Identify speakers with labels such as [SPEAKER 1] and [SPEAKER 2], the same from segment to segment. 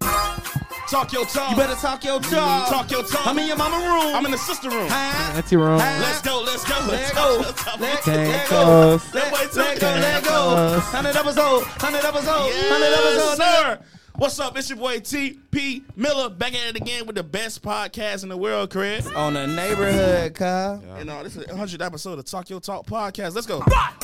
[SPEAKER 1] Talk your talk.
[SPEAKER 2] You better talk your talk.
[SPEAKER 1] Talk your talk.
[SPEAKER 2] I'm in your mama room.
[SPEAKER 1] I'm in the sister room.
[SPEAKER 2] Huh?
[SPEAKER 3] That's your wrong.
[SPEAKER 2] Huh?
[SPEAKER 1] Let's go. Let's go.
[SPEAKER 2] Let
[SPEAKER 1] Let's
[SPEAKER 2] go.
[SPEAKER 1] go.
[SPEAKER 2] Let,
[SPEAKER 3] Take
[SPEAKER 2] let go.
[SPEAKER 3] us.
[SPEAKER 2] Let, let go. Let go.
[SPEAKER 3] us.
[SPEAKER 2] 100 episodes. 100 episodes. 100
[SPEAKER 1] Yes,
[SPEAKER 2] episodes. nigga.
[SPEAKER 1] sir. What's up? It's your boy T.P. Miller back at it again with the best podcast in the world, Craig.
[SPEAKER 2] On the neighborhood, Kyle.
[SPEAKER 1] And uh, this is the 100th episode of Talk Your Talk podcast. Let's go.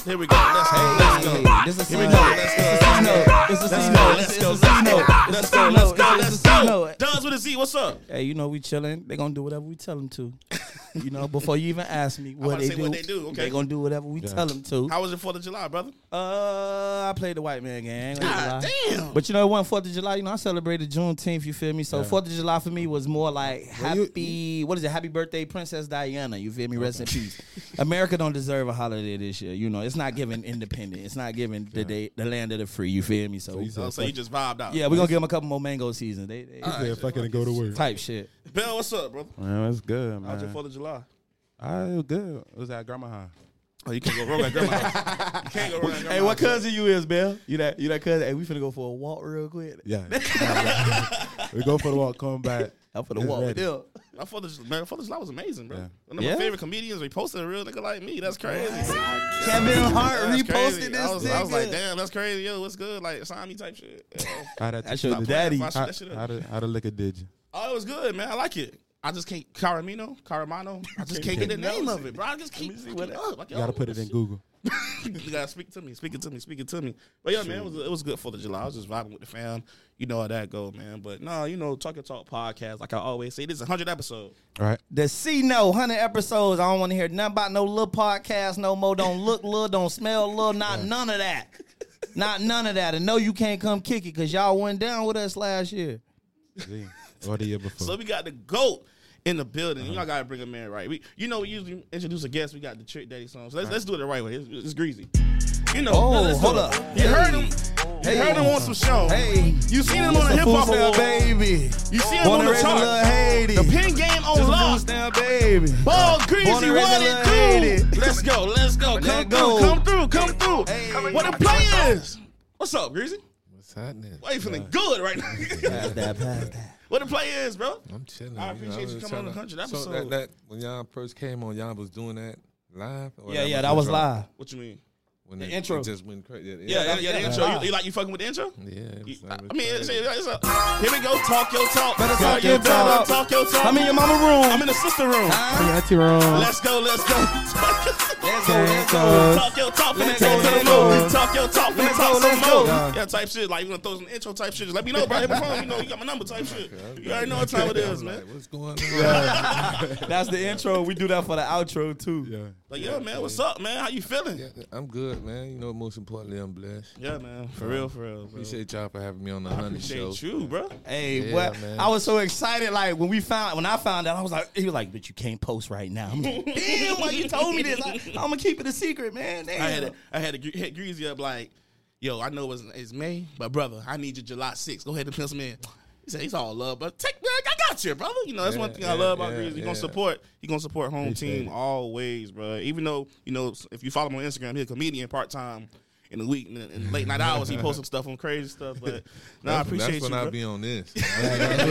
[SPEAKER 1] Here we go. Let's, hey, let's go.
[SPEAKER 2] This is
[SPEAKER 1] Here we go.
[SPEAKER 2] Sunday.
[SPEAKER 1] Let's
[SPEAKER 2] This is
[SPEAKER 1] go.
[SPEAKER 2] Sunday. This is
[SPEAKER 1] Let's
[SPEAKER 2] Sunday.
[SPEAKER 1] go.
[SPEAKER 2] This
[SPEAKER 1] Let's go.
[SPEAKER 2] is Sunday. This
[SPEAKER 1] Let's
[SPEAKER 2] is
[SPEAKER 1] go. Let's go. Let's go.
[SPEAKER 2] Sunday. This
[SPEAKER 1] Let's
[SPEAKER 2] is
[SPEAKER 1] go.
[SPEAKER 2] Sunday.
[SPEAKER 1] Duns with a Z. What's up?
[SPEAKER 2] Hey, you know we chilling. They gonna do whatever we tell them to. You know, before you even ask me what
[SPEAKER 1] about to
[SPEAKER 2] they
[SPEAKER 1] say
[SPEAKER 2] do,
[SPEAKER 1] what they do, okay.
[SPEAKER 2] they gonna do whatever we tell them to.
[SPEAKER 1] How was your 4th of July, brother?
[SPEAKER 2] Uh, I played the white man game.
[SPEAKER 1] God damn.
[SPEAKER 2] But you know, it wasn't Fourth of July. You know, I celebrated Juneteenth. You feel me? So Fourth of July for me was more like
[SPEAKER 3] you-
[SPEAKER 2] happy. what is it? Happy birthday, Princess Diana. You feel me? Rest in peace. America don't deserve a holiday this year. You know, it's not giving independent. It's not giving the day, the land of the free. You feel me? So,
[SPEAKER 1] Oh, so you just vibed out.
[SPEAKER 2] yeah, we're gonna give them a couple more mango seasons. They, they
[SPEAKER 3] Yeah, if I can go to work.
[SPEAKER 2] type shit.
[SPEAKER 1] Bill, what's up, brother?
[SPEAKER 3] Man, that's good,
[SPEAKER 1] How's your
[SPEAKER 3] man.
[SPEAKER 1] 4th of July?
[SPEAKER 3] I was good. It was at Grandma High.
[SPEAKER 1] Oh, you can't go wrong at grandma. house. you can't go wrong at grandma.
[SPEAKER 2] Hey, what
[SPEAKER 1] house.
[SPEAKER 2] cousin you is, Bill? You that you that cousin? Hey, we finna go for a walk real quick.
[SPEAKER 3] Yeah. we go for the walk, come back.
[SPEAKER 2] I'm finna
[SPEAKER 3] It's
[SPEAKER 2] walk with
[SPEAKER 3] ready.
[SPEAKER 2] them.
[SPEAKER 1] My father's, man, my father's life was amazing, bro.
[SPEAKER 3] Yeah.
[SPEAKER 1] One of
[SPEAKER 2] Yeah?
[SPEAKER 1] my favorite comedians reposted a real nigga like me. That's crazy.
[SPEAKER 2] Kevin Hart
[SPEAKER 1] That's crazy.
[SPEAKER 2] reposted this.
[SPEAKER 1] I was, I was like,
[SPEAKER 2] nigga.
[SPEAKER 1] damn, that's crazy. Yo, what's good? Like, sign me type shit. Yeah.
[SPEAKER 3] How that
[SPEAKER 2] That's your
[SPEAKER 3] how-
[SPEAKER 2] daddy.
[SPEAKER 1] Watch
[SPEAKER 3] How,
[SPEAKER 1] that shit up.
[SPEAKER 3] how, the, how the liquor did you?
[SPEAKER 1] Oh, it was good, man. I like it. I just can't Caramino, Caramano. I just can't get the name of it, bro. I just keep see what up. Like,
[SPEAKER 3] You gotta put it in Google.
[SPEAKER 1] you gotta speak to me, speak it to me, speak it to me. But yeah, man, it was, it was good for the July. I was just vibing with the fam. You know how that go, man. But no, you know, talk your talk podcast. Like I always say, this is hundred episode.
[SPEAKER 3] All right.
[SPEAKER 2] The C no, 100 episodes. I don't want to hear nothing about no little podcast no more. Don't look little, don't smell little, not none of that. Not none of that. And no, you can't come kick it because y'all went down with us last year.
[SPEAKER 3] Z. Or the year before.
[SPEAKER 1] So we got the goat in the building. You know, I
[SPEAKER 2] Uh-huh.
[SPEAKER 1] gotta bring a man right. We, you know, we usually introduce a guest. We got the trick daddy song. So let's, let's do it the right way. It's, it's greasy. You know,
[SPEAKER 2] Oh,
[SPEAKER 1] let's do
[SPEAKER 2] hold
[SPEAKER 1] it.
[SPEAKER 2] up.
[SPEAKER 1] You
[SPEAKER 2] Hey.
[SPEAKER 1] heard him. You
[SPEAKER 2] Hey.
[SPEAKER 1] heard him on some show.
[SPEAKER 2] Hey.
[SPEAKER 1] you seen him on the hip hop
[SPEAKER 2] Food stamp,
[SPEAKER 1] award.
[SPEAKER 2] baby.
[SPEAKER 1] You seen him
[SPEAKER 2] Born
[SPEAKER 1] on
[SPEAKER 2] and
[SPEAKER 1] the
[SPEAKER 2] raised in
[SPEAKER 1] chart.
[SPEAKER 2] Little Haiti.
[SPEAKER 1] The pin game on lock.
[SPEAKER 2] Just a food stamp, baby.
[SPEAKER 1] Ball greasy,
[SPEAKER 2] Born and raised
[SPEAKER 1] what
[SPEAKER 2] in
[SPEAKER 1] it
[SPEAKER 2] Little Haiti.
[SPEAKER 1] do? Let's go, let's go. Come
[SPEAKER 2] go.
[SPEAKER 1] through, come through, come through.
[SPEAKER 2] Hey.
[SPEAKER 1] What the play is? What's up, Greasy?
[SPEAKER 4] What's happening?
[SPEAKER 1] Why you feeling good right now?
[SPEAKER 2] Pass that, pass that.
[SPEAKER 1] what the play is, bro?
[SPEAKER 4] I'm chilling.
[SPEAKER 1] I appreciate you
[SPEAKER 4] was
[SPEAKER 1] coming on
[SPEAKER 4] tryna-
[SPEAKER 1] the 100
[SPEAKER 4] So
[SPEAKER 1] episode.
[SPEAKER 4] that, that, when y'all first came on, y'all was doing that live. Or
[SPEAKER 2] Yeah, yeah, that was
[SPEAKER 4] intro?
[SPEAKER 2] live.
[SPEAKER 1] What you mean?
[SPEAKER 4] When
[SPEAKER 2] The
[SPEAKER 4] it,
[SPEAKER 2] intro.
[SPEAKER 4] it just went crazy.
[SPEAKER 1] Yeah, yeah, yeah, the
[SPEAKER 2] yeah. Uh-huh.
[SPEAKER 1] intro. You, you like you fucking with the intro?
[SPEAKER 4] yeah. it
[SPEAKER 1] You-
[SPEAKER 4] was-
[SPEAKER 1] I
[SPEAKER 4] it was
[SPEAKER 1] mean, it's,
[SPEAKER 4] crazy.
[SPEAKER 1] it's a, here we go. Talk your talk.
[SPEAKER 2] Better talk your talk.
[SPEAKER 1] Talk your talk.
[SPEAKER 2] I'm in your mama room.
[SPEAKER 1] I'm in the sister room. Ah.
[SPEAKER 3] Yeah, that's your wrong.
[SPEAKER 1] Let's go. Let's go. Talk your-
[SPEAKER 2] Let's go, let's go.
[SPEAKER 1] Talk your talk. Finna
[SPEAKER 2] Let's
[SPEAKER 1] take
[SPEAKER 2] go,
[SPEAKER 1] to the
[SPEAKER 2] let's go.
[SPEAKER 1] moon. Talk your talk. Finna
[SPEAKER 2] Let's go,
[SPEAKER 1] talk some
[SPEAKER 2] let's go.
[SPEAKER 1] more. Yeah, type shit. Like you gonna throw some intro type shit. Just let me know, bro. Hit my phone. You know you got my number. Type shit. You already know what time it is, man.
[SPEAKER 4] Like, what's going on?
[SPEAKER 2] That's the intro. We do that for the outro, too.
[SPEAKER 3] Yeah.
[SPEAKER 1] Like yeah, man. What's up, man? How you feeling?
[SPEAKER 4] Yeah, I'm good, man. You know, most importantly, I'm blessed.
[SPEAKER 1] Yeah, man. For real, for real. Bro.
[SPEAKER 4] Appreciate y'all for having me on the hundred show.
[SPEAKER 1] Appreciate you, bro.
[SPEAKER 2] Hey,
[SPEAKER 4] Yeah,
[SPEAKER 2] what?
[SPEAKER 4] man.
[SPEAKER 2] I was so excited. Like when we found, when I found out, I was like, he was like, "But you can't post right now." I'm like, Damn, why you told me this? I, am gonna keep it a secret, man. Damn.
[SPEAKER 1] I had a, I had to gre- hit Greasy up like, yo, I know it's, it's May, but brother, I need you July 6th. Go ahead and pencil me in. He said, he's all love, but take me, I got you, brother. You know, that's one
[SPEAKER 4] Yeah,
[SPEAKER 1] thing I love
[SPEAKER 4] yeah,
[SPEAKER 1] about Greasy. He
[SPEAKER 4] yeah,
[SPEAKER 1] gonna
[SPEAKER 4] yeah.
[SPEAKER 1] support, he gonna support home
[SPEAKER 3] Appreciate
[SPEAKER 1] team always, bro. Even though, you know, if you follow him on Instagram, he's a comedian part-time. In the week, in, in late night hours, he posts some stuff on crazy stuff. But no, I appreciate
[SPEAKER 4] That's when
[SPEAKER 1] you.
[SPEAKER 4] I
[SPEAKER 1] bro.
[SPEAKER 4] be on this. and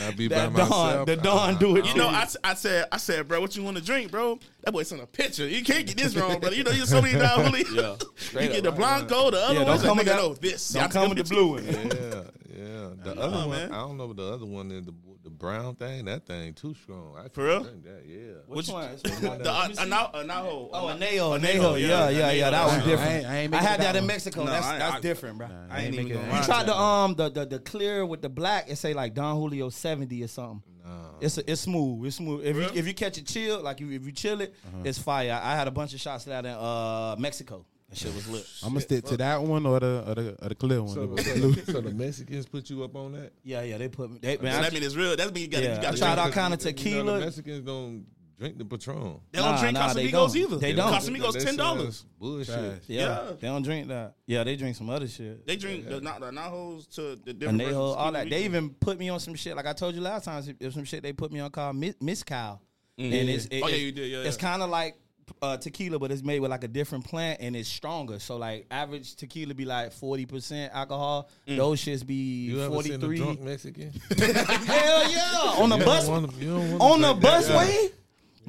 [SPEAKER 4] I be
[SPEAKER 2] that
[SPEAKER 4] by
[SPEAKER 2] dawn,
[SPEAKER 4] myself.
[SPEAKER 2] the dawn,
[SPEAKER 4] I-
[SPEAKER 2] do it.
[SPEAKER 1] You know, I, I said, I said, bro, what you want to drink, bro? That boy sent a picture. You can't get this wrong, brother. You know, you so many dollars. Yeah, you get the blanco, the other
[SPEAKER 2] Yeah,
[SPEAKER 1] one. Don't
[SPEAKER 2] don't come
[SPEAKER 1] come
[SPEAKER 2] with
[SPEAKER 1] nigga,
[SPEAKER 2] that-
[SPEAKER 1] no, this.
[SPEAKER 2] Don't
[SPEAKER 1] Y'all
[SPEAKER 2] come
[SPEAKER 1] can-
[SPEAKER 2] with the blue one.
[SPEAKER 4] Yeah, yeah. The
[SPEAKER 1] know,
[SPEAKER 4] other one,
[SPEAKER 1] man.
[SPEAKER 4] I don't know what the other one is. The, the brown thing, that thing too strong. I
[SPEAKER 1] For
[SPEAKER 4] can't
[SPEAKER 1] real?
[SPEAKER 4] drink That. Yeah.
[SPEAKER 2] Which
[SPEAKER 1] you-
[SPEAKER 2] one?
[SPEAKER 1] The uh, Anao, Anaho.
[SPEAKER 2] Oh, a
[SPEAKER 1] Ana-
[SPEAKER 2] nail, a
[SPEAKER 1] nail,
[SPEAKER 2] yeah, yeah, yeah, That was
[SPEAKER 1] Nah,
[SPEAKER 2] different.
[SPEAKER 3] I
[SPEAKER 2] I,
[SPEAKER 3] ain't- I ain't making
[SPEAKER 2] had
[SPEAKER 3] that
[SPEAKER 2] that in
[SPEAKER 3] one.
[SPEAKER 2] Mexico.
[SPEAKER 1] No,
[SPEAKER 2] that's
[SPEAKER 1] I-
[SPEAKER 2] that's
[SPEAKER 1] I-
[SPEAKER 2] different, bro.
[SPEAKER 1] I ain't even gonna
[SPEAKER 2] You
[SPEAKER 1] lie.
[SPEAKER 2] tried the um the, the the clear with the black. It say like Don Julio seventy or something. It's it's smooth. It's smooth. If you
[SPEAKER 1] Really? Uh-huh.
[SPEAKER 2] if you catch it chill, like you if you chill it, it's fire. I, I had a bunch of shots of that in uh Mexico. That shit was lit.
[SPEAKER 3] I'm gonna stick to that one or the or the, or the clear one.
[SPEAKER 4] So,
[SPEAKER 3] The
[SPEAKER 4] so,
[SPEAKER 3] blue.
[SPEAKER 4] so the Mexicans put you up on that?
[SPEAKER 2] Yeah, yeah, they put me. They,
[SPEAKER 1] So
[SPEAKER 2] man, I-
[SPEAKER 1] that means it's real. That means you got
[SPEAKER 2] Yeah.
[SPEAKER 1] to
[SPEAKER 2] I
[SPEAKER 1] got
[SPEAKER 2] tried
[SPEAKER 1] to.
[SPEAKER 2] all kind of
[SPEAKER 4] You know,
[SPEAKER 2] tequila.
[SPEAKER 4] the Mexicans don't drink the Patron.
[SPEAKER 1] They don't
[SPEAKER 2] Nah,
[SPEAKER 1] drink
[SPEAKER 2] nah, they
[SPEAKER 1] Casamigos
[SPEAKER 2] don't.
[SPEAKER 1] either.
[SPEAKER 2] They don't.
[SPEAKER 1] Casamigos
[SPEAKER 4] They
[SPEAKER 1] ten
[SPEAKER 4] sell
[SPEAKER 1] dollars.
[SPEAKER 4] us Bullshit.
[SPEAKER 3] Trash.
[SPEAKER 2] yeah,
[SPEAKER 1] yeah.
[SPEAKER 2] they don't drink that. Yeah, they drink some other shit.
[SPEAKER 1] They drink the Na- the Anahos to the
[SPEAKER 2] and
[SPEAKER 1] different.
[SPEAKER 2] they
[SPEAKER 1] versions
[SPEAKER 2] hold
[SPEAKER 1] of
[SPEAKER 2] all
[SPEAKER 1] Cuban
[SPEAKER 2] that. They
[SPEAKER 1] Migos.
[SPEAKER 2] even put me on some shit. Like I told you last time, there's some shit they put me on called Miss, Miss Cow, and it's it-
[SPEAKER 1] Oh, yeah,
[SPEAKER 2] it's-
[SPEAKER 1] you did, yeah,
[SPEAKER 2] it's
[SPEAKER 1] yeah.
[SPEAKER 2] kind of like uh, tequila, but it's made with like a different plant and it's stronger. So like average tequila be like forty percent alcohol.
[SPEAKER 1] Mm.
[SPEAKER 2] Those shits be
[SPEAKER 4] You ever
[SPEAKER 2] forty
[SPEAKER 4] seen a
[SPEAKER 2] three.
[SPEAKER 4] drunk Mexican?
[SPEAKER 2] Hell yeah! On the
[SPEAKER 4] You don't
[SPEAKER 2] bus,
[SPEAKER 4] wanna- you don't wanna
[SPEAKER 2] on the
[SPEAKER 4] drink that.
[SPEAKER 2] busway.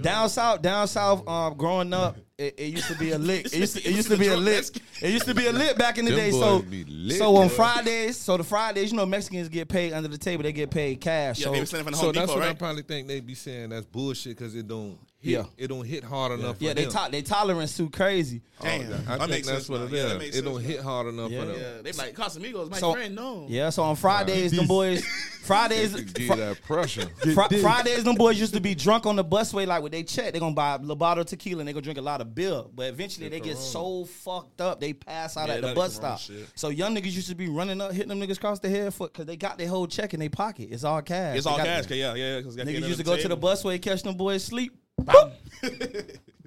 [SPEAKER 2] Down south, down south. Um, growing up, it, it used to be a lick. It used to, it used to be a lick. It used to be a lick back in the
[SPEAKER 4] Them
[SPEAKER 2] day.
[SPEAKER 4] boys
[SPEAKER 2] So,
[SPEAKER 4] be lit,
[SPEAKER 2] so on
[SPEAKER 4] boy.
[SPEAKER 2] Fridays, so the Fridays, you know, Mexicans get paid under the table. They get paid cash.
[SPEAKER 1] Yeah,
[SPEAKER 2] so
[SPEAKER 1] they be sitting from the
[SPEAKER 4] So
[SPEAKER 1] Home
[SPEAKER 4] that's
[SPEAKER 1] Depot,
[SPEAKER 4] what I
[SPEAKER 1] right?
[SPEAKER 4] probably think they be saying that's bullshit because it don't hit,
[SPEAKER 2] Yeah.
[SPEAKER 4] it don't hit hard enough.
[SPEAKER 2] yeah,
[SPEAKER 4] for
[SPEAKER 2] they
[SPEAKER 4] them.
[SPEAKER 2] to- they tolerance too crazy.
[SPEAKER 1] Damn,
[SPEAKER 4] I
[SPEAKER 1] that
[SPEAKER 4] think
[SPEAKER 1] makes
[SPEAKER 4] that's
[SPEAKER 1] sense.
[SPEAKER 4] what it
[SPEAKER 1] now. Yeah, that
[SPEAKER 4] is.
[SPEAKER 1] makes
[SPEAKER 4] It don't
[SPEAKER 1] sense
[SPEAKER 4] hit hard enough
[SPEAKER 2] Yeah.
[SPEAKER 4] for
[SPEAKER 1] now.
[SPEAKER 4] them.
[SPEAKER 1] Yeah, they be like Casamigos, my
[SPEAKER 2] So-
[SPEAKER 1] friend. No,
[SPEAKER 2] Yeah, so on Fridays, them boys, Fridays,
[SPEAKER 4] To
[SPEAKER 2] Fri-
[SPEAKER 4] give that pressure.
[SPEAKER 2] Fri- Fridays, them boys used to be drunk on the busway. Like with they check, they gonna buy a bottle of tequila and they gonna drink a lot of beer. But eventually, they get so fucked up they pass out
[SPEAKER 1] Yeah,
[SPEAKER 2] at the
[SPEAKER 1] that
[SPEAKER 2] bus
[SPEAKER 1] Corona
[SPEAKER 2] stop.
[SPEAKER 1] shit.
[SPEAKER 2] So young niggas used to be running up, hitting them niggas across the head for because they got their whole check in their pocket. It's all cash.
[SPEAKER 1] it's
[SPEAKER 2] They
[SPEAKER 1] all
[SPEAKER 2] got-
[SPEAKER 1] cash. 'cause Yeah, yeah. yeah, 'cause they got
[SPEAKER 2] Niggas
[SPEAKER 1] under
[SPEAKER 2] used to go to the
[SPEAKER 1] table.
[SPEAKER 2] busway, catch them boys sleep. Boop.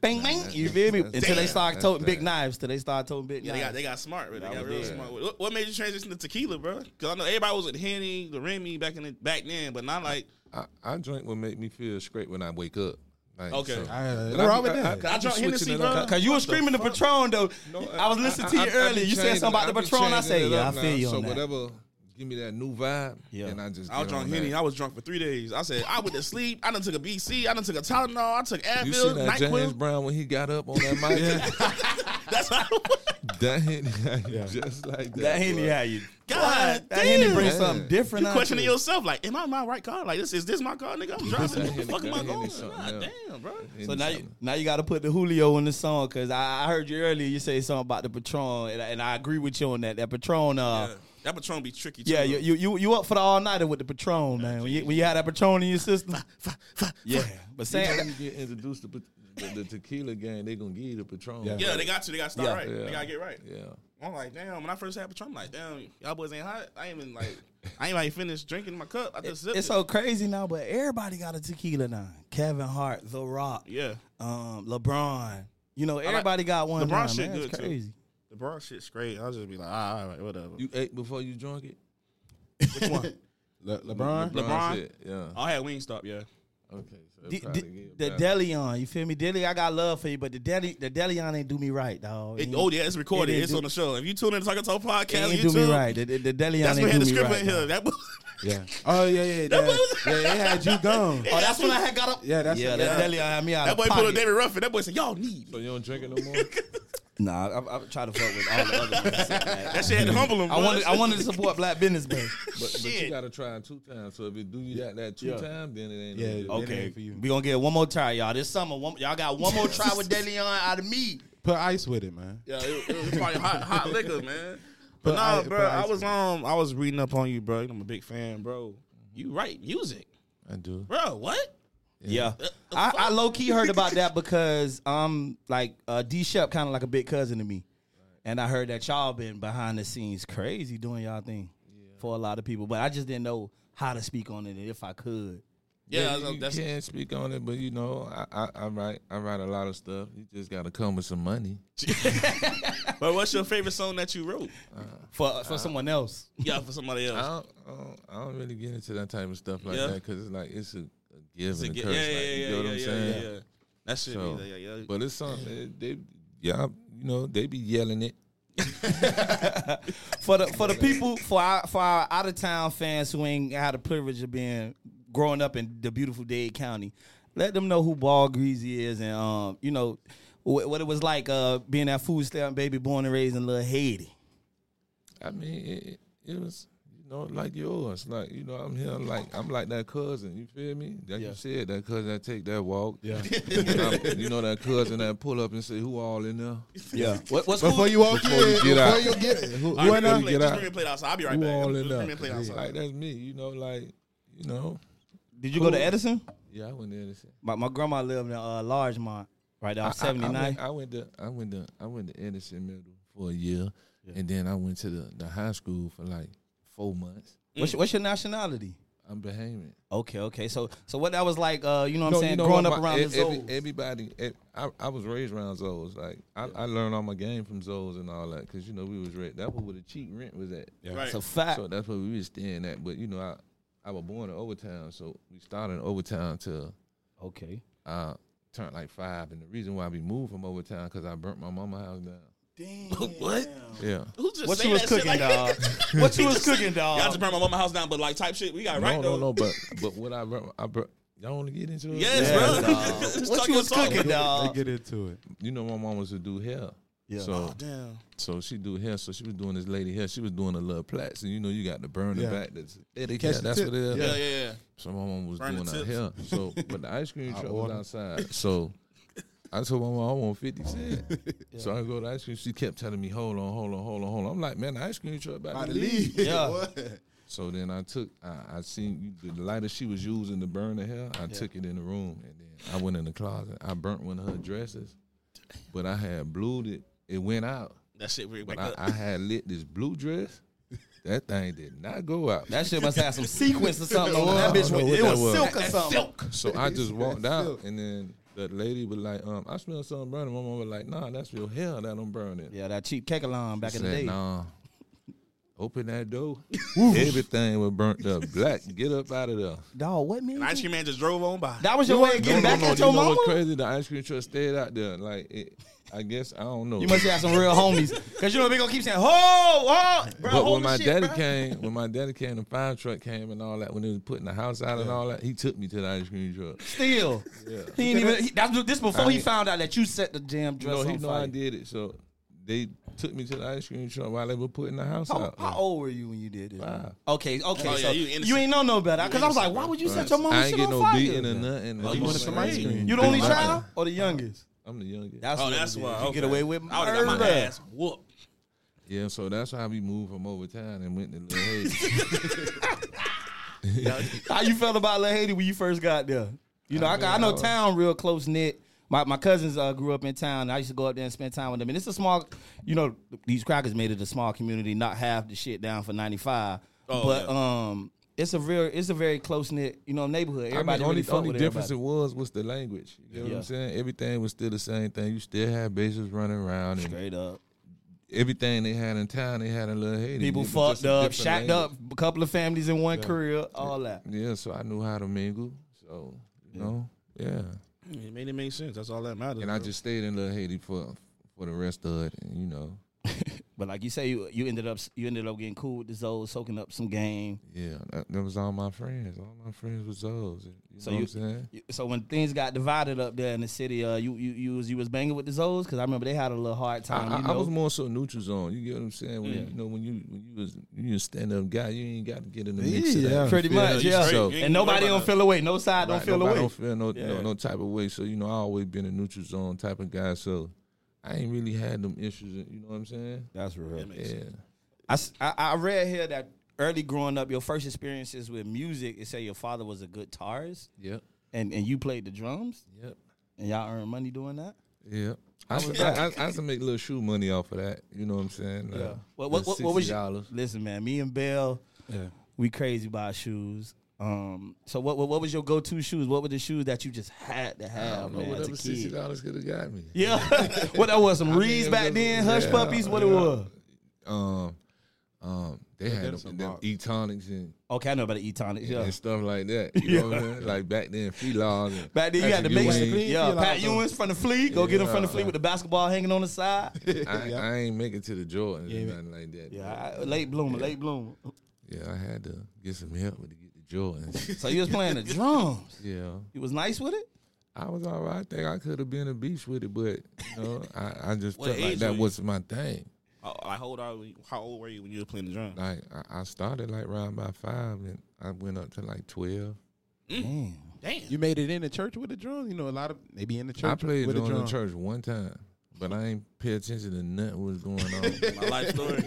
[SPEAKER 2] bang bang, you feel me? Until they
[SPEAKER 1] Damn.
[SPEAKER 2] start
[SPEAKER 4] That's
[SPEAKER 2] toting big
[SPEAKER 4] bad.
[SPEAKER 2] knives. Till they start toting big
[SPEAKER 1] Yeah, they
[SPEAKER 2] knives.
[SPEAKER 1] got they got smart. Bro. They
[SPEAKER 2] That
[SPEAKER 1] got
[SPEAKER 2] was
[SPEAKER 1] real
[SPEAKER 2] big.
[SPEAKER 1] smart. What, what made you transition to tequila, bro? Because I know everybody was at Henny, the Remy back in the, back then, but not like
[SPEAKER 4] I, I drink what make me feel straight when I wake up. Like,
[SPEAKER 1] Okay.
[SPEAKER 4] so-
[SPEAKER 3] I-
[SPEAKER 4] And
[SPEAKER 3] what's wrong
[SPEAKER 4] be-
[SPEAKER 3] with that?
[SPEAKER 4] be
[SPEAKER 1] I drunk
[SPEAKER 4] switching
[SPEAKER 1] Hennessy,
[SPEAKER 4] it
[SPEAKER 1] bro.
[SPEAKER 4] up.
[SPEAKER 2] Cause you were screaming the patron though. I was listening to you
[SPEAKER 4] I- I- I
[SPEAKER 2] earlier.
[SPEAKER 4] be
[SPEAKER 2] You said
[SPEAKER 4] changing-
[SPEAKER 2] something
[SPEAKER 4] I
[SPEAKER 2] about the
[SPEAKER 4] be
[SPEAKER 2] patron. I
[SPEAKER 4] changing
[SPEAKER 2] said,
[SPEAKER 4] it
[SPEAKER 2] yeah, I
[SPEAKER 4] up
[SPEAKER 2] feel
[SPEAKER 4] now.
[SPEAKER 2] you
[SPEAKER 4] So
[SPEAKER 2] on that.
[SPEAKER 4] whatever, give me that new vibe,
[SPEAKER 2] Yeah.
[SPEAKER 4] and I just
[SPEAKER 1] I was
[SPEAKER 4] get on
[SPEAKER 1] drunk Henny.
[SPEAKER 4] that.
[SPEAKER 1] I was drunk for three days. I said I went to sleep. I done took a BC. I done took a Tylenol. I took
[SPEAKER 4] You see
[SPEAKER 1] Advil,
[SPEAKER 4] that James
[SPEAKER 1] Nyquil.
[SPEAKER 4] Brown when he got up on that mic?
[SPEAKER 1] That's how.
[SPEAKER 4] That Henny, had you just like that.
[SPEAKER 2] That Henny
[SPEAKER 4] boy.
[SPEAKER 2] had you.
[SPEAKER 1] God
[SPEAKER 2] that Henny
[SPEAKER 1] damn.
[SPEAKER 2] brings
[SPEAKER 4] Yeah.
[SPEAKER 2] something different.
[SPEAKER 1] You
[SPEAKER 2] out
[SPEAKER 1] questioning
[SPEAKER 2] to it.
[SPEAKER 1] yourself, like, am I in my right car? Like, this is this my car, nigga? I'm driving.
[SPEAKER 4] that
[SPEAKER 1] What the
[SPEAKER 4] Henny-
[SPEAKER 1] fuck am
[SPEAKER 4] that
[SPEAKER 1] I
[SPEAKER 4] Henny
[SPEAKER 1] going?
[SPEAKER 4] something
[SPEAKER 1] God
[SPEAKER 4] else.
[SPEAKER 1] damn, bro.
[SPEAKER 4] Henny
[SPEAKER 2] So now, you,
[SPEAKER 4] something.
[SPEAKER 2] now you got to put the Julio in the song because I, I heard you earlier. You say something about the patron, and I, and I agree with you on that. That patron, uh,
[SPEAKER 1] Yeah. That Patron be tricky. Too,
[SPEAKER 2] yeah,
[SPEAKER 1] though.
[SPEAKER 2] you, you you you up for the all nighter with the patron, man. When you, when you had that patron in your system, yeah. But
[SPEAKER 4] Every
[SPEAKER 2] saying
[SPEAKER 4] time you get introduced to pat- the, the tequila gang, they gonna give you the Patron.
[SPEAKER 3] Yeah.
[SPEAKER 1] Yeah, they got to. They got to start
[SPEAKER 2] Yeah.
[SPEAKER 1] right.
[SPEAKER 4] Yeah.
[SPEAKER 1] They got to get right.
[SPEAKER 4] yeah.
[SPEAKER 1] I'm like, damn. When I first had Patron, I'm like, damn, y'all boys ain't hot. I ain't even like, I ain't even finished drinking my cup. I just sipped
[SPEAKER 2] it's
[SPEAKER 1] it.
[SPEAKER 2] so crazy now, but everybody got a tequila now. Kevin Hart, The Rock,
[SPEAKER 1] yeah.
[SPEAKER 2] um, LeBron. You know, everybody got one.
[SPEAKER 1] LeBron
[SPEAKER 2] now,
[SPEAKER 1] shit
[SPEAKER 2] man. It's
[SPEAKER 1] good, too.
[SPEAKER 2] crazy.
[SPEAKER 1] The brown shit's great. I'll just be like, ah, all right, whatever.
[SPEAKER 4] You ate before you drunk it.
[SPEAKER 1] Which one?
[SPEAKER 3] Le- LeBron?
[SPEAKER 1] LeBron?
[SPEAKER 4] said- Yeah.
[SPEAKER 1] I had Wingstop. Yeah.
[SPEAKER 4] Okay. So
[SPEAKER 2] Uh, The,
[SPEAKER 4] it probably
[SPEAKER 2] the,
[SPEAKER 4] get
[SPEAKER 2] the
[SPEAKER 4] better.
[SPEAKER 2] Deleon, you feel me? Deli, I got love for you, but the Deli, the Deleon ain't do me right, dog.
[SPEAKER 1] It, oh yeah, it's recorded.
[SPEAKER 2] It didn't
[SPEAKER 1] it's
[SPEAKER 2] do-
[SPEAKER 1] on the show. If you tune in to Talk and Talk podcast,
[SPEAKER 2] It
[SPEAKER 1] on
[SPEAKER 2] ain't
[SPEAKER 1] YouTube,
[SPEAKER 2] do me right. The, the, the Deleon
[SPEAKER 1] that's
[SPEAKER 2] ain't
[SPEAKER 1] when we had the
[SPEAKER 2] do me
[SPEAKER 1] script
[SPEAKER 2] right,
[SPEAKER 1] in here.
[SPEAKER 2] dog.
[SPEAKER 1] That was,
[SPEAKER 3] Yeah. Oh, yeah, yeah, yeah. that- Yeah, they had you gone.
[SPEAKER 2] Oh, that's when I had got up.
[SPEAKER 3] Yeah, that's
[SPEAKER 2] yeah.
[SPEAKER 3] it.
[SPEAKER 2] That Deleon had me out.
[SPEAKER 1] that
[SPEAKER 2] of
[SPEAKER 1] boy
[SPEAKER 2] pocket.
[SPEAKER 1] pulled a David Ruffin. That boy said, "Y'all need."
[SPEAKER 4] So you don't drink it no more.
[SPEAKER 2] Nah, I, I, I tried to fuck with all the other ones.
[SPEAKER 1] That shit had to humble him.
[SPEAKER 2] I
[SPEAKER 1] boy.
[SPEAKER 2] wanted, I wanted to support black business, man.
[SPEAKER 4] But, but
[SPEAKER 1] Shit.
[SPEAKER 4] you gotta try it two times. So if it do you that that two
[SPEAKER 2] Yeah. Oh,
[SPEAKER 4] time, then it ain't.
[SPEAKER 3] Yeah.
[SPEAKER 4] no good.
[SPEAKER 3] Okay.
[SPEAKER 2] Okay,
[SPEAKER 3] ain't for you.
[SPEAKER 2] we gonna get one more try, y'all. This summer, one, y'all got one more try with Deleon out of me.
[SPEAKER 3] Put ice with it, man.
[SPEAKER 1] Yeah, it, it was probably hot, hot liquor, man. But,
[SPEAKER 3] But
[SPEAKER 1] nah,
[SPEAKER 3] I-
[SPEAKER 1] bro,
[SPEAKER 3] but
[SPEAKER 1] I
[SPEAKER 3] I-
[SPEAKER 1] was um, I was reading up on you, bro. You know, I'm a big fan, bro. You write music,
[SPEAKER 4] I do.
[SPEAKER 1] bro. What?
[SPEAKER 2] Yeah, I, I low key heard about that because I'm like uh, D Shep, kind of like a big cousin to me, and I heard that y'all been behind the scenes crazy doing y'all thing for a lot of people, but I just didn't know how to speak on it and if I could.
[SPEAKER 1] Yeah,
[SPEAKER 4] you,
[SPEAKER 1] that's, that's
[SPEAKER 4] you can't speak on it, but you know, I, I, I write I write a lot of stuff. You just gotta come with some money.
[SPEAKER 1] but what's your favorite song that you wrote?
[SPEAKER 2] For for someone else,
[SPEAKER 1] Yeah, for somebody
[SPEAKER 4] I
[SPEAKER 1] else.
[SPEAKER 4] don't, I don't, I don't really get into that type of stuff like
[SPEAKER 1] Yeah.
[SPEAKER 4] that 'cause that because it's like it's a, a give
[SPEAKER 1] It's a
[SPEAKER 4] and a
[SPEAKER 1] gi-
[SPEAKER 4] curse.
[SPEAKER 1] yeah,
[SPEAKER 4] like,
[SPEAKER 1] yeah,
[SPEAKER 4] you
[SPEAKER 1] yeah, yeah,
[SPEAKER 4] know what I'm
[SPEAKER 1] yeah,
[SPEAKER 4] saying?
[SPEAKER 1] yeah, yeah. That shit,
[SPEAKER 4] So,
[SPEAKER 1] be, yeah, yeah.
[SPEAKER 4] But it's something they, they yeah, you know, they be yelling it.
[SPEAKER 2] for the for the people for our for our out of town fans who ain't had the privilege of being growing up in the beautiful Dade County, let them know who Ball Greasy is and um you know wh- what it was like uh being that food stamp baby born and raised in Little Haiti.
[SPEAKER 4] I mean, it, it- it was you know like yours, like you know, I'm here, like I'm like that cousin. You feel me? That you said that cousin that take that walk.
[SPEAKER 3] Yeah.
[SPEAKER 4] I'm- Um, you know that cousin that pull up and say who all in there.
[SPEAKER 2] Yeah. What, what's
[SPEAKER 3] Before you walk
[SPEAKER 4] Before
[SPEAKER 3] in,
[SPEAKER 4] you get
[SPEAKER 3] before
[SPEAKER 4] out.
[SPEAKER 3] you get it, who,
[SPEAKER 1] All
[SPEAKER 3] who
[SPEAKER 1] right,
[SPEAKER 3] in
[SPEAKER 1] just
[SPEAKER 3] there?
[SPEAKER 4] before you
[SPEAKER 1] play-
[SPEAKER 4] get
[SPEAKER 1] just
[SPEAKER 4] out.
[SPEAKER 1] bring it play outside. I'll be right
[SPEAKER 4] Who
[SPEAKER 1] back.
[SPEAKER 4] all
[SPEAKER 1] Just
[SPEAKER 4] in
[SPEAKER 1] bring
[SPEAKER 4] there?
[SPEAKER 1] it play outside.
[SPEAKER 4] Like that's me. You know, like you know,
[SPEAKER 2] Did you go to Edison?
[SPEAKER 4] yeah. I went there. to say-
[SPEAKER 2] My, my grandma lived in uh, Largemont, right
[SPEAKER 4] I- I-
[SPEAKER 2] off seventy
[SPEAKER 4] I,
[SPEAKER 2] nine.
[SPEAKER 4] went- I went to I went to I went to Edison Middle for a year, and then I went to the, the high school for like four months.
[SPEAKER 2] What's, your- what's your nationality?
[SPEAKER 4] I'm Bahamian.
[SPEAKER 2] Okay, okay. So so what that was like? Uh, you know what I'm
[SPEAKER 4] No,
[SPEAKER 2] saying?
[SPEAKER 4] you know
[SPEAKER 2] Growing
[SPEAKER 4] what,
[SPEAKER 2] up
[SPEAKER 4] my-
[SPEAKER 2] around
[SPEAKER 4] e-
[SPEAKER 2] the
[SPEAKER 4] every-
[SPEAKER 2] zoo.
[SPEAKER 4] Everybody, e- I, I was raised around Zoes. Like I, I learned all my game from Zoes and all that because you know we was raised. That was where the cheap rent was at.
[SPEAKER 1] Right.
[SPEAKER 2] It's a fact.
[SPEAKER 4] So that's where we was staying at. But you know I, I was born in Overtown, so we started in Overtown till
[SPEAKER 2] okay.
[SPEAKER 4] I turned like five, and the reason why we moved from over town because I burnt my mama house down.
[SPEAKER 3] Damn.
[SPEAKER 1] What?
[SPEAKER 4] Yeah.
[SPEAKER 1] Who just
[SPEAKER 2] What
[SPEAKER 1] say
[SPEAKER 2] you was
[SPEAKER 1] that shit
[SPEAKER 2] cooking,
[SPEAKER 1] like
[SPEAKER 2] dog?
[SPEAKER 1] that?
[SPEAKER 2] What
[SPEAKER 1] He
[SPEAKER 2] you was
[SPEAKER 1] just say,
[SPEAKER 2] cooking,
[SPEAKER 1] Y'all just
[SPEAKER 2] dog?
[SPEAKER 1] burn my mama house down, but like type shit. We got
[SPEAKER 4] No,
[SPEAKER 1] right
[SPEAKER 4] no,
[SPEAKER 1] though.
[SPEAKER 4] no. But but what I burnt, I burnt. Y'all want to get into it?
[SPEAKER 1] Yes,
[SPEAKER 2] Yeah,
[SPEAKER 1] bro.
[SPEAKER 2] dog.
[SPEAKER 1] Just
[SPEAKER 2] What
[SPEAKER 1] talk
[SPEAKER 2] you
[SPEAKER 1] your
[SPEAKER 2] was
[SPEAKER 1] talk.
[SPEAKER 2] cooking,
[SPEAKER 3] They
[SPEAKER 2] dog?
[SPEAKER 3] get into it.
[SPEAKER 4] You know my mom was to do hair.
[SPEAKER 3] Yeah.
[SPEAKER 4] So
[SPEAKER 1] Oh damn.
[SPEAKER 4] so she do hair. So she was doing this lady hair. She was doing a little plaits. So you know you got to burn the
[SPEAKER 3] Yeah.
[SPEAKER 4] back. That's it.
[SPEAKER 3] Catch
[SPEAKER 4] Yeah,
[SPEAKER 3] the
[SPEAKER 4] that's
[SPEAKER 3] tip.
[SPEAKER 4] what it is.
[SPEAKER 3] Yeah.
[SPEAKER 1] Yeah, yeah, yeah.
[SPEAKER 4] So my mom was
[SPEAKER 1] Burn the
[SPEAKER 4] doing her
[SPEAKER 1] tips.
[SPEAKER 4] hair. So but the ice cream
[SPEAKER 3] I
[SPEAKER 4] truck was
[SPEAKER 3] ordered.
[SPEAKER 4] outside. So I told my mom I want fifty cent. So I go to the ice cream. She kept telling me, hold on, hold on, hold on, hold on. I'm like, man, the ice cream truck about,
[SPEAKER 3] About
[SPEAKER 4] to
[SPEAKER 3] to
[SPEAKER 4] leave.
[SPEAKER 3] leave.
[SPEAKER 2] Yeah.
[SPEAKER 3] What?
[SPEAKER 4] So then I took, I, I seen you, the lighter she was using to burn the hair. I took it in the room, and then I went in the closet. I burnt one of her dresses, but I had blued it. It went out,
[SPEAKER 1] That shit weird.
[SPEAKER 4] but
[SPEAKER 1] Back
[SPEAKER 4] I,
[SPEAKER 1] up.
[SPEAKER 4] I had lit this blue dress. That thing did not go out.
[SPEAKER 2] That shit must have some sequence or something. on it.
[SPEAKER 4] I
[SPEAKER 2] that
[SPEAKER 4] don't
[SPEAKER 2] bitch
[SPEAKER 4] know
[SPEAKER 2] was,
[SPEAKER 4] what
[SPEAKER 2] it
[SPEAKER 4] that
[SPEAKER 2] was,
[SPEAKER 4] was.
[SPEAKER 2] silk or something.
[SPEAKER 4] So I just walked out,
[SPEAKER 3] Silk.
[SPEAKER 4] and then the lady was like, "Um, I smell something burning." My mom was like, "Nah, that's your hair that I'm burning."
[SPEAKER 2] Yeah, that cheap cake alarm back in the
[SPEAKER 4] Said,
[SPEAKER 2] day.
[SPEAKER 4] Nah. Open that door. Everything was burnt up. Black, get up out of there.
[SPEAKER 2] Dog, what
[SPEAKER 1] And
[SPEAKER 2] man?
[SPEAKER 1] ice cream man just drove on by.
[SPEAKER 2] That was your way of getting back at
[SPEAKER 4] You
[SPEAKER 2] your
[SPEAKER 4] know what's
[SPEAKER 2] mama.
[SPEAKER 4] crazy? The ice cream truck stayed out there. Like, it, I guess I don't know.
[SPEAKER 2] You must have some real homies, cause you know they gonna keep saying, "Ho, ho, bro,
[SPEAKER 4] but
[SPEAKER 2] hold
[SPEAKER 4] when
[SPEAKER 2] the
[SPEAKER 4] my
[SPEAKER 2] shit,
[SPEAKER 4] daddy
[SPEAKER 2] bro."
[SPEAKER 4] came, when my daddy came, the fire truck came and all that. When they was putting the house out and all that, he took me to the ice cream truck.
[SPEAKER 2] still, he ain't even. He, that's this before he found out that you set the damn dress
[SPEAKER 4] no,
[SPEAKER 2] on
[SPEAKER 4] he know
[SPEAKER 2] fire.
[SPEAKER 4] I did it. So they took me to the ice cream truck while they were putting the house
[SPEAKER 2] How,
[SPEAKER 4] out.
[SPEAKER 2] how old were you when you did this?
[SPEAKER 4] Five.
[SPEAKER 2] Okay, okay.
[SPEAKER 1] Oh, yeah,
[SPEAKER 2] so
[SPEAKER 1] you
[SPEAKER 2] you,
[SPEAKER 1] innocent.
[SPEAKER 2] ain't know no better. Because I was like,
[SPEAKER 1] innocent,
[SPEAKER 2] why
[SPEAKER 1] bro.
[SPEAKER 2] would you set your mama
[SPEAKER 4] I ain't
[SPEAKER 2] shit
[SPEAKER 4] get
[SPEAKER 2] on
[SPEAKER 4] no
[SPEAKER 2] fire?
[SPEAKER 4] beating or nothing.
[SPEAKER 1] Oh, you wanted some ice cream.
[SPEAKER 2] You the only
[SPEAKER 4] Big
[SPEAKER 2] child or the youngest?
[SPEAKER 4] I'm the youngest.
[SPEAKER 2] That's
[SPEAKER 1] Oh,
[SPEAKER 2] what it
[SPEAKER 1] that's
[SPEAKER 2] is.
[SPEAKER 1] why.
[SPEAKER 2] You
[SPEAKER 1] okay.
[SPEAKER 2] get away with
[SPEAKER 1] I would've got my
[SPEAKER 2] murder.
[SPEAKER 1] ass whooped.
[SPEAKER 4] Yeah, so that's how we moved from over town and went to Little Haiti.
[SPEAKER 2] How you felt about La Haiti when you first got there? You know, I,
[SPEAKER 4] I
[SPEAKER 2] got- I
[SPEAKER 4] mean, I
[SPEAKER 2] know
[SPEAKER 4] was-
[SPEAKER 2] town real close knit. My my cousins uh, grew up in town. I used to go up there and spend time with them. And it's a small, you know, these crackers made it a small community, not half the shit down for ninety five.
[SPEAKER 1] Oh,
[SPEAKER 2] but um, it's a real, it's a very close knit, you know, neighborhood.
[SPEAKER 4] I mean,
[SPEAKER 2] Everybody
[SPEAKER 4] only,
[SPEAKER 2] really fuck
[SPEAKER 4] only
[SPEAKER 2] with
[SPEAKER 4] difference
[SPEAKER 2] everybody.
[SPEAKER 4] it was was the language. You know what
[SPEAKER 2] Yeah.
[SPEAKER 4] I'm saying? Everything was still the same thing. You still had bases running around and
[SPEAKER 2] Straight up,
[SPEAKER 4] everything they had in town they had in Little Haiti.
[SPEAKER 2] people
[SPEAKER 4] It was just
[SPEAKER 2] fucked
[SPEAKER 4] a
[SPEAKER 2] up,
[SPEAKER 4] different
[SPEAKER 2] shacked
[SPEAKER 4] language.
[SPEAKER 2] up, a couple of families in one career, all that.
[SPEAKER 4] Yeah, so I knew how to mingle. So, you know, yeah.
[SPEAKER 1] It made it make sense. That's all that matters.
[SPEAKER 4] And I
[SPEAKER 1] bro.
[SPEAKER 4] just stayed in Little Haiti for for the rest of it, and, you know.
[SPEAKER 2] But like you say, you, you ended up you ended up getting cool with the Zoes, soaking up some game.
[SPEAKER 4] Yeah, that, that was all my friends. All my friends was those. You
[SPEAKER 2] So
[SPEAKER 4] know
[SPEAKER 2] you-
[SPEAKER 4] what I'm saying?
[SPEAKER 2] You- So when things got divided up there in the city, uh, you you you was you was banging with the Zoes because I remember they had a little hard
[SPEAKER 4] I,
[SPEAKER 2] time.
[SPEAKER 4] I-
[SPEAKER 2] you
[SPEAKER 4] I
[SPEAKER 2] know?
[SPEAKER 4] was more so neutral zone. You get what I'm saying? When,
[SPEAKER 2] Yeah.
[SPEAKER 4] You know when you when you was you a stand up guy, you ain't got to get in the
[SPEAKER 3] Yeah,
[SPEAKER 4] mix. of that.
[SPEAKER 3] yeah.
[SPEAKER 2] pretty
[SPEAKER 4] You feel
[SPEAKER 2] much,
[SPEAKER 4] me?
[SPEAKER 2] yeah.
[SPEAKER 1] straight.
[SPEAKER 4] So,
[SPEAKER 1] You
[SPEAKER 2] and
[SPEAKER 1] ain't nobody
[SPEAKER 2] nobody don't
[SPEAKER 1] know.
[SPEAKER 2] feel away. No side
[SPEAKER 4] right,
[SPEAKER 2] don't feel
[SPEAKER 4] nobody
[SPEAKER 2] away.
[SPEAKER 4] don't feel no, no no type of way. So you know, I always been a neutral zone type of guy. So I ain't really had them issues. You know what I'm saying?
[SPEAKER 2] That's real.
[SPEAKER 1] Makes sense.
[SPEAKER 4] Yeah.
[SPEAKER 2] I, s- I- I read here that early growing up, your first experiences with music, it say your father was a guitarist
[SPEAKER 4] Yep.
[SPEAKER 2] and and you played the drums
[SPEAKER 4] Yep.
[SPEAKER 2] and y'all earned money doing that.
[SPEAKER 4] Yep. I was I, I, I used to make little shoe money off of that. You know what I'm saying? Like,
[SPEAKER 2] What what,
[SPEAKER 4] the
[SPEAKER 2] what, what was your,
[SPEAKER 4] $60.
[SPEAKER 2] Listen, man, me and Bell,
[SPEAKER 3] Yeah.
[SPEAKER 2] we crazy about shoes. Um, so what, what what was your go to shoes? What were the shoes that you just had to
[SPEAKER 4] I
[SPEAKER 2] have,
[SPEAKER 4] don't know
[SPEAKER 2] man? as a
[SPEAKER 4] whatever sixty
[SPEAKER 2] kid?
[SPEAKER 4] dollars could have got me.
[SPEAKER 2] Yeah. what that was, some
[SPEAKER 4] mean,
[SPEAKER 2] Reeds
[SPEAKER 4] it
[SPEAKER 2] back
[SPEAKER 4] was-
[SPEAKER 2] then, Hush
[SPEAKER 4] yeah,
[SPEAKER 2] Puppies, what it
[SPEAKER 4] yeah.
[SPEAKER 2] was.
[SPEAKER 4] Um, um, they had
[SPEAKER 3] did
[SPEAKER 4] them,
[SPEAKER 3] some
[SPEAKER 4] them
[SPEAKER 3] box.
[SPEAKER 4] e tonics and
[SPEAKER 2] Okay, I know about the E-Tonic, yeah.
[SPEAKER 4] and stuff like that. You know what I'm saying? Like back then, free laws. and
[SPEAKER 2] Back then, you had to
[SPEAKER 4] Patrick
[SPEAKER 2] make
[SPEAKER 4] Ewing.
[SPEAKER 3] Ewing.
[SPEAKER 2] yeah,
[SPEAKER 3] Yeah,
[SPEAKER 2] Pat
[SPEAKER 3] like,
[SPEAKER 2] Ewing's from the fleet. Go get him from the fleet with the basketball hanging on the side.
[SPEAKER 4] I,
[SPEAKER 3] Yeah.
[SPEAKER 4] I ain't make it to the Jordans
[SPEAKER 3] Yeah,
[SPEAKER 4] or
[SPEAKER 3] man.
[SPEAKER 4] nothing like that.
[SPEAKER 2] Yeah, I, late bloomer, late bloomer.
[SPEAKER 4] Yeah, I had to get some help with to get the Jordans.
[SPEAKER 2] So you was playing the drums.
[SPEAKER 4] yeah,
[SPEAKER 2] You was nice with it.
[SPEAKER 4] I was all right. I think I could have been a beast with it, but you know, I, I just
[SPEAKER 1] What
[SPEAKER 4] felt
[SPEAKER 1] age
[SPEAKER 4] like that
[SPEAKER 1] were you?
[SPEAKER 4] was my thing.
[SPEAKER 1] Oh, like, how old are you? How old were you when you were playing the drum?
[SPEAKER 4] Like I, I started like around by five, and I went up to like twelve.
[SPEAKER 2] Damn.
[SPEAKER 1] Damn.
[SPEAKER 3] You made it in the church with a drum. You know, a lot of they be in the church.
[SPEAKER 4] I played
[SPEAKER 3] with a
[SPEAKER 4] on
[SPEAKER 3] drum.
[SPEAKER 4] the church one time, but I ain't pay attention to nothing what was going on.
[SPEAKER 1] My life story.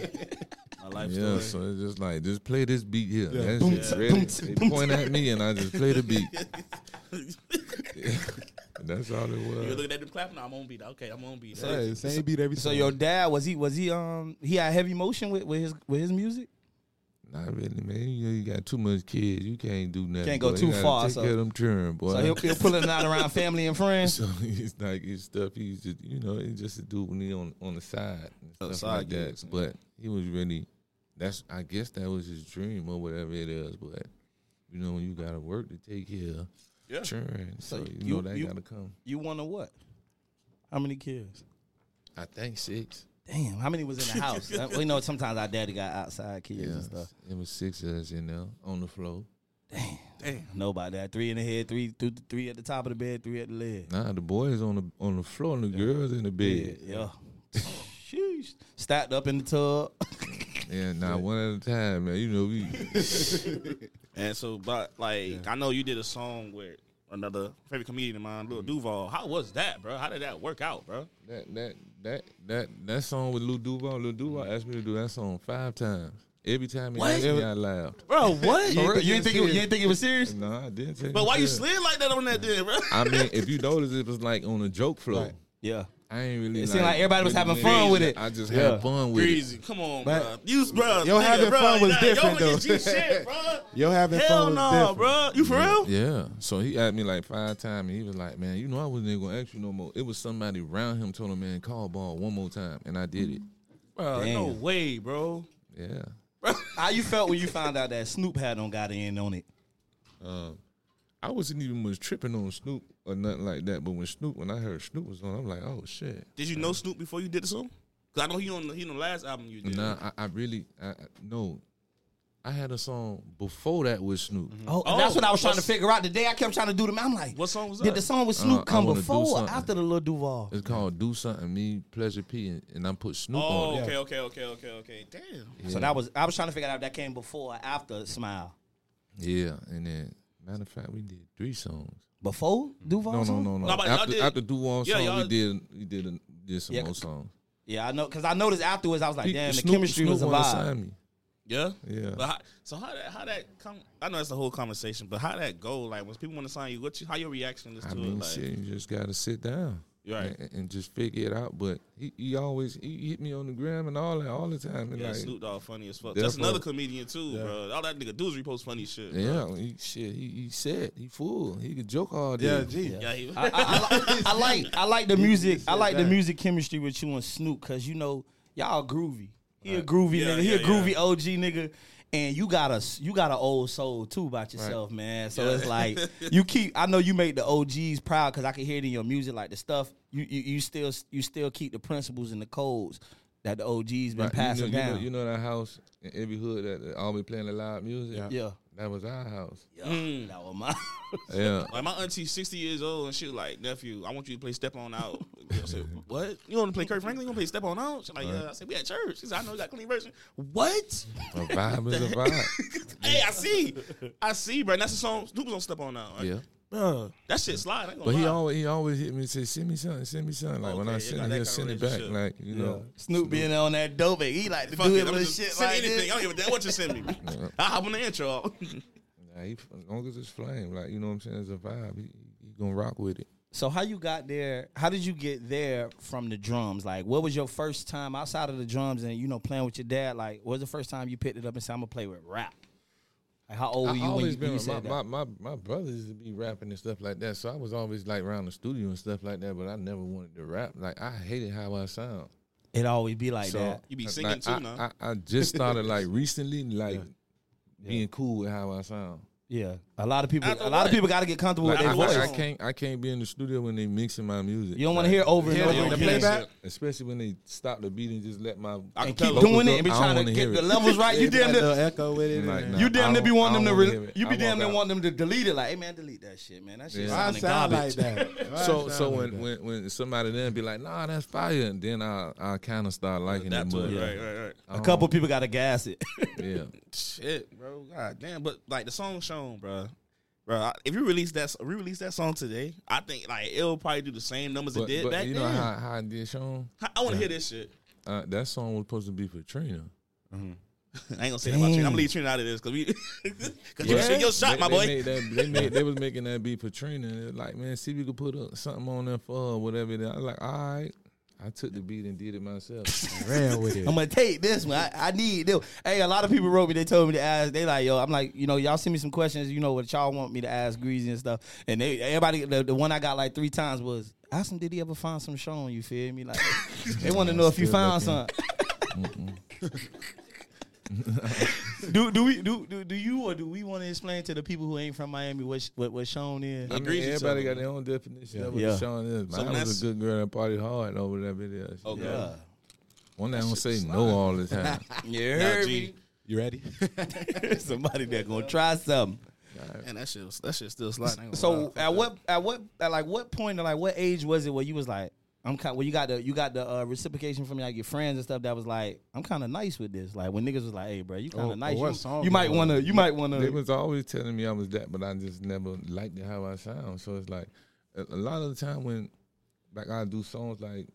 [SPEAKER 1] My life
[SPEAKER 4] Yeah,
[SPEAKER 1] story.
[SPEAKER 4] so it's just like just play this beat here.
[SPEAKER 3] Yeah.
[SPEAKER 4] That's
[SPEAKER 3] Boom,
[SPEAKER 4] it. Ready. They point at me and I just play the beat. That's all it
[SPEAKER 1] You're
[SPEAKER 4] was.
[SPEAKER 1] looking at them clapping. I'm on beat. Okay, I'm on beat.
[SPEAKER 3] Yeah, same beat every
[SPEAKER 2] So
[SPEAKER 3] time.
[SPEAKER 2] your dad was he was he um he had heavy motion with, with his with his music.
[SPEAKER 4] Not really, man. You, know, you got too much kids. You can't do nothing.
[SPEAKER 2] Can't go
[SPEAKER 4] boy.
[SPEAKER 2] too
[SPEAKER 4] you gotta
[SPEAKER 2] far,
[SPEAKER 4] Take
[SPEAKER 2] so-
[SPEAKER 4] care of them children, boy.
[SPEAKER 2] So he'll, he'll pull it out around family and friends.
[SPEAKER 4] So it's like his stuff. He's just you know he's just a dude when he on on the side and stuff
[SPEAKER 1] Oh,
[SPEAKER 4] like
[SPEAKER 1] side
[SPEAKER 4] that.
[SPEAKER 1] gigs, yeah.
[SPEAKER 4] But he was really that's I guess that was his dream or whatever it is. But you know when you got to work to take care
[SPEAKER 1] Yeah.
[SPEAKER 4] Children. So, you,
[SPEAKER 2] you-
[SPEAKER 4] know they
[SPEAKER 2] you-
[SPEAKER 4] gotta come.
[SPEAKER 2] You wonder what? How many kids?
[SPEAKER 4] I think six.
[SPEAKER 2] Damn, how many was in the house? Uh, we know sometimes our daddy got outside kids
[SPEAKER 4] Yeah,
[SPEAKER 2] and stuff.
[SPEAKER 4] it was six of us in there on the floor.
[SPEAKER 1] Damn.
[SPEAKER 2] Know about that. Three in the head, three through three at the top of the bed, three at the leg.
[SPEAKER 4] Nah, the boys on the on the floor and the girls in the bed.
[SPEAKER 2] Yeah. Sheesh. Stacked up in the tub.
[SPEAKER 4] Yeah, nah, one at a time, man. You know we.
[SPEAKER 1] And so, but like, I know you did a song with another favorite comedian of mine,
[SPEAKER 3] Mm.
[SPEAKER 1] Lil Duval. How was that, bro? How did that work out, bro?
[SPEAKER 4] That that that that that song with Lil Duval. Lil Duval asked me to do that song five times. Every time he
[SPEAKER 2] What?
[SPEAKER 4] asked me, I laughed.
[SPEAKER 2] Bro, Oh, what?
[SPEAKER 4] You
[SPEAKER 2] You,
[SPEAKER 4] ain't
[SPEAKER 2] ain't
[SPEAKER 4] think it
[SPEAKER 2] think it,
[SPEAKER 4] was
[SPEAKER 2] you
[SPEAKER 4] serious?
[SPEAKER 2] ain't think it was serious?
[SPEAKER 4] No, I did. Take
[SPEAKER 1] But
[SPEAKER 4] it
[SPEAKER 1] why you
[SPEAKER 4] serious.
[SPEAKER 1] slid like that on that then, bro?
[SPEAKER 4] I mean, if you notice, it was like on a joke flow.
[SPEAKER 2] Yeah.
[SPEAKER 4] I ain't really.
[SPEAKER 2] It seemed like everybody was having
[SPEAKER 4] really
[SPEAKER 2] fun with
[SPEAKER 4] into
[SPEAKER 2] it.
[SPEAKER 4] I just
[SPEAKER 2] Yeah.
[SPEAKER 4] had fun with it.
[SPEAKER 1] Greasy, come on, bro.
[SPEAKER 3] But-
[SPEAKER 1] You, bro.
[SPEAKER 3] Yo,
[SPEAKER 1] nigga,
[SPEAKER 3] having
[SPEAKER 1] bro,
[SPEAKER 3] fun was
[SPEAKER 1] nah,
[SPEAKER 3] different,
[SPEAKER 1] yo, look
[SPEAKER 3] though.
[SPEAKER 1] at you shit, bro.
[SPEAKER 3] Yo having
[SPEAKER 1] Hell
[SPEAKER 3] fun
[SPEAKER 1] no,
[SPEAKER 3] was different.
[SPEAKER 1] bro. You for real?
[SPEAKER 4] Yeah. So he asked me like five times, and he was like, "Man, you know I wasn't even gonna ask you no more." It was somebody around him told him, "Man, call ball one more time," and I did it.
[SPEAKER 1] Bro,
[SPEAKER 2] Damn.
[SPEAKER 1] no way, bro.
[SPEAKER 4] Yeah.
[SPEAKER 2] How you felt when you found out that Snoop had on got in on it?
[SPEAKER 4] Um, I wasn't even was tripping on Snoop or nothing like that. But when Snoop, when I heard Snoop was on, I'm like, "Oh shit."
[SPEAKER 1] Did you know Snoop before you did the song? Cause I know he on the, he on the last album you did.
[SPEAKER 4] Nah, I, I really, I, I no. I had a song before that with Snoop.
[SPEAKER 2] Oh,
[SPEAKER 1] Oh,
[SPEAKER 2] that's what I was trying to
[SPEAKER 1] what's-
[SPEAKER 2] figure out. The day I kept trying to do the math, I'm like,
[SPEAKER 1] What song was
[SPEAKER 2] did
[SPEAKER 1] that?
[SPEAKER 2] the song with
[SPEAKER 4] Uh, I
[SPEAKER 2] Snoop come
[SPEAKER 4] wanna do
[SPEAKER 2] before or
[SPEAKER 4] something.
[SPEAKER 2] after the Lil Duval?
[SPEAKER 4] It's called "Do Something." Me, Pleasure P, and, and I put Snoop on
[SPEAKER 1] oh,
[SPEAKER 4] it.
[SPEAKER 1] okay, okay, okay, okay, okay. Damn.
[SPEAKER 2] So that was I was trying to figure out if that came before or after Smile.
[SPEAKER 4] Yeah, and then matter of fact, we did three songs.
[SPEAKER 2] Before Duval?
[SPEAKER 4] No, no, no, no.
[SPEAKER 1] No, but y'all
[SPEAKER 4] after
[SPEAKER 1] did-
[SPEAKER 4] after do one
[SPEAKER 1] Yeah,
[SPEAKER 4] song,
[SPEAKER 1] y'all-
[SPEAKER 4] we did we did a, did some
[SPEAKER 2] Yeah,
[SPEAKER 4] more
[SPEAKER 2] cause-
[SPEAKER 4] songs.
[SPEAKER 2] Yeah, I know because I noticed afterwards I was like,
[SPEAKER 4] He-
[SPEAKER 2] damn, the
[SPEAKER 4] Snoop-
[SPEAKER 2] chemistry
[SPEAKER 4] Snoop
[SPEAKER 2] was a
[SPEAKER 4] wanna
[SPEAKER 2] vibe.
[SPEAKER 4] sign me.
[SPEAKER 1] Yeah.
[SPEAKER 4] Yeah.
[SPEAKER 1] But how, so how that how that come? I know that's the whole conversation, but how that go? Like when people want to sign you, what you, how your reaction is to
[SPEAKER 4] I mean,
[SPEAKER 1] it? Like,
[SPEAKER 4] shit, you just gotta sit down.
[SPEAKER 1] Right.
[SPEAKER 4] And, and just figure it out. But he, he always he he hit me on the gram and all that all the time. And
[SPEAKER 1] yeah,
[SPEAKER 4] like
[SPEAKER 1] Snoop Dogg funny as fuck.
[SPEAKER 4] Yeah,
[SPEAKER 1] That's
[SPEAKER 4] fuck.
[SPEAKER 1] another comedian too, bro. All that nigga do is repost funny shit. bro.
[SPEAKER 4] Yeah, he, shit, he, he said he fool. He could joke all day.
[SPEAKER 3] Yeah, gee.
[SPEAKER 1] Yeah, he,
[SPEAKER 2] I, I, I, li- I like I like the music. I like the
[SPEAKER 3] that.
[SPEAKER 2] music chemistry with you and Snoop because you know y'all groovy. He a groovy
[SPEAKER 1] Yeah,
[SPEAKER 2] nigga. He a
[SPEAKER 1] yeah,
[SPEAKER 2] groovy OG nigga. And you got a you got an old soul too about yourself, man. So it's like you keep. I know you make the OGs proud because I can hear it in your music. Like the stuff you, you you still you still keep the principles and the codes that the OGs been
[SPEAKER 4] Right,
[SPEAKER 2] passing
[SPEAKER 4] you know, you know-
[SPEAKER 2] down.
[SPEAKER 4] You know, that house in every hood that, that always playing the live music.
[SPEAKER 3] Yeah.
[SPEAKER 2] yeah,
[SPEAKER 4] That was our house.
[SPEAKER 2] yeah. That was my.
[SPEAKER 4] Yeah.
[SPEAKER 1] like my auntie, sixty years old, and she was like, "Nephew, I want you to play Step On Out." I said, "What? You want to play Kirk Franklin? You want to play Step On Out?" She's like, "Yeah." I said, "We at church." She said, "I know you got clean version." What?
[SPEAKER 4] a vibe is a vibe.
[SPEAKER 1] hey, I see, I see, bro. And that's the song. Snoop was on Step On Out. Like,
[SPEAKER 4] Yeah.
[SPEAKER 1] bro, that shit slide. I ain't gonna
[SPEAKER 4] But he
[SPEAKER 1] lie.
[SPEAKER 4] always he always hit me and say, Send me something, send me something. Like when
[SPEAKER 1] Okay,
[SPEAKER 4] I
[SPEAKER 1] it
[SPEAKER 4] send
[SPEAKER 1] got
[SPEAKER 4] it,
[SPEAKER 1] that
[SPEAKER 4] he'll
[SPEAKER 1] kind of
[SPEAKER 4] send it back.
[SPEAKER 1] relationship.
[SPEAKER 4] Like, you know.
[SPEAKER 2] Snoop being on that dope, he like to
[SPEAKER 1] Fuck
[SPEAKER 2] do
[SPEAKER 1] it,
[SPEAKER 2] it
[SPEAKER 1] I'm
[SPEAKER 2] with
[SPEAKER 1] just-
[SPEAKER 2] shit
[SPEAKER 1] send
[SPEAKER 2] like
[SPEAKER 1] anything.
[SPEAKER 2] this.
[SPEAKER 1] I don't give a damn what you send me. I hop on the intro.
[SPEAKER 4] Nah, he, as long as it's flame, like you know what I'm saying, it's a vibe. He, he gonna rock with it.
[SPEAKER 2] So how you got there? How did you get there from the drums? Like, what was your first time outside of the drums and you know playing with your dad? Like, what was the first time you picked it up and said, "I'm gonna play with rap"? Like, how old were
[SPEAKER 4] I
[SPEAKER 2] you when
[SPEAKER 4] always
[SPEAKER 2] you,
[SPEAKER 4] been
[SPEAKER 2] when you
[SPEAKER 4] with my,
[SPEAKER 2] said
[SPEAKER 4] my
[SPEAKER 2] that?
[SPEAKER 4] my my brothers used to be rapping and stuff like that, so I was always like around the studio and stuff like that. But I never wanted to rap. Like I hated how I sound.
[SPEAKER 2] It always be like
[SPEAKER 4] So
[SPEAKER 2] that.
[SPEAKER 1] You be
[SPEAKER 4] like,
[SPEAKER 1] singing too
[SPEAKER 4] I,
[SPEAKER 1] now.
[SPEAKER 4] I, I just started like recently, like being cool with how I sound.
[SPEAKER 2] Yeah, a lot of people,
[SPEAKER 1] After
[SPEAKER 2] a lot
[SPEAKER 1] what?
[SPEAKER 2] of people got to get comfortable
[SPEAKER 4] Like,
[SPEAKER 2] with
[SPEAKER 4] I,
[SPEAKER 2] their
[SPEAKER 1] After what?
[SPEAKER 2] voice.
[SPEAKER 4] I can't I can't be in the studio when they mixing my music.
[SPEAKER 2] You don't want to
[SPEAKER 4] Like,
[SPEAKER 2] hear over and
[SPEAKER 3] Yeah,
[SPEAKER 2] over
[SPEAKER 3] yeah, the
[SPEAKER 2] again.
[SPEAKER 3] playback.
[SPEAKER 4] Especially when they stop the beat and just let my
[SPEAKER 1] I
[SPEAKER 2] And
[SPEAKER 1] can
[SPEAKER 2] keep
[SPEAKER 1] tell
[SPEAKER 2] doing it
[SPEAKER 4] Vocals
[SPEAKER 2] and be
[SPEAKER 4] up, I don't
[SPEAKER 2] trying to
[SPEAKER 4] wanna
[SPEAKER 2] get
[SPEAKER 4] hear
[SPEAKER 2] the
[SPEAKER 4] it.
[SPEAKER 2] levels right. You
[SPEAKER 3] They got
[SPEAKER 2] damn near,
[SPEAKER 3] little echo with it.
[SPEAKER 4] Like,
[SPEAKER 3] and
[SPEAKER 4] nah.
[SPEAKER 3] that.
[SPEAKER 2] you damn near be
[SPEAKER 4] I don't-
[SPEAKER 2] wanting
[SPEAKER 4] I
[SPEAKER 2] them to.
[SPEAKER 4] don't wanna
[SPEAKER 2] Re-
[SPEAKER 4] hear it.
[SPEAKER 2] you be
[SPEAKER 4] I
[SPEAKER 2] damn
[SPEAKER 4] walk
[SPEAKER 2] near
[SPEAKER 4] out.
[SPEAKER 2] wanting them to delete it. Like, hey man, delete that shit, man. That shit
[SPEAKER 4] Yeah.
[SPEAKER 3] Why I
[SPEAKER 2] sounding
[SPEAKER 3] sound
[SPEAKER 2] garbage.
[SPEAKER 3] like that? Why I
[SPEAKER 4] So
[SPEAKER 3] sound
[SPEAKER 4] so
[SPEAKER 3] like
[SPEAKER 4] when,
[SPEAKER 3] that?
[SPEAKER 4] when when somebody then be like, nah, that's fire, and then I I kind of start liking
[SPEAKER 1] That
[SPEAKER 4] it,
[SPEAKER 1] too.
[SPEAKER 4] but
[SPEAKER 1] Right, right, right.
[SPEAKER 4] I
[SPEAKER 2] A
[SPEAKER 4] don't-
[SPEAKER 2] couple people got to gas it.
[SPEAKER 4] yeah.
[SPEAKER 1] Shit, bro. God damn. But like the song shown, bro. Bro, I- if you release that, we release that song today. I think like it'll probably do the same numbers
[SPEAKER 4] But,
[SPEAKER 1] it did
[SPEAKER 4] but
[SPEAKER 1] back
[SPEAKER 4] you know
[SPEAKER 1] then.
[SPEAKER 4] how, how I did Sean?
[SPEAKER 1] I, want to hear this shit.
[SPEAKER 4] Uh, that song was supposed to be for Trina.
[SPEAKER 1] I ain't gonna say that about Trina. I'm gonna leave Trina out of this because we, because you shoot your shot,
[SPEAKER 4] they,
[SPEAKER 1] my
[SPEAKER 4] they
[SPEAKER 1] boy.
[SPEAKER 4] made that- they, made, they was making that beat for Trina. and it was Like, man, see if you could put up something on there for her, whatever. it is. I was like, all right. I took the beat and did it myself.
[SPEAKER 3] ran with it.
[SPEAKER 2] I'm gonna take this one. I, I need this. Hey, a lot of people wrote me. They told me to ask. They like, yo, I'm like, you know, y'all send me some questions. You know what y'all want me to ask Greasy and stuff. And they, everybody, the, the one I got like three times was, ask him, did he ever find some Sean? You feel me? Like, they want to know if you
[SPEAKER 4] Still
[SPEAKER 2] found
[SPEAKER 4] looking.
[SPEAKER 2] some. do do we do, do do you or do we want to explain to the people who ain't from Miami what sh- what what Sean is?
[SPEAKER 4] I mean,
[SPEAKER 1] Agrees with
[SPEAKER 4] everybody
[SPEAKER 1] something.
[SPEAKER 4] got their own definition of what
[SPEAKER 2] Yeah.
[SPEAKER 4] yeah. Sean is.
[SPEAKER 1] So
[SPEAKER 4] Mine
[SPEAKER 1] that's-
[SPEAKER 4] was a good girl that partied hard over that video.
[SPEAKER 1] Okay.
[SPEAKER 4] Yeah. One that don't
[SPEAKER 1] shit
[SPEAKER 4] say
[SPEAKER 1] slide.
[SPEAKER 4] no all the time.
[SPEAKER 2] Yeah,
[SPEAKER 1] Nah, G.
[SPEAKER 3] You ready?
[SPEAKER 2] somebody that gonna try something.
[SPEAKER 1] And that shit, was- that shit still sliding. I ain't gonna
[SPEAKER 2] So
[SPEAKER 1] lie.
[SPEAKER 2] at what at what at like what point or like what age was it where you was like I'm kind well you got the you got the uh, reciprocation from like your friends and stuff that was like I'm kind of nice with this like when niggas was like hey bro you kind of
[SPEAKER 3] Oh, oh,
[SPEAKER 2] nice
[SPEAKER 3] what
[SPEAKER 2] you- you,
[SPEAKER 3] song it
[SPEAKER 2] might
[SPEAKER 3] was?
[SPEAKER 2] wanna you might wanna
[SPEAKER 4] They was always telling me I was that, but I just never liked it how I sound. So it's like a, a lot of the time when like I do songs like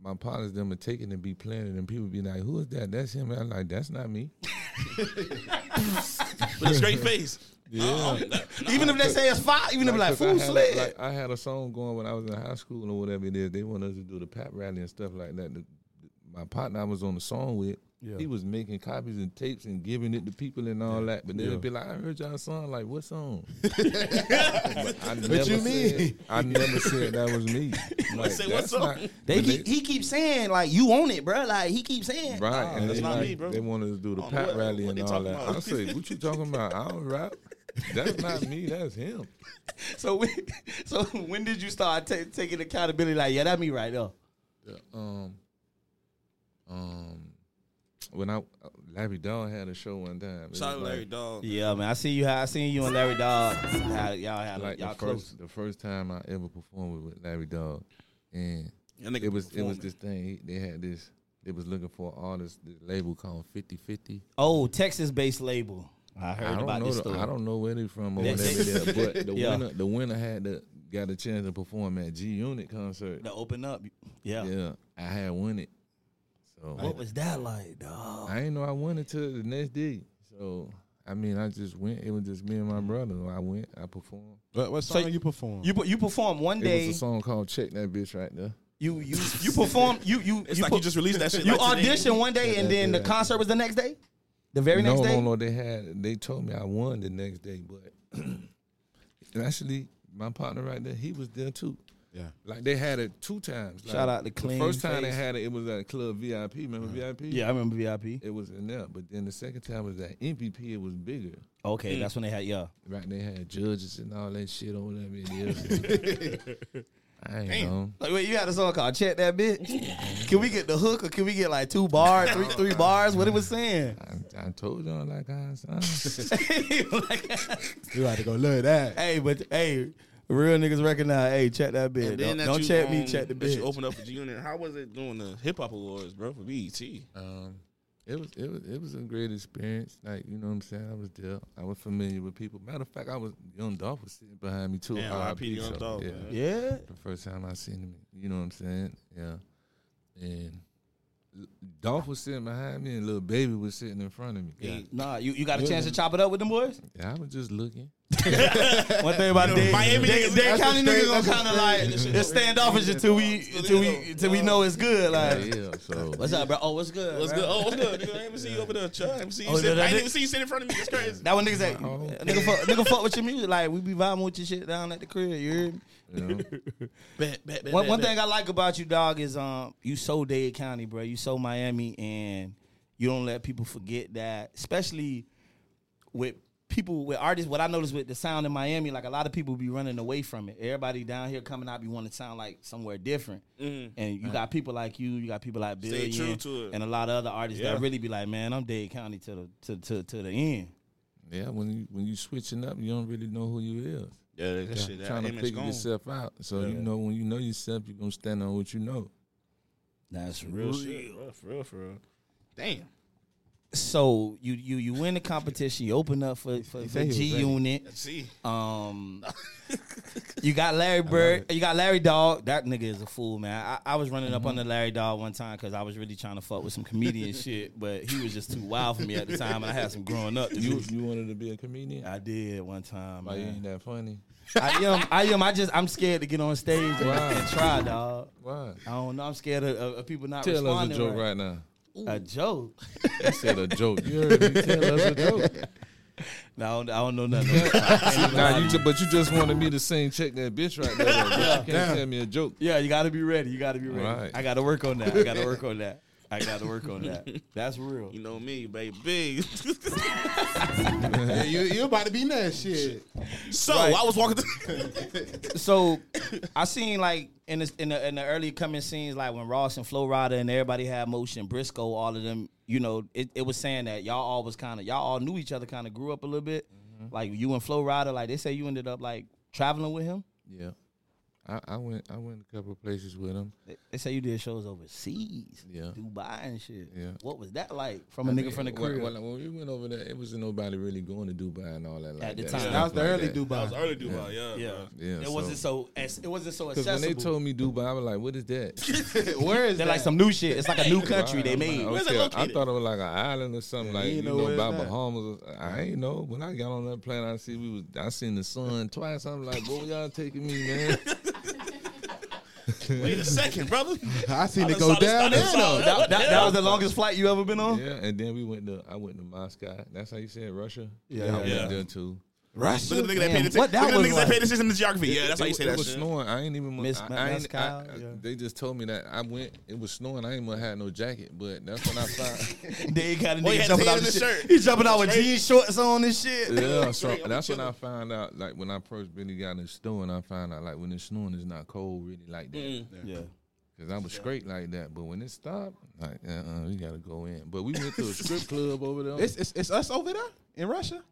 [SPEAKER 4] my partners them would take it and be playing it and people be like, Who is that? That's him. And I'm like, that's not me.
[SPEAKER 1] With a straight face. Yeah.
[SPEAKER 2] even if they say it's fire even if like
[SPEAKER 4] 'cause I
[SPEAKER 2] food
[SPEAKER 4] had a-
[SPEAKER 2] slid
[SPEAKER 4] like, I had a song going when I was in high school or whatever it is. They wanted us to do the pap rally and stuff like that. The- the- my partner I was on the song with, he was making copies and tapes and giving it to people and all that. But they'd be like, "I heard y'all song. Like, what song?" But I never
[SPEAKER 3] you
[SPEAKER 4] said,
[SPEAKER 3] mean?
[SPEAKER 4] I never said that was me. Like,
[SPEAKER 1] say, what
[SPEAKER 4] that's
[SPEAKER 1] song?
[SPEAKER 4] not-
[SPEAKER 2] they
[SPEAKER 4] but
[SPEAKER 2] keep, he keeps saying like you own it bro like he keeps saying
[SPEAKER 4] Right,
[SPEAKER 1] Nah,
[SPEAKER 4] and
[SPEAKER 1] that's
[SPEAKER 4] they,
[SPEAKER 1] not
[SPEAKER 4] like,
[SPEAKER 1] me, bro.
[SPEAKER 4] they wanted to do
[SPEAKER 1] I
[SPEAKER 4] the
[SPEAKER 1] don't know
[SPEAKER 4] pat
[SPEAKER 1] what-
[SPEAKER 4] rally
[SPEAKER 1] what
[SPEAKER 4] and
[SPEAKER 1] they
[SPEAKER 4] all
[SPEAKER 1] talking
[SPEAKER 4] that.
[SPEAKER 1] about.
[SPEAKER 4] I say, "What you talking about? I don't rap. That's not me. That's him."
[SPEAKER 2] so when, so when did you start ta- taking accountability like yeah that me right there
[SPEAKER 4] um, um, when I Larry Dawn had a show one time. it
[SPEAKER 1] Shout out
[SPEAKER 4] was
[SPEAKER 1] Larry
[SPEAKER 4] like-
[SPEAKER 1] Dog.
[SPEAKER 2] yeah man I see you how I seen you and Larry Dog How y'all had
[SPEAKER 4] Like
[SPEAKER 2] y'all
[SPEAKER 4] the
[SPEAKER 2] close
[SPEAKER 4] first, the first time I ever performed with Larry Dawn, and
[SPEAKER 1] That nigga
[SPEAKER 4] it was it was
[SPEAKER 1] performing.
[SPEAKER 4] this thing. He, they had this. They was looking for an artist. This label called Fifty Fifty.
[SPEAKER 2] Oh, Texas based label. I heard
[SPEAKER 4] I don't
[SPEAKER 2] about
[SPEAKER 4] know.
[SPEAKER 2] this
[SPEAKER 4] The,
[SPEAKER 2] story.
[SPEAKER 4] I don't know where they from or
[SPEAKER 2] They-
[SPEAKER 4] whatever.
[SPEAKER 2] they-
[SPEAKER 4] it is, but the
[SPEAKER 2] Yeah.
[SPEAKER 4] winner, the winner had the got a chance to perform at G Unit concert.
[SPEAKER 2] To open up. Yeah.
[SPEAKER 4] Yeah, I had won it. So
[SPEAKER 2] What was that like, dog?
[SPEAKER 4] I didn't know I wanted to the next day. So I mean, I just went. It was just me and my
[SPEAKER 2] Mm.
[SPEAKER 4] brother. I went. I performed.
[SPEAKER 3] What, what song you perform?
[SPEAKER 2] You pe- you perform one
[SPEAKER 4] It
[SPEAKER 2] day.
[SPEAKER 4] was a song called "Check That Bitch" right there.
[SPEAKER 2] You you you perform. You you
[SPEAKER 1] It's
[SPEAKER 2] you,
[SPEAKER 1] like
[SPEAKER 2] per-
[SPEAKER 1] you just released that shit.
[SPEAKER 2] you
[SPEAKER 1] like today.
[SPEAKER 2] audition one day and
[SPEAKER 4] Yeah,
[SPEAKER 2] then the
[SPEAKER 4] yeah.
[SPEAKER 2] concert was the next day. The very
[SPEAKER 4] no,
[SPEAKER 2] next day.
[SPEAKER 4] no, no. They had. They told me I won the next day, but and actually, my partner right there, he was there too.
[SPEAKER 3] yeah.
[SPEAKER 4] Like they had it two times. Like,
[SPEAKER 2] Shout out to
[SPEAKER 4] The
[SPEAKER 2] Clean
[SPEAKER 4] first time they
[SPEAKER 2] Face. Uh-huh.
[SPEAKER 4] had it, it was at Club VIP. Remember VIP?
[SPEAKER 2] Yeah, I remember VIP.
[SPEAKER 4] It was in there, but then the second time was at MVP. It was bigger.
[SPEAKER 2] Okay, that's when they had yeah.
[SPEAKER 4] Right, they had judges and all that shit or whatever it is. I ain't know.
[SPEAKER 2] Like, wait, you had a song called "Check That Bitch." can we get the hook or can we get like two bars, three three bars? What it was saying?
[SPEAKER 4] I, I told y'all like I sound.
[SPEAKER 3] You about to go look at that.
[SPEAKER 2] hey, but hey, real niggas recognize. Hey, check that bitch.
[SPEAKER 1] And then
[SPEAKER 2] Don't,
[SPEAKER 1] that
[SPEAKER 2] don't
[SPEAKER 1] you,
[SPEAKER 2] check
[SPEAKER 1] um,
[SPEAKER 2] me, check the
[SPEAKER 1] that
[SPEAKER 2] bitch.
[SPEAKER 1] You opened up for G Unit. How was it doing the hip hop awards, bro, for E BET?
[SPEAKER 4] Um, it was it was it was a great experience. Like you know what I'm saying. I was there. I was familiar with people. Matter of fact, I was Young Dolph was sitting behind me too.
[SPEAKER 1] Damn,
[SPEAKER 4] R.I.P.
[SPEAKER 1] Young
[SPEAKER 4] so,
[SPEAKER 1] Dolph,
[SPEAKER 4] yeah.
[SPEAKER 1] man.
[SPEAKER 2] yeah.
[SPEAKER 4] The first time I seen him, you know what I'm saying. Yeah, and L- Dolph was sitting behind me, and little baby was sitting in front of me. Yeah,
[SPEAKER 2] Nah, you, you got a chance to chop it up with them boys?
[SPEAKER 4] I was just looking.
[SPEAKER 2] One thing about Dade,
[SPEAKER 1] Miami
[SPEAKER 2] Dade,
[SPEAKER 1] niggas-
[SPEAKER 2] Dade
[SPEAKER 1] that's
[SPEAKER 2] County
[SPEAKER 1] the
[SPEAKER 2] niggas
[SPEAKER 1] thing,
[SPEAKER 2] gonna
[SPEAKER 1] that's the
[SPEAKER 2] kind of
[SPEAKER 1] thing.
[SPEAKER 2] like just stand offish until we until we until we know it's good.
[SPEAKER 4] Yeah,
[SPEAKER 2] Like,
[SPEAKER 4] yeah so
[SPEAKER 2] what's up, bro? Oh, what's good?
[SPEAKER 1] What's
[SPEAKER 2] bro?
[SPEAKER 1] good? Oh, what's good? Nigga, I ain't even see you over there, Chuck. I ain't even see you
[SPEAKER 2] Oh,
[SPEAKER 1] sit-
[SPEAKER 2] that-
[SPEAKER 1] I ain't
[SPEAKER 2] that-
[SPEAKER 1] even see you sitting in front of me. That's crazy.
[SPEAKER 2] That one niggas say,
[SPEAKER 4] Oh.
[SPEAKER 2] nigga, fuck, nigga, fuck with your music. Like we be vibing with your shit down at the crib. You heard me?
[SPEAKER 4] you know,
[SPEAKER 1] Bet, bet, bet,
[SPEAKER 2] One, one
[SPEAKER 1] bet,
[SPEAKER 2] thing I like about you, dog, is um, you so Dade County, bro. You so Miami, and you don't let people forget that, especially with people with artists. What I noticed with the sound in Miami, like a lot of people be running away from it. Everybody down here coming out be wanting to sound like somewhere different, and you got people like you, you got people like
[SPEAKER 1] Mm-hmm. Stay
[SPEAKER 2] Billion,
[SPEAKER 1] true to it.
[SPEAKER 2] and a lot of other artists
[SPEAKER 1] Yeah.
[SPEAKER 2] that really be like, man, I'm Dade County to the to to, to the end.
[SPEAKER 4] yeah. When you when you switching up, you don't really know who you is.
[SPEAKER 1] Yeah, that shit, that
[SPEAKER 4] trying to
[SPEAKER 1] image
[SPEAKER 4] figure
[SPEAKER 1] gone.
[SPEAKER 4] yourself out. So you know when you know yourself, you're gonna stand on what you know.
[SPEAKER 2] That's
[SPEAKER 1] Real Oh, shit, bro, for real, for real. Damn.
[SPEAKER 2] So you you you win the competition. You open up for for, for
[SPEAKER 3] said he was
[SPEAKER 2] G
[SPEAKER 3] ready.
[SPEAKER 2] Unit.
[SPEAKER 1] Let's see.
[SPEAKER 2] Um, you got Larry Bird. You got Larry Dog. That nigga is a fool, man. I, I was running
[SPEAKER 4] Mm-hmm.
[SPEAKER 2] up on the Larry Dog one time because I was really trying to fuck with some comedian shit, but he was just too wild for me at the time, and I had some growing up to
[SPEAKER 4] You
[SPEAKER 2] do.
[SPEAKER 4] you wanted to be a comedian?
[SPEAKER 2] I did one time.
[SPEAKER 4] Why you ain't
[SPEAKER 2] Man.
[SPEAKER 4] that funny?
[SPEAKER 2] I am. I am. I just. I'm scared to get on stage and, and try, dog.
[SPEAKER 4] Why?
[SPEAKER 2] I don't know. I'm scared of, of, of people not
[SPEAKER 4] Tell us a
[SPEAKER 2] responding.
[SPEAKER 4] joke right, now.
[SPEAKER 2] A joke.
[SPEAKER 4] You said a joke. You heard me. Tell us a joke.
[SPEAKER 2] No, I don't, I don't know nothing. I can't even lie
[SPEAKER 4] Nah,
[SPEAKER 2] to
[SPEAKER 4] you
[SPEAKER 2] you.
[SPEAKER 4] ju- but you just wanted me to sing check that bitch right there. though, bro. You can't tell me a joke.
[SPEAKER 2] Yeah, you gotta be ready. You gotta be ready.
[SPEAKER 4] Right.
[SPEAKER 2] I gotta work on that. I gotta work on that. I gotta work on that. That's real.
[SPEAKER 1] You know me, baby.
[SPEAKER 3] you, you about to be next. Shit.
[SPEAKER 1] So
[SPEAKER 2] Right.
[SPEAKER 1] I was walking. through
[SPEAKER 2] so I seen like in the, in the in the early coming scenes, like when Ross and Flo Rida and everybody had motion, Briscoe, all of them, you know, it, it was saying that y'all all was kind of y'all all knew each other, kind of grew up a little bit. Like you and Flo Rida, like they say you ended up like traveling with him.
[SPEAKER 4] Yeah. I, I went I went a couple of places with him.
[SPEAKER 2] They- They say you did shows overseas,
[SPEAKER 4] Yeah.
[SPEAKER 2] Dubai and shit.
[SPEAKER 4] Yeah.
[SPEAKER 2] What was that like from a
[SPEAKER 4] I
[SPEAKER 2] nigga
[SPEAKER 4] mean,
[SPEAKER 2] from the
[SPEAKER 4] when-
[SPEAKER 2] crib?
[SPEAKER 4] When, when we went over there, it wasn't nobody really going to Dubai and all that. Like
[SPEAKER 2] the
[SPEAKER 4] that.
[SPEAKER 2] time.
[SPEAKER 4] stuff
[SPEAKER 3] That was the
[SPEAKER 4] like
[SPEAKER 3] early
[SPEAKER 4] that.
[SPEAKER 1] that
[SPEAKER 3] Dubai.
[SPEAKER 1] was early Dubai. Yeah.
[SPEAKER 2] yeah.
[SPEAKER 4] Yeah,
[SPEAKER 2] it
[SPEAKER 4] so-
[SPEAKER 2] wasn't so as, it wasn't so
[SPEAKER 4] Because when
[SPEAKER 2] accessible.
[SPEAKER 4] they told me Dubai, I was like, "What is that?"
[SPEAKER 3] Where is
[SPEAKER 2] They're
[SPEAKER 3] that?
[SPEAKER 2] like some new shit. It's like a new country
[SPEAKER 4] Right,
[SPEAKER 2] they
[SPEAKER 4] I'm
[SPEAKER 2] made.
[SPEAKER 4] like,
[SPEAKER 1] Where's it
[SPEAKER 4] okay, I
[SPEAKER 1] located?
[SPEAKER 4] thought it was like an island or something, like
[SPEAKER 3] you
[SPEAKER 4] you
[SPEAKER 3] know
[SPEAKER 4] know,
[SPEAKER 3] where it's
[SPEAKER 4] about
[SPEAKER 3] at.
[SPEAKER 4] Bahamas. I ain't know. When I got on that plane, I see we was. I seen the sun twice. I'm like, "What were y'all taking me, man?"
[SPEAKER 1] Wait a second, brother.
[SPEAKER 3] I seen
[SPEAKER 1] I
[SPEAKER 3] it
[SPEAKER 1] done
[SPEAKER 3] go
[SPEAKER 1] saw this- I done
[SPEAKER 3] down there.
[SPEAKER 1] saw
[SPEAKER 3] though.
[SPEAKER 1] it.
[SPEAKER 2] that, that- that was the longest flight you ever been on.
[SPEAKER 4] yeah, and then we went to. I went to Moscow. That's how you said Russia.
[SPEAKER 3] Yeah.
[SPEAKER 4] I
[SPEAKER 1] Yeah.
[SPEAKER 4] went there too.
[SPEAKER 3] Russia.
[SPEAKER 1] Look at the nigga that
[SPEAKER 2] Man,
[SPEAKER 1] paid attention.
[SPEAKER 2] what
[SPEAKER 1] Look
[SPEAKER 2] that
[SPEAKER 1] at the
[SPEAKER 2] was
[SPEAKER 1] niggas that
[SPEAKER 2] like.
[SPEAKER 1] paid attention to geography. Yeah, that's how you
[SPEAKER 4] It-
[SPEAKER 1] say
[SPEAKER 4] it
[SPEAKER 1] that
[SPEAKER 4] was
[SPEAKER 1] shit.
[SPEAKER 4] snowing. I ain't even.
[SPEAKER 2] Miss
[SPEAKER 4] I,
[SPEAKER 2] Ma-
[SPEAKER 4] I ain't,
[SPEAKER 2] Moscow,
[SPEAKER 4] I- I-
[SPEAKER 2] yeah.
[SPEAKER 4] They just told me that I went. It was snowing. I ain't even had no jacket, but that's when I found.
[SPEAKER 2] They got a
[SPEAKER 1] Well, he had
[SPEAKER 2] nigga
[SPEAKER 1] his
[SPEAKER 2] jumping
[SPEAKER 1] hand
[SPEAKER 2] out
[SPEAKER 1] in
[SPEAKER 2] with
[SPEAKER 1] his
[SPEAKER 2] shit.
[SPEAKER 1] shirt.
[SPEAKER 2] He jumping out with
[SPEAKER 1] Straight.
[SPEAKER 2] jean shorts on and shit.
[SPEAKER 4] Yeah, so
[SPEAKER 1] Straight, I'm
[SPEAKER 4] that's when
[SPEAKER 1] chilling.
[SPEAKER 4] I found out. Like when I first really got in the store, and I found out like when it's snowing, it's not cold really like that.
[SPEAKER 1] Mm.
[SPEAKER 2] Yeah.
[SPEAKER 4] Cause I was straight like that, but when it stopped, like uh, uh we gotta go in. But we went to a strip club over there.
[SPEAKER 3] It's, it's it's us over there in Russia.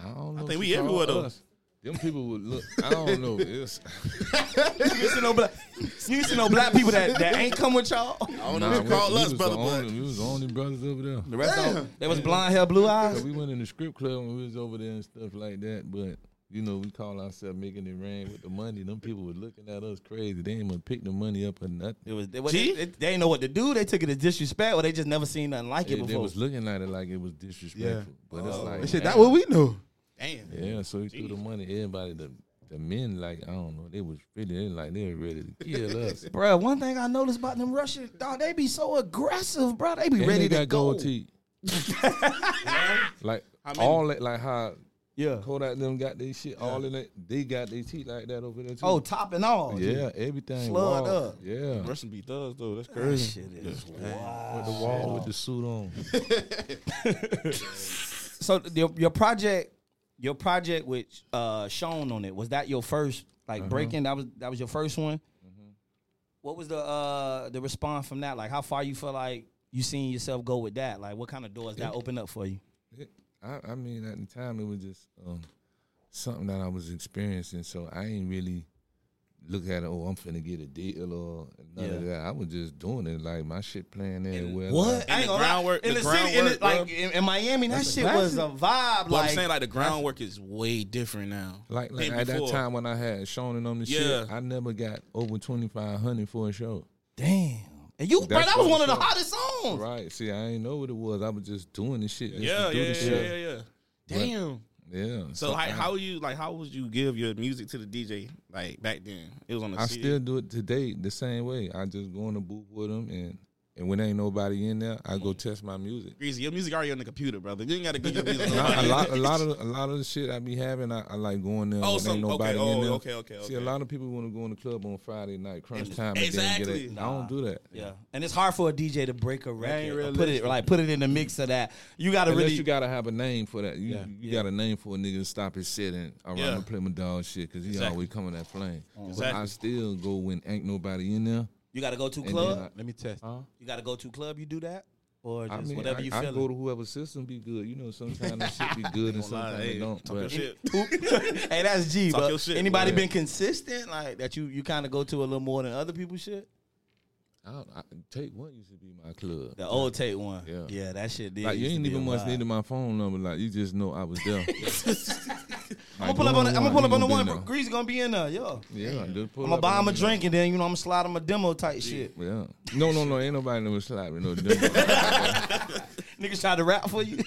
[SPEAKER 4] I don't know.
[SPEAKER 1] think
[SPEAKER 4] if
[SPEAKER 1] we
[SPEAKER 4] you call
[SPEAKER 1] everywhere, though.
[SPEAKER 4] us. Them people would look. I don't know. It's,
[SPEAKER 2] You ain't see no black, you ain't see no black people that, that ain't come with y'all.
[SPEAKER 1] I don't know if
[SPEAKER 4] we-
[SPEAKER 1] you call
[SPEAKER 4] we
[SPEAKER 1] us,
[SPEAKER 4] was
[SPEAKER 1] brother,
[SPEAKER 4] The
[SPEAKER 1] but
[SPEAKER 4] only, we was the only brothers over there.
[SPEAKER 2] The rest of them,
[SPEAKER 3] Damn.
[SPEAKER 2] they was blonde hair, blue eyes.
[SPEAKER 4] So we went in the strip club and we was over there and stuff like that. But you know, we call ourselves making it rain with the money. Them people were looking at us crazy. They ain't even pick the money up or nothing.
[SPEAKER 2] It was they, well, they, they, they didn't know what to do. They took it as disrespect, or they just never seen nothing like it
[SPEAKER 4] They, they
[SPEAKER 2] before.
[SPEAKER 4] was looking at it like it was disrespectful. But
[SPEAKER 1] Oh.
[SPEAKER 4] it's like
[SPEAKER 3] Shit, that what we knew.
[SPEAKER 1] damn.
[SPEAKER 4] Yeah, so he threw the money. Everybody, the the men, like I don't know, they was really they like they were ready to kill us.
[SPEAKER 2] Bruh, one thing I noticed about them Russians, dog, they be so aggressive, bro. They be
[SPEAKER 4] And
[SPEAKER 2] ready
[SPEAKER 4] they
[SPEAKER 2] to
[SPEAKER 4] got
[SPEAKER 2] go.
[SPEAKER 4] gold teeth. like all that, like how
[SPEAKER 2] Yeah.
[SPEAKER 4] Kodak them got their shit all in it. They got their teeth like that over there too.
[SPEAKER 2] Oh, top and all.
[SPEAKER 4] yeah, everything
[SPEAKER 2] Slugged
[SPEAKER 4] wall.
[SPEAKER 2] up.
[SPEAKER 4] Yeah,
[SPEAKER 1] Russian beat does though. That's
[SPEAKER 2] That
[SPEAKER 1] crazy.
[SPEAKER 2] shit is
[SPEAKER 4] with the wall with the suit on.
[SPEAKER 2] So th- your your project, your project with uh Sean on it, was that your first like breaking? That was that was your first one. What was the uh the response from that? Like how far you feel like you seen yourself go with that? Like what kind of doors that opened up for you?
[SPEAKER 4] It- I, I mean, at the time, it was just um, something that I was experiencing, so I ain't really look at it. Oh, I'm finna get a deal or none of
[SPEAKER 2] Yeah.
[SPEAKER 4] that. I was just doing it like my shit playing everywhere.
[SPEAKER 2] What?
[SPEAKER 4] Like,
[SPEAKER 2] I
[SPEAKER 1] the
[SPEAKER 2] ain't gonna lie.
[SPEAKER 1] groundwork-
[SPEAKER 2] in
[SPEAKER 1] the
[SPEAKER 2] the, city, in the,
[SPEAKER 1] groundwork,
[SPEAKER 2] like
[SPEAKER 1] bro.
[SPEAKER 2] in, in Miami, that shit was a vibe.
[SPEAKER 1] But
[SPEAKER 2] Like,
[SPEAKER 1] I'm saying like the groundwork is way different now.
[SPEAKER 4] like, like
[SPEAKER 1] Than
[SPEAKER 4] at that
[SPEAKER 1] before.
[SPEAKER 4] time when I had Sean and them the
[SPEAKER 1] Yeah.
[SPEAKER 4] shit, I never got over twenty five hundred for a show.
[SPEAKER 2] damn, and you, bro,
[SPEAKER 4] That's
[SPEAKER 2] that was
[SPEAKER 4] what
[SPEAKER 2] one of
[SPEAKER 4] I'm
[SPEAKER 2] the
[SPEAKER 4] saying.
[SPEAKER 2] hottest songs.
[SPEAKER 4] Right? See, I ain't know what it was. I was just doing the shit. just to
[SPEAKER 1] Yeah,
[SPEAKER 4] do
[SPEAKER 1] yeah, yeah,
[SPEAKER 4] the
[SPEAKER 1] yeah,
[SPEAKER 4] shit.
[SPEAKER 1] yeah, yeah.
[SPEAKER 4] But-
[SPEAKER 1] Damn.
[SPEAKER 4] yeah.
[SPEAKER 1] So
[SPEAKER 4] I-
[SPEAKER 1] like, how you like? How would you give your music to the DJ like back then? It was on the
[SPEAKER 4] I
[SPEAKER 1] CD.
[SPEAKER 4] still do it today the same way. I just go in the booth with them, and and when ain't nobody in there, I
[SPEAKER 1] Mm.
[SPEAKER 4] go test my music.
[SPEAKER 1] Greasy, your music already on the computer, brother. You ain't got to get your music.
[SPEAKER 4] Nah, a
[SPEAKER 1] nobody.
[SPEAKER 4] lot, a lot of, a lot of the shit I be having, I, I like going there.
[SPEAKER 1] Oh,
[SPEAKER 4] when
[SPEAKER 1] so-
[SPEAKER 4] ain't
[SPEAKER 1] okay,
[SPEAKER 4] nobody in
[SPEAKER 1] oh,
[SPEAKER 4] there.
[SPEAKER 1] okay, okay,
[SPEAKER 4] See, a
[SPEAKER 1] okay.
[SPEAKER 4] lot of people want to go in the club on Friday night, crunch
[SPEAKER 1] And-
[SPEAKER 4] time, and then
[SPEAKER 1] exactly.
[SPEAKER 4] get it. I don't do that.
[SPEAKER 2] Yeah, and it's hard for a DJ to break a record, or put it
[SPEAKER 4] realistic.
[SPEAKER 2] like put it in the mix of that. You got to
[SPEAKER 4] Unless
[SPEAKER 2] really
[SPEAKER 4] you gotta have a name for that. You,
[SPEAKER 2] Yeah.
[SPEAKER 4] you got a name for a nigga to stop his shit and around
[SPEAKER 1] Yeah.
[SPEAKER 4] yeah. play my dog shit because he
[SPEAKER 1] Exactly.
[SPEAKER 4] always coming that flame.
[SPEAKER 2] Oh.
[SPEAKER 4] But
[SPEAKER 1] Exactly.
[SPEAKER 4] I still go when ain't nobody in there.
[SPEAKER 2] You got to go to
[SPEAKER 4] And
[SPEAKER 2] club.
[SPEAKER 4] then uh, I,
[SPEAKER 3] Let me test.
[SPEAKER 2] you got to go to club. You do that, or just
[SPEAKER 4] I mean,
[SPEAKER 2] whatever
[SPEAKER 4] I,
[SPEAKER 2] you
[SPEAKER 4] I
[SPEAKER 2] feel.
[SPEAKER 4] go to whoever system be good. You know, sometimes that shit be good and
[SPEAKER 1] Gonna lie,
[SPEAKER 4] sometimes
[SPEAKER 1] hey,
[SPEAKER 4] it don't.
[SPEAKER 1] talk
[SPEAKER 4] but-
[SPEAKER 1] your shit.
[SPEAKER 2] hey, that's G.
[SPEAKER 1] Talk
[SPEAKER 2] But
[SPEAKER 1] your shit,
[SPEAKER 2] anybody
[SPEAKER 4] boy.
[SPEAKER 2] been consistent like that? You you kind of go to a little more than other people's shit.
[SPEAKER 4] I, don't- I, Take One used to be my club.
[SPEAKER 2] The old tape one. Yeah,
[SPEAKER 4] Yeah.
[SPEAKER 2] that shit did.
[SPEAKER 4] Like you
[SPEAKER 2] used to
[SPEAKER 4] ain't
[SPEAKER 2] be a
[SPEAKER 4] even much
[SPEAKER 2] vibe.
[SPEAKER 4] needed my phone number. Like you just know I was there.
[SPEAKER 2] I'm gonna pull up on. The, I'm gonna pull up on the one. bro.
[SPEAKER 4] There.
[SPEAKER 2] Grease gonna be in there. Yo,
[SPEAKER 4] Yeah, just pull
[SPEAKER 2] I'm gonna
[SPEAKER 4] up
[SPEAKER 2] buy
[SPEAKER 4] on
[SPEAKER 2] him a
[SPEAKER 4] the-
[SPEAKER 2] drink and then you know I'm gonna slide him a demo type shit.
[SPEAKER 4] Yeah. No, no, no. Ain't nobody never slapping no demo.
[SPEAKER 2] Niggas try to rap for you.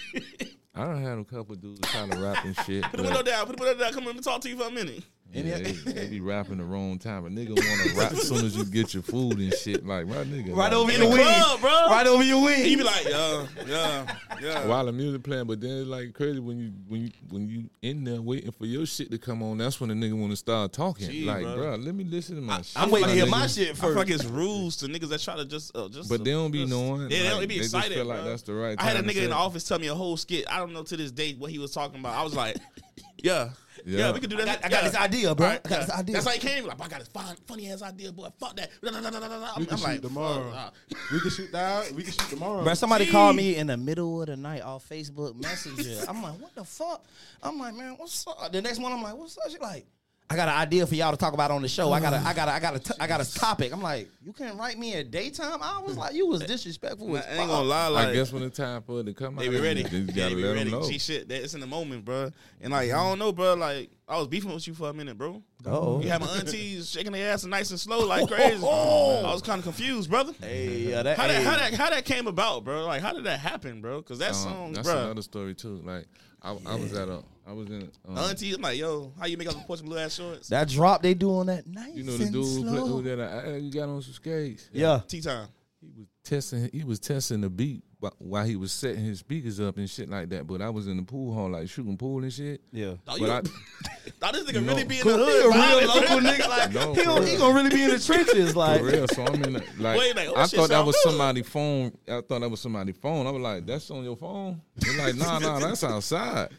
[SPEAKER 4] I don't have a couple dudes trying to rap and shit.
[SPEAKER 1] Put the
[SPEAKER 4] but-
[SPEAKER 1] window down. Put the window down. Come on, let me talk to you for a minute.
[SPEAKER 4] Yeah, they, they be rapping the wrong time. A nigga want to rap as soon as you get your food and shit. Like my nigga,
[SPEAKER 2] Right
[SPEAKER 4] like,
[SPEAKER 2] over
[SPEAKER 1] In
[SPEAKER 2] your
[SPEAKER 1] the
[SPEAKER 2] wing.
[SPEAKER 1] club, bro.
[SPEAKER 2] Right over your wing.
[SPEAKER 1] He be like, yeah, yeah, yeah.
[SPEAKER 4] while the music playing, but then it's like crazy when you when you when you in there waiting for your shit to come on. That's when the nigga want to start talking.
[SPEAKER 1] Gee,
[SPEAKER 4] like,
[SPEAKER 1] bro.
[SPEAKER 4] bro. let me listen to my shit.
[SPEAKER 2] I'm waiting to
[SPEAKER 4] my
[SPEAKER 2] hear
[SPEAKER 4] nigga.
[SPEAKER 2] my shit
[SPEAKER 1] I feel
[SPEAKER 2] first.
[SPEAKER 1] like it's rules to niggas that try to just, uh, just.
[SPEAKER 4] But they don't be
[SPEAKER 1] just-
[SPEAKER 4] knowing.
[SPEAKER 1] Yeah, they
[SPEAKER 4] Like,
[SPEAKER 1] don't they be
[SPEAKER 4] they just
[SPEAKER 1] excited.
[SPEAKER 4] feel like
[SPEAKER 1] bro.
[SPEAKER 4] that's the right
[SPEAKER 1] I had a
[SPEAKER 4] time to
[SPEAKER 1] nigga
[SPEAKER 4] say
[SPEAKER 1] in the
[SPEAKER 4] it.
[SPEAKER 1] office tell me a whole skit. I don't know to this day what he was talking about. I was like, yeah, yeah,
[SPEAKER 4] Yeah.
[SPEAKER 1] we could do that.
[SPEAKER 2] I got- I got
[SPEAKER 1] Yeah.
[SPEAKER 2] this idea, bro.
[SPEAKER 1] All right,
[SPEAKER 2] I got
[SPEAKER 1] yeah.
[SPEAKER 2] this idea.
[SPEAKER 1] That's how he came. Like, I got this fun, funny ass idea, boy. Fuck that. Da, da, da, da, da, da.
[SPEAKER 3] We
[SPEAKER 1] I'm,
[SPEAKER 3] can
[SPEAKER 1] I'm
[SPEAKER 3] shoot
[SPEAKER 1] like,
[SPEAKER 3] tomorrow.
[SPEAKER 1] fuck, uh,
[SPEAKER 3] We can shoot now. We can shoot
[SPEAKER 1] Oh,
[SPEAKER 3] tomorrow.
[SPEAKER 2] Bro, somebody called me in the middle of the night off Facebook Messenger. I'm like, what the fuck? I'm like, man, what's up? The next one, I'm like, what's up? She like, I got an idea for y'all to talk about on the show. I got a, I got a, I got a, t- I got a topic. I'm like, you can't write me in daytime. I was like, you was disrespectful.
[SPEAKER 1] I
[SPEAKER 2] As
[SPEAKER 1] ain't
[SPEAKER 2] fuck.
[SPEAKER 1] gonna lie. Like,
[SPEAKER 4] I guess when the time for it to come
[SPEAKER 1] They
[SPEAKER 4] out,
[SPEAKER 1] be
[SPEAKER 4] you
[SPEAKER 1] ready.
[SPEAKER 4] just
[SPEAKER 1] yeah,
[SPEAKER 4] gotta
[SPEAKER 1] they be
[SPEAKER 4] let 'em
[SPEAKER 1] ready.
[SPEAKER 4] know.
[SPEAKER 1] G shit, that, it's in the moment, bro. And like, I don't know, bro. Like, I was beefing with you for a minute, bro.
[SPEAKER 2] Oh,
[SPEAKER 1] You had my aunties shaking their ass nice and slow, like crazy. I was kind of confused, brother.
[SPEAKER 2] hey, yeah, that,
[SPEAKER 1] How that,
[SPEAKER 2] hey.
[SPEAKER 1] how that how that came about, bro? Like, how did that happen, bro? Because that
[SPEAKER 4] Um,
[SPEAKER 1] song,
[SPEAKER 4] that's
[SPEAKER 1] bro.
[SPEAKER 4] another story too. Like I, I was at a, I was in. Um,
[SPEAKER 1] Auntie, I'm like, yo, how you make out the porch blue ass shorts?
[SPEAKER 2] that drop they do on that night.
[SPEAKER 4] You know the dude who, play, who that I, I- you got on some skates.
[SPEAKER 2] Yeah,
[SPEAKER 1] Tea time.
[SPEAKER 4] He was testing. He was testing the beat wh- while he was setting his speakers up and shit like that. But I was in the pool hall, like shooting pool and shit.
[SPEAKER 2] yeah.
[SPEAKER 1] Oh,
[SPEAKER 4] But
[SPEAKER 1] you,
[SPEAKER 4] I-
[SPEAKER 1] Nah, this nigga really
[SPEAKER 4] No.
[SPEAKER 1] be in
[SPEAKER 2] He
[SPEAKER 1] the
[SPEAKER 2] a
[SPEAKER 1] hood.
[SPEAKER 2] real
[SPEAKER 1] Real
[SPEAKER 2] local nigga. Like
[SPEAKER 4] No,
[SPEAKER 2] he,
[SPEAKER 4] for
[SPEAKER 2] gonna, he
[SPEAKER 4] real.
[SPEAKER 2] gonna really be in the trenches. Like
[SPEAKER 4] For real. So I'm in the, like,
[SPEAKER 1] Wait, like, oh,
[SPEAKER 4] I
[SPEAKER 1] shit,
[SPEAKER 4] thought that
[SPEAKER 1] sound
[SPEAKER 4] was
[SPEAKER 1] good.
[SPEAKER 4] somebody's phone. I thought that was somebody's phone. I was like, that's on your phone? They're like, nah, nah, that's outside.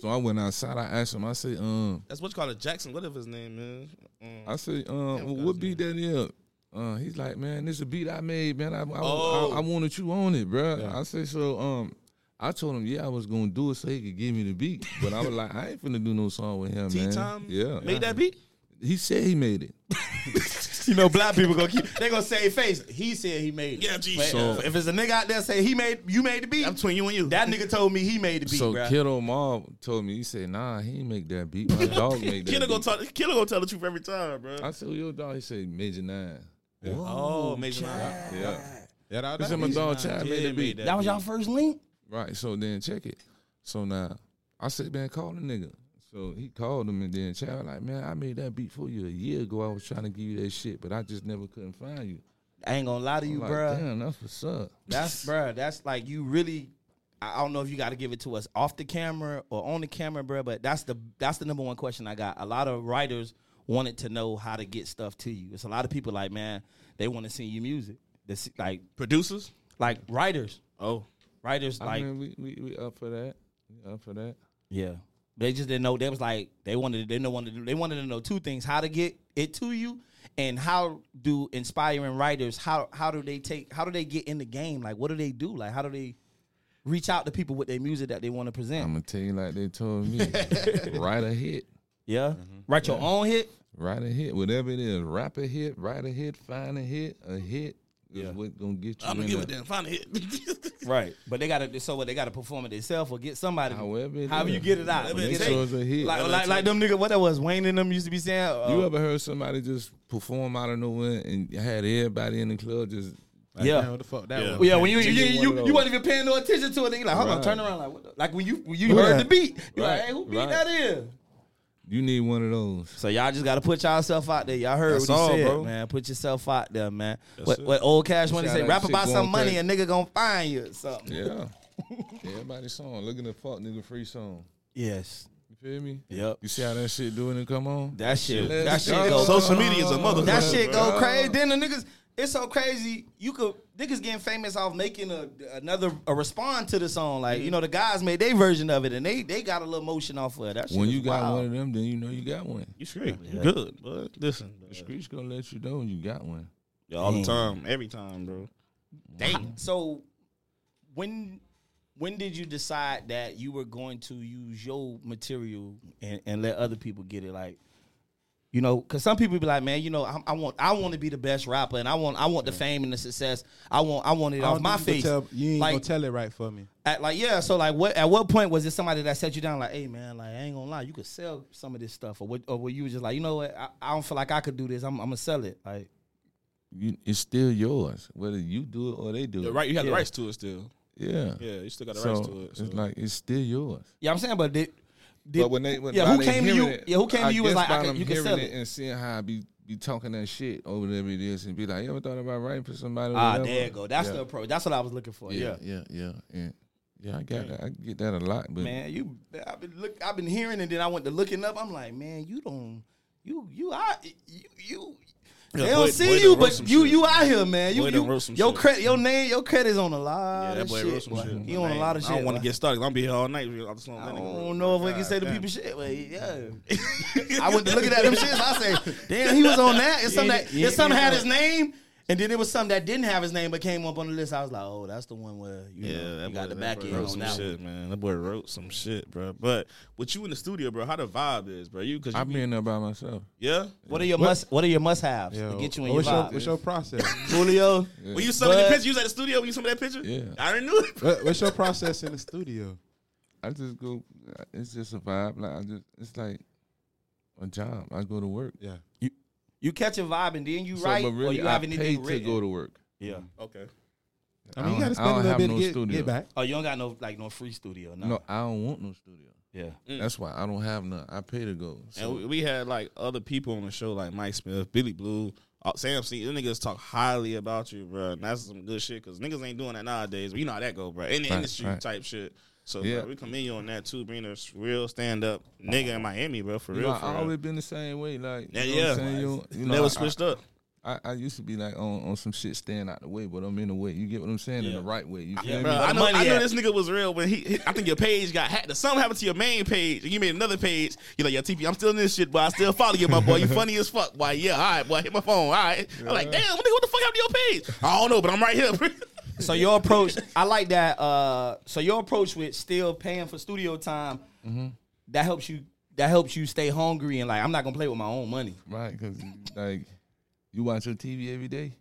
[SPEAKER 4] So I went outside. I asked him. I said, um,
[SPEAKER 1] That's what you call a Jackson. Whatever his name is. Mm.
[SPEAKER 4] I said, um, what beat that is? Uh, he's like, man, this is a beat I made, man. I I,
[SPEAKER 1] Oh.
[SPEAKER 4] I, I wanted you on it, bro. I said, so um, I told him, yeah, I was gonna do it so he could give me the beat, but I was like, I ain't finna do no song with him,
[SPEAKER 1] Tea
[SPEAKER 4] man.
[SPEAKER 1] time.
[SPEAKER 4] yeah,
[SPEAKER 1] Made that beat.
[SPEAKER 4] He said he made it.
[SPEAKER 2] you know, black people gonna keep they gonna say face. He said he made it.
[SPEAKER 1] Yeah, G.
[SPEAKER 2] But
[SPEAKER 1] So-
[SPEAKER 2] if it's a nigga out there say he made you made the beat,
[SPEAKER 1] I'm between you and you.
[SPEAKER 2] that nigga told me he made the beat,
[SPEAKER 4] so
[SPEAKER 2] bro.
[SPEAKER 4] Kiddo Mom told me, he said, nah, he ain't make that beat. My dog made that.
[SPEAKER 1] Killer
[SPEAKER 4] beat.
[SPEAKER 1] gonna tell Killer gonna tell the truth every time, bro.
[SPEAKER 4] I said, "Who your dog. He said, Major Nine.
[SPEAKER 1] oh, major. lie.
[SPEAKER 4] Yeah.
[SPEAKER 3] That I
[SPEAKER 4] He said, my dog Chad
[SPEAKER 1] Yeah,
[SPEAKER 4] made the beat.
[SPEAKER 1] made
[SPEAKER 2] that was
[SPEAKER 1] beat.
[SPEAKER 2] y'all first link.
[SPEAKER 4] Right. So then check it. So now I said, man, call the nigga. So he called him and then Chad like, man, I made that beat for you a year ago. I was trying to give you that shit, but I just never couldn't find you.
[SPEAKER 2] I ain't gonna lie to you,
[SPEAKER 4] I'm like,
[SPEAKER 2] bruh.
[SPEAKER 4] damn, that's what's up.
[SPEAKER 2] That's bruh. That's like you really. I I don't know if you got to give it to us off the camera or on the camera, bruh. But that's the that's the number one question I got. A lot of writers wanted to know how to get stuff to you. It's a lot of people like, man, they want to see you music. They see, like
[SPEAKER 1] Producers.
[SPEAKER 2] like writers,
[SPEAKER 1] Oh,
[SPEAKER 2] writers like
[SPEAKER 4] I mean, we, we we up for that. We up for that.
[SPEAKER 2] Yeah. They just didn't know. They was like they wanted. They know wanted. To, they wanted to know two things: how to get it to you, and how do inspiring writers how how do they take how do they get in the game? Like what do they do? Like how do they reach out to people with their music that they want to present?
[SPEAKER 4] I'm gonna tell you like they told me. write a hit.
[SPEAKER 2] yeah,
[SPEAKER 4] Mm-hmm.
[SPEAKER 2] write your own hit.
[SPEAKER 4] Write a hit. Whatever it is. Rap a hit, write a hit, find a hit, a hit is what gonna get you.
[SPEAKER 1] I'm gonna
[SPEAKER 4] in
[SPEAKER 1] give
[SPEAKER 4] the-
[SPEAKER 1] it damn. Find a hit.
[SPEAKER 2] Right, but they gotta so what they gotta perform it themselves or get somebody.
[SPEAKER 4] However it
[SPEAKER 2] however
[SPEAKER 4] is.
[SPEAKER 2] you get it out.
[SPEAKER 1] Whatever it
[SPEAKER 2] They-
[SPEAKER 4] takes. It's a hit.
[SPEAKER 2] Like,
[SPEAKER 1] Whatever
[SPEAKER 2] like,
[SPEAKER 1] it
[SPEAKER 2] like them nigga, what that was Wayne and them used to be saying. uh,
[SPEAKER 4] You ever heard somebody just perform out of nowhere and had everybody in the club just
[SPEAKER 2] yeah.
[SPEAKER 3] What the fuck that
[SPEAKER 1] Yeah.
[SPEAKER 3] was?
[SPEAKER 2] Well, Oh, yeah, when you you,
[SPEAKER 4] Give
[SPEAKER 2] you, you,
[SPEAKER 4] me one of
[SPEAKER 2] you,
[SPEAKER 4] those.
[SPEAKER 2] wasn't even paying no attention to it. Then you like, hold on,
[SPEAKER 4] Right.
[SPEAKER 2] turn around, like, what the, like when you when you
[SPEAKER 4] Right.
[SPEAKER 2] heard the beat, you like,
[SPEAKER 4] Right.
[SPEAKER 2] hey, who beat
[SPEAKER 4] Right.
[SPEAKER 2] that is?
[SPEAKER 4] you need one of those.
[SPEAKER 2] So y'all just gotta put yourself out there. Y'all heard
[SPEAKER 1] That's
[SPEAKER 2] what he
[SPEAKER 1] all,
[SPEAKER 2] said,
[SPEAKER 1] bro.
[SPEAKER 2] man. Put yourself out there, man. What,
[SPEAKER 1] it.
[SPEAKER 2] what old Cash Money
[SPEAKER 4] Shout
[SPEAKER 2] say?
[SPEAKER 4] out
[SPEAKER 2] Rap
[SPEAKER 4] to
[SPEAKER 2] about
[SPEAKER 4] Shit
[SPEAKER 2] some
[SPEAKER 4] Going
[SPEAKER 2] money,
[SPEAKER 4] Crazy.
[SPEAKER 2] a nigga gonna find you or something.
[SPEAKER 4] Yeah. Everybody song. Look at the fuck nigga free song.
[SPEAKER 2] Yes.
[SPEAKER 4] You feel me?
[SPEAKER 2] Yep.
[SPEAKER 4] You see how that shit doing it come on?
[SPEAKER 2] That shit.
[SPEAKER 4] Let's
[SPEAKER 2] That shit go.
[SPEAKER 4] go.
[SPEAKER 1] Social media is a motherfucker.
[SPEAKER 2] that shit
[SPEAKER 1] bro.
[SPEAKER 2] go crazy. Then the niggas, it's so crazy. You could niggas getting famous off making a another a respond to the song. Like you know, the guys made their version of it, and they they got a little motion off of it. That shit
[SPEAKER 4] When
[SPEAKER 2] is
[SPEAKER 4] you got
[SPEAKER 2] wild.
[SPEAKER 4] one of them, then you know you got one.
[SPEAKER 1] You straight. You good, but listen,
[SPEAKER 4] The streets gonna let you know you got one.
[SPEAKER 1] all the time, every time, bro.
[SPEAKER 2] Damn. So when when did you decide that you were going to use your material and, and let other people get it? Like, you know, because some people be like, man, you know, I, I want I want to be the best rapper, and I want I want the fame and the success. I want I want it
[SPEAKER 3] I don't
[SPEAKER 2] off my face.
[SPEAKER 3] think you gonna tell- you ain't
[SPEAKER 2] like,
[SPEAKER 3] gonna tell it right for me.
[SPEAKER 2] at, like yeah. So like, what at what point was it somebody that set you down? Like, hey man, like I ain't gonna lie, you could sell some of this stuff, or what? Or were you just like, you know what? I, I don't feel like I could do this. I'm, I'm gonna sell it. Like,
[SPEAKER 4] You, it's still yours, whether you do it or they do it.
[SPEAKER 1] Right, you had
[SPEAKER 2] Yeah.
[SPEAKER 1] the rights to it still.
[SPEAKER 4] Yeah.
[SPEAKER 1] Yeah, you still got the
[SPEAKER 4] So,
[SPEAKER 1] rights to it. So.
[SPEAKER 4] it's like it's still yours.
[SPEAKER 2] yeah, I'm saying, but did Did-
[SPEAKER 4] but when they when
[SPEAKER 2] yeah,
[SPEAKER 4] by
[SPEAKER 2] who
[SPEAKER 4] they
[SPEAKER 2] came to you-
[SPEAKER 4] hearing it,
[SPEAKER 2] yeah, who came
[SPEAKER 4] I
[SPEAKER 2] to you was
[SPEAKER 4] guess
[SPEAKER 2] like, I
[SPEAKER 4] by
[SPEAKER 2] can-
[SPEAKER 4] them
[SPEAKER 2] you can
[SPEAKER 4] hearing
[SPEAKER 2] sell it.
[SPEAKER 4] and seeing how I be be talking that shit over whatever it is and be like, you ever thought about writing for somebody? or
[SPEAKER 2] Ah,
[SPEAKER 4] whatever?"
[SPEAKER 2] there you go. That's
[SPEAKER 4] Yeah.
[SPEAKER 2] the approach. That's what I was looking for.
[SPEAKER 4] yeah,
[SPEAKER 2] Yeah.
[SPEAKER 4] yeah, yeah, yeah. Yeah, I got that. I get that a lot, but
[SPEAKER 2] Man, you I've been look I've been hearing and then I went to looking up. I'm like, man, you don't you you I you you
[SPEAKER 1] Yeah,
[SPEAKER 2] they don't
[SPEAKER 1] boy-
[SPEAKER 2] see
[SPEAKER 1] boy done
[SPEAKER 2] you,
[SPEAKER 1] wrote
[SPEAKER 2] but
[SPEAKER 1] some
[SPEAKER 2] you
[SPEAKER 1] shit.
[SPEAKER 2] you out here, man. You,
[SPEAKER 1] Boy done
[SPEAKER 2] you
[SPEAKER 1] wrote some
[SPEAKER 2] your
[SPEAKER 1] shit.
[SPEAKER 2] credit, your name, your credit's on a lot
[SPEAKER 1] Yeah, that
[SPEAKER 2] of
[SPEAKER 1] boy
[SPEAKER 2] shit.
[SPEAKER 1] wrote some
[SPEAKER 2] boy.
[SPEAKER 1] shit.
[SPEAKER 2] You on a
[SPEAKER 1] Man,
[SPEAKER 2] lot of shit.
[SPEAKER 1] I don't want to
[SPEAKER 2] boy.
[SPEAKER 1] get started. I'm be here all night. I just don't,
[SPEAKER 2] I don't know if we can say the
[SPEAKER 1] damn.
[SPEAKER 2] people shit, but yeah. I went to looking at them shits. I say, damn, he was on that. It's something that it's something had his name, and then it was something that didn't have his name but came up on the list. I was like, oh, that's the one where you,
[SPEAKER 1] Yeah,
[SPEAKER 2] know,
[SPEAKER 1] that
[SPEAKER 2] you
[SPEAKER 1] boy,
[SPEAKER 2] got the
[SPEAKER 1] that
[SPEAKER 2] back
[SPEAKER 1] boy
[SPEAKER 2] end
[SPEAKER 1] wrote some
[SPEAKER 2] on that. one.
[SPEAKER 1] shit, man. That boy wrote some shit, bro. But with you in the studio, bro, how the vibe is, bro? You because you
[SPEAKER 4] I've
[SPEAKER 1] be,
[SPEAKER 4] been there by myself.
[SPEAKER 1] yeah.
[SPEAKER 2] What are your must? What are your must haves to
[SPEAKER 3] Yo,
[SPEAKER 2] get you in your
[SPEAKER 3] what's
[SPEAKER 2] vibe?
[SPEAKER 3] What's your process?
[SPEAKER 2] Julio,
[SPEAKER 1] When you summoned the
[SPEAKER 2] But-
[SPEAKER 1] picture, you was at the studio when you summoned that picture.
[SPEAKER 4] Yeah.
[SPEAKER 1] I already knew it.
[SPEAKER 3] What- what's your process in the studio?
[SPEAKER 4] I just go. uh, It's just a vibe. Like I just, it's like a job. I go to work.
[SPEAKER 3] Yeah.
[SPEAKER 2] you catch a vibe and then you
[SPEAKER 4] So,
[SPEAKER 2] write,
[SPEAKER 4] but
[SPEAKER 2] or
[SPEAKER 4] really,
[SPEAKER 2] you have
[SPEAKER 4] I pay
[SPEAKER 2] anything
[SPEAKER 4] to
[SPEAKER 2] written.
[SPEAKER 4] go to work.
[SPEAKER 2] yeah.
[SPEAKER 1] Okay.
[SPEAKER 3] I mean, you
[SPEAKER 4] I
[SPEAKER 3] got
[SPEAKER 4] don't-
[SPEAKER 3] to spend
[SPEAKER 4] I
[SPEAKER 3] a
[SPEAKER 4] don't
[SPEAKER 3] little
[SPEAKER 4] have
[SPEAKER 3] bit
[SPEAKER 4] no
[SPEAKER 3] to get,
[SPEAKER 4] studio.
[SPEAKER 3] get back.
[SPEAKER 2] Oh, you don't got no like no free studio. No.
[SPEAKER 4] No, I don't want no studio.
[SPEAKER 2] Yeah.
[SPEAKER 4] That's why I don't have none. I pay to go. So
[SPEAKER 1] And we, we had like other people on the show, like Mike Smith, Billy Blue, uh, Sam C. Them niggas talk highly about you, bro. And that's some good shit because niggas ain't doing that nowadays. But you know how that go, bro. In the
[SPEAKER 4] Right,
[SPEAKER 1] industry
[SPEAKER 4] right.
[SPEAKER 1] type shit. So
[SPEAKER 4] Yeah.
[SPEAKER 1] bro, we commend you on that too, being a s- real stand up nigga in Miami, bro. For
[SPEAKER 4] you
[SPEAKER 1] real,
[SPEAKER 4] know,
[SPEAKER 1] for
[SPEAKER 4] I
[SPEAKER 1] real.
[SPEAKER 4] always been the same way. Like
[SPEAKER 1] yeah,
[SPEAKER 4] you know
[SPEAKER 1] yeah.
[SPEAKER 4] what I'm saying? You, you know,
[SPEAKER 1] Never
[SPEAKER 4] I-
[SPEAKER 1] switched up.
[SPEAKER 4] I, I, I used to be like on, on some shit staying out the way, but I'm in the way. You get what I'm saying? In the right way. You feel me?
[SPEAKER 1] Bro,
[SPEAKER 2] Where
[SPEAKER 1] I
[SPEAKER 2] the
[SPEAKER 1] know,
[SPEAKER 2] money
[SPEAKER 1] I know
[SPEAKER 2] at?
[SPEAKER 1] this nigga was real when he, he- I think your page got hacked. or Something happened to your main page, and you made another page. You're like, yo, TP, I'm still in this shit, but I still follow you, my boy. You funny as fuck, boy. Yeah, all right, boy. Hit my phone, all right. I'm like, damn, nigga, what the fuck happened to your page? I don't know, but I'm right here.
[SPEAKER 2] So your approach, I like that. Uh, so your approach with still paying for studio time, that helps you. That helps you stay hungry and like I'm not gonna play with my own money.
[SPEAKER 4] Right? Because like you watch your TV every day.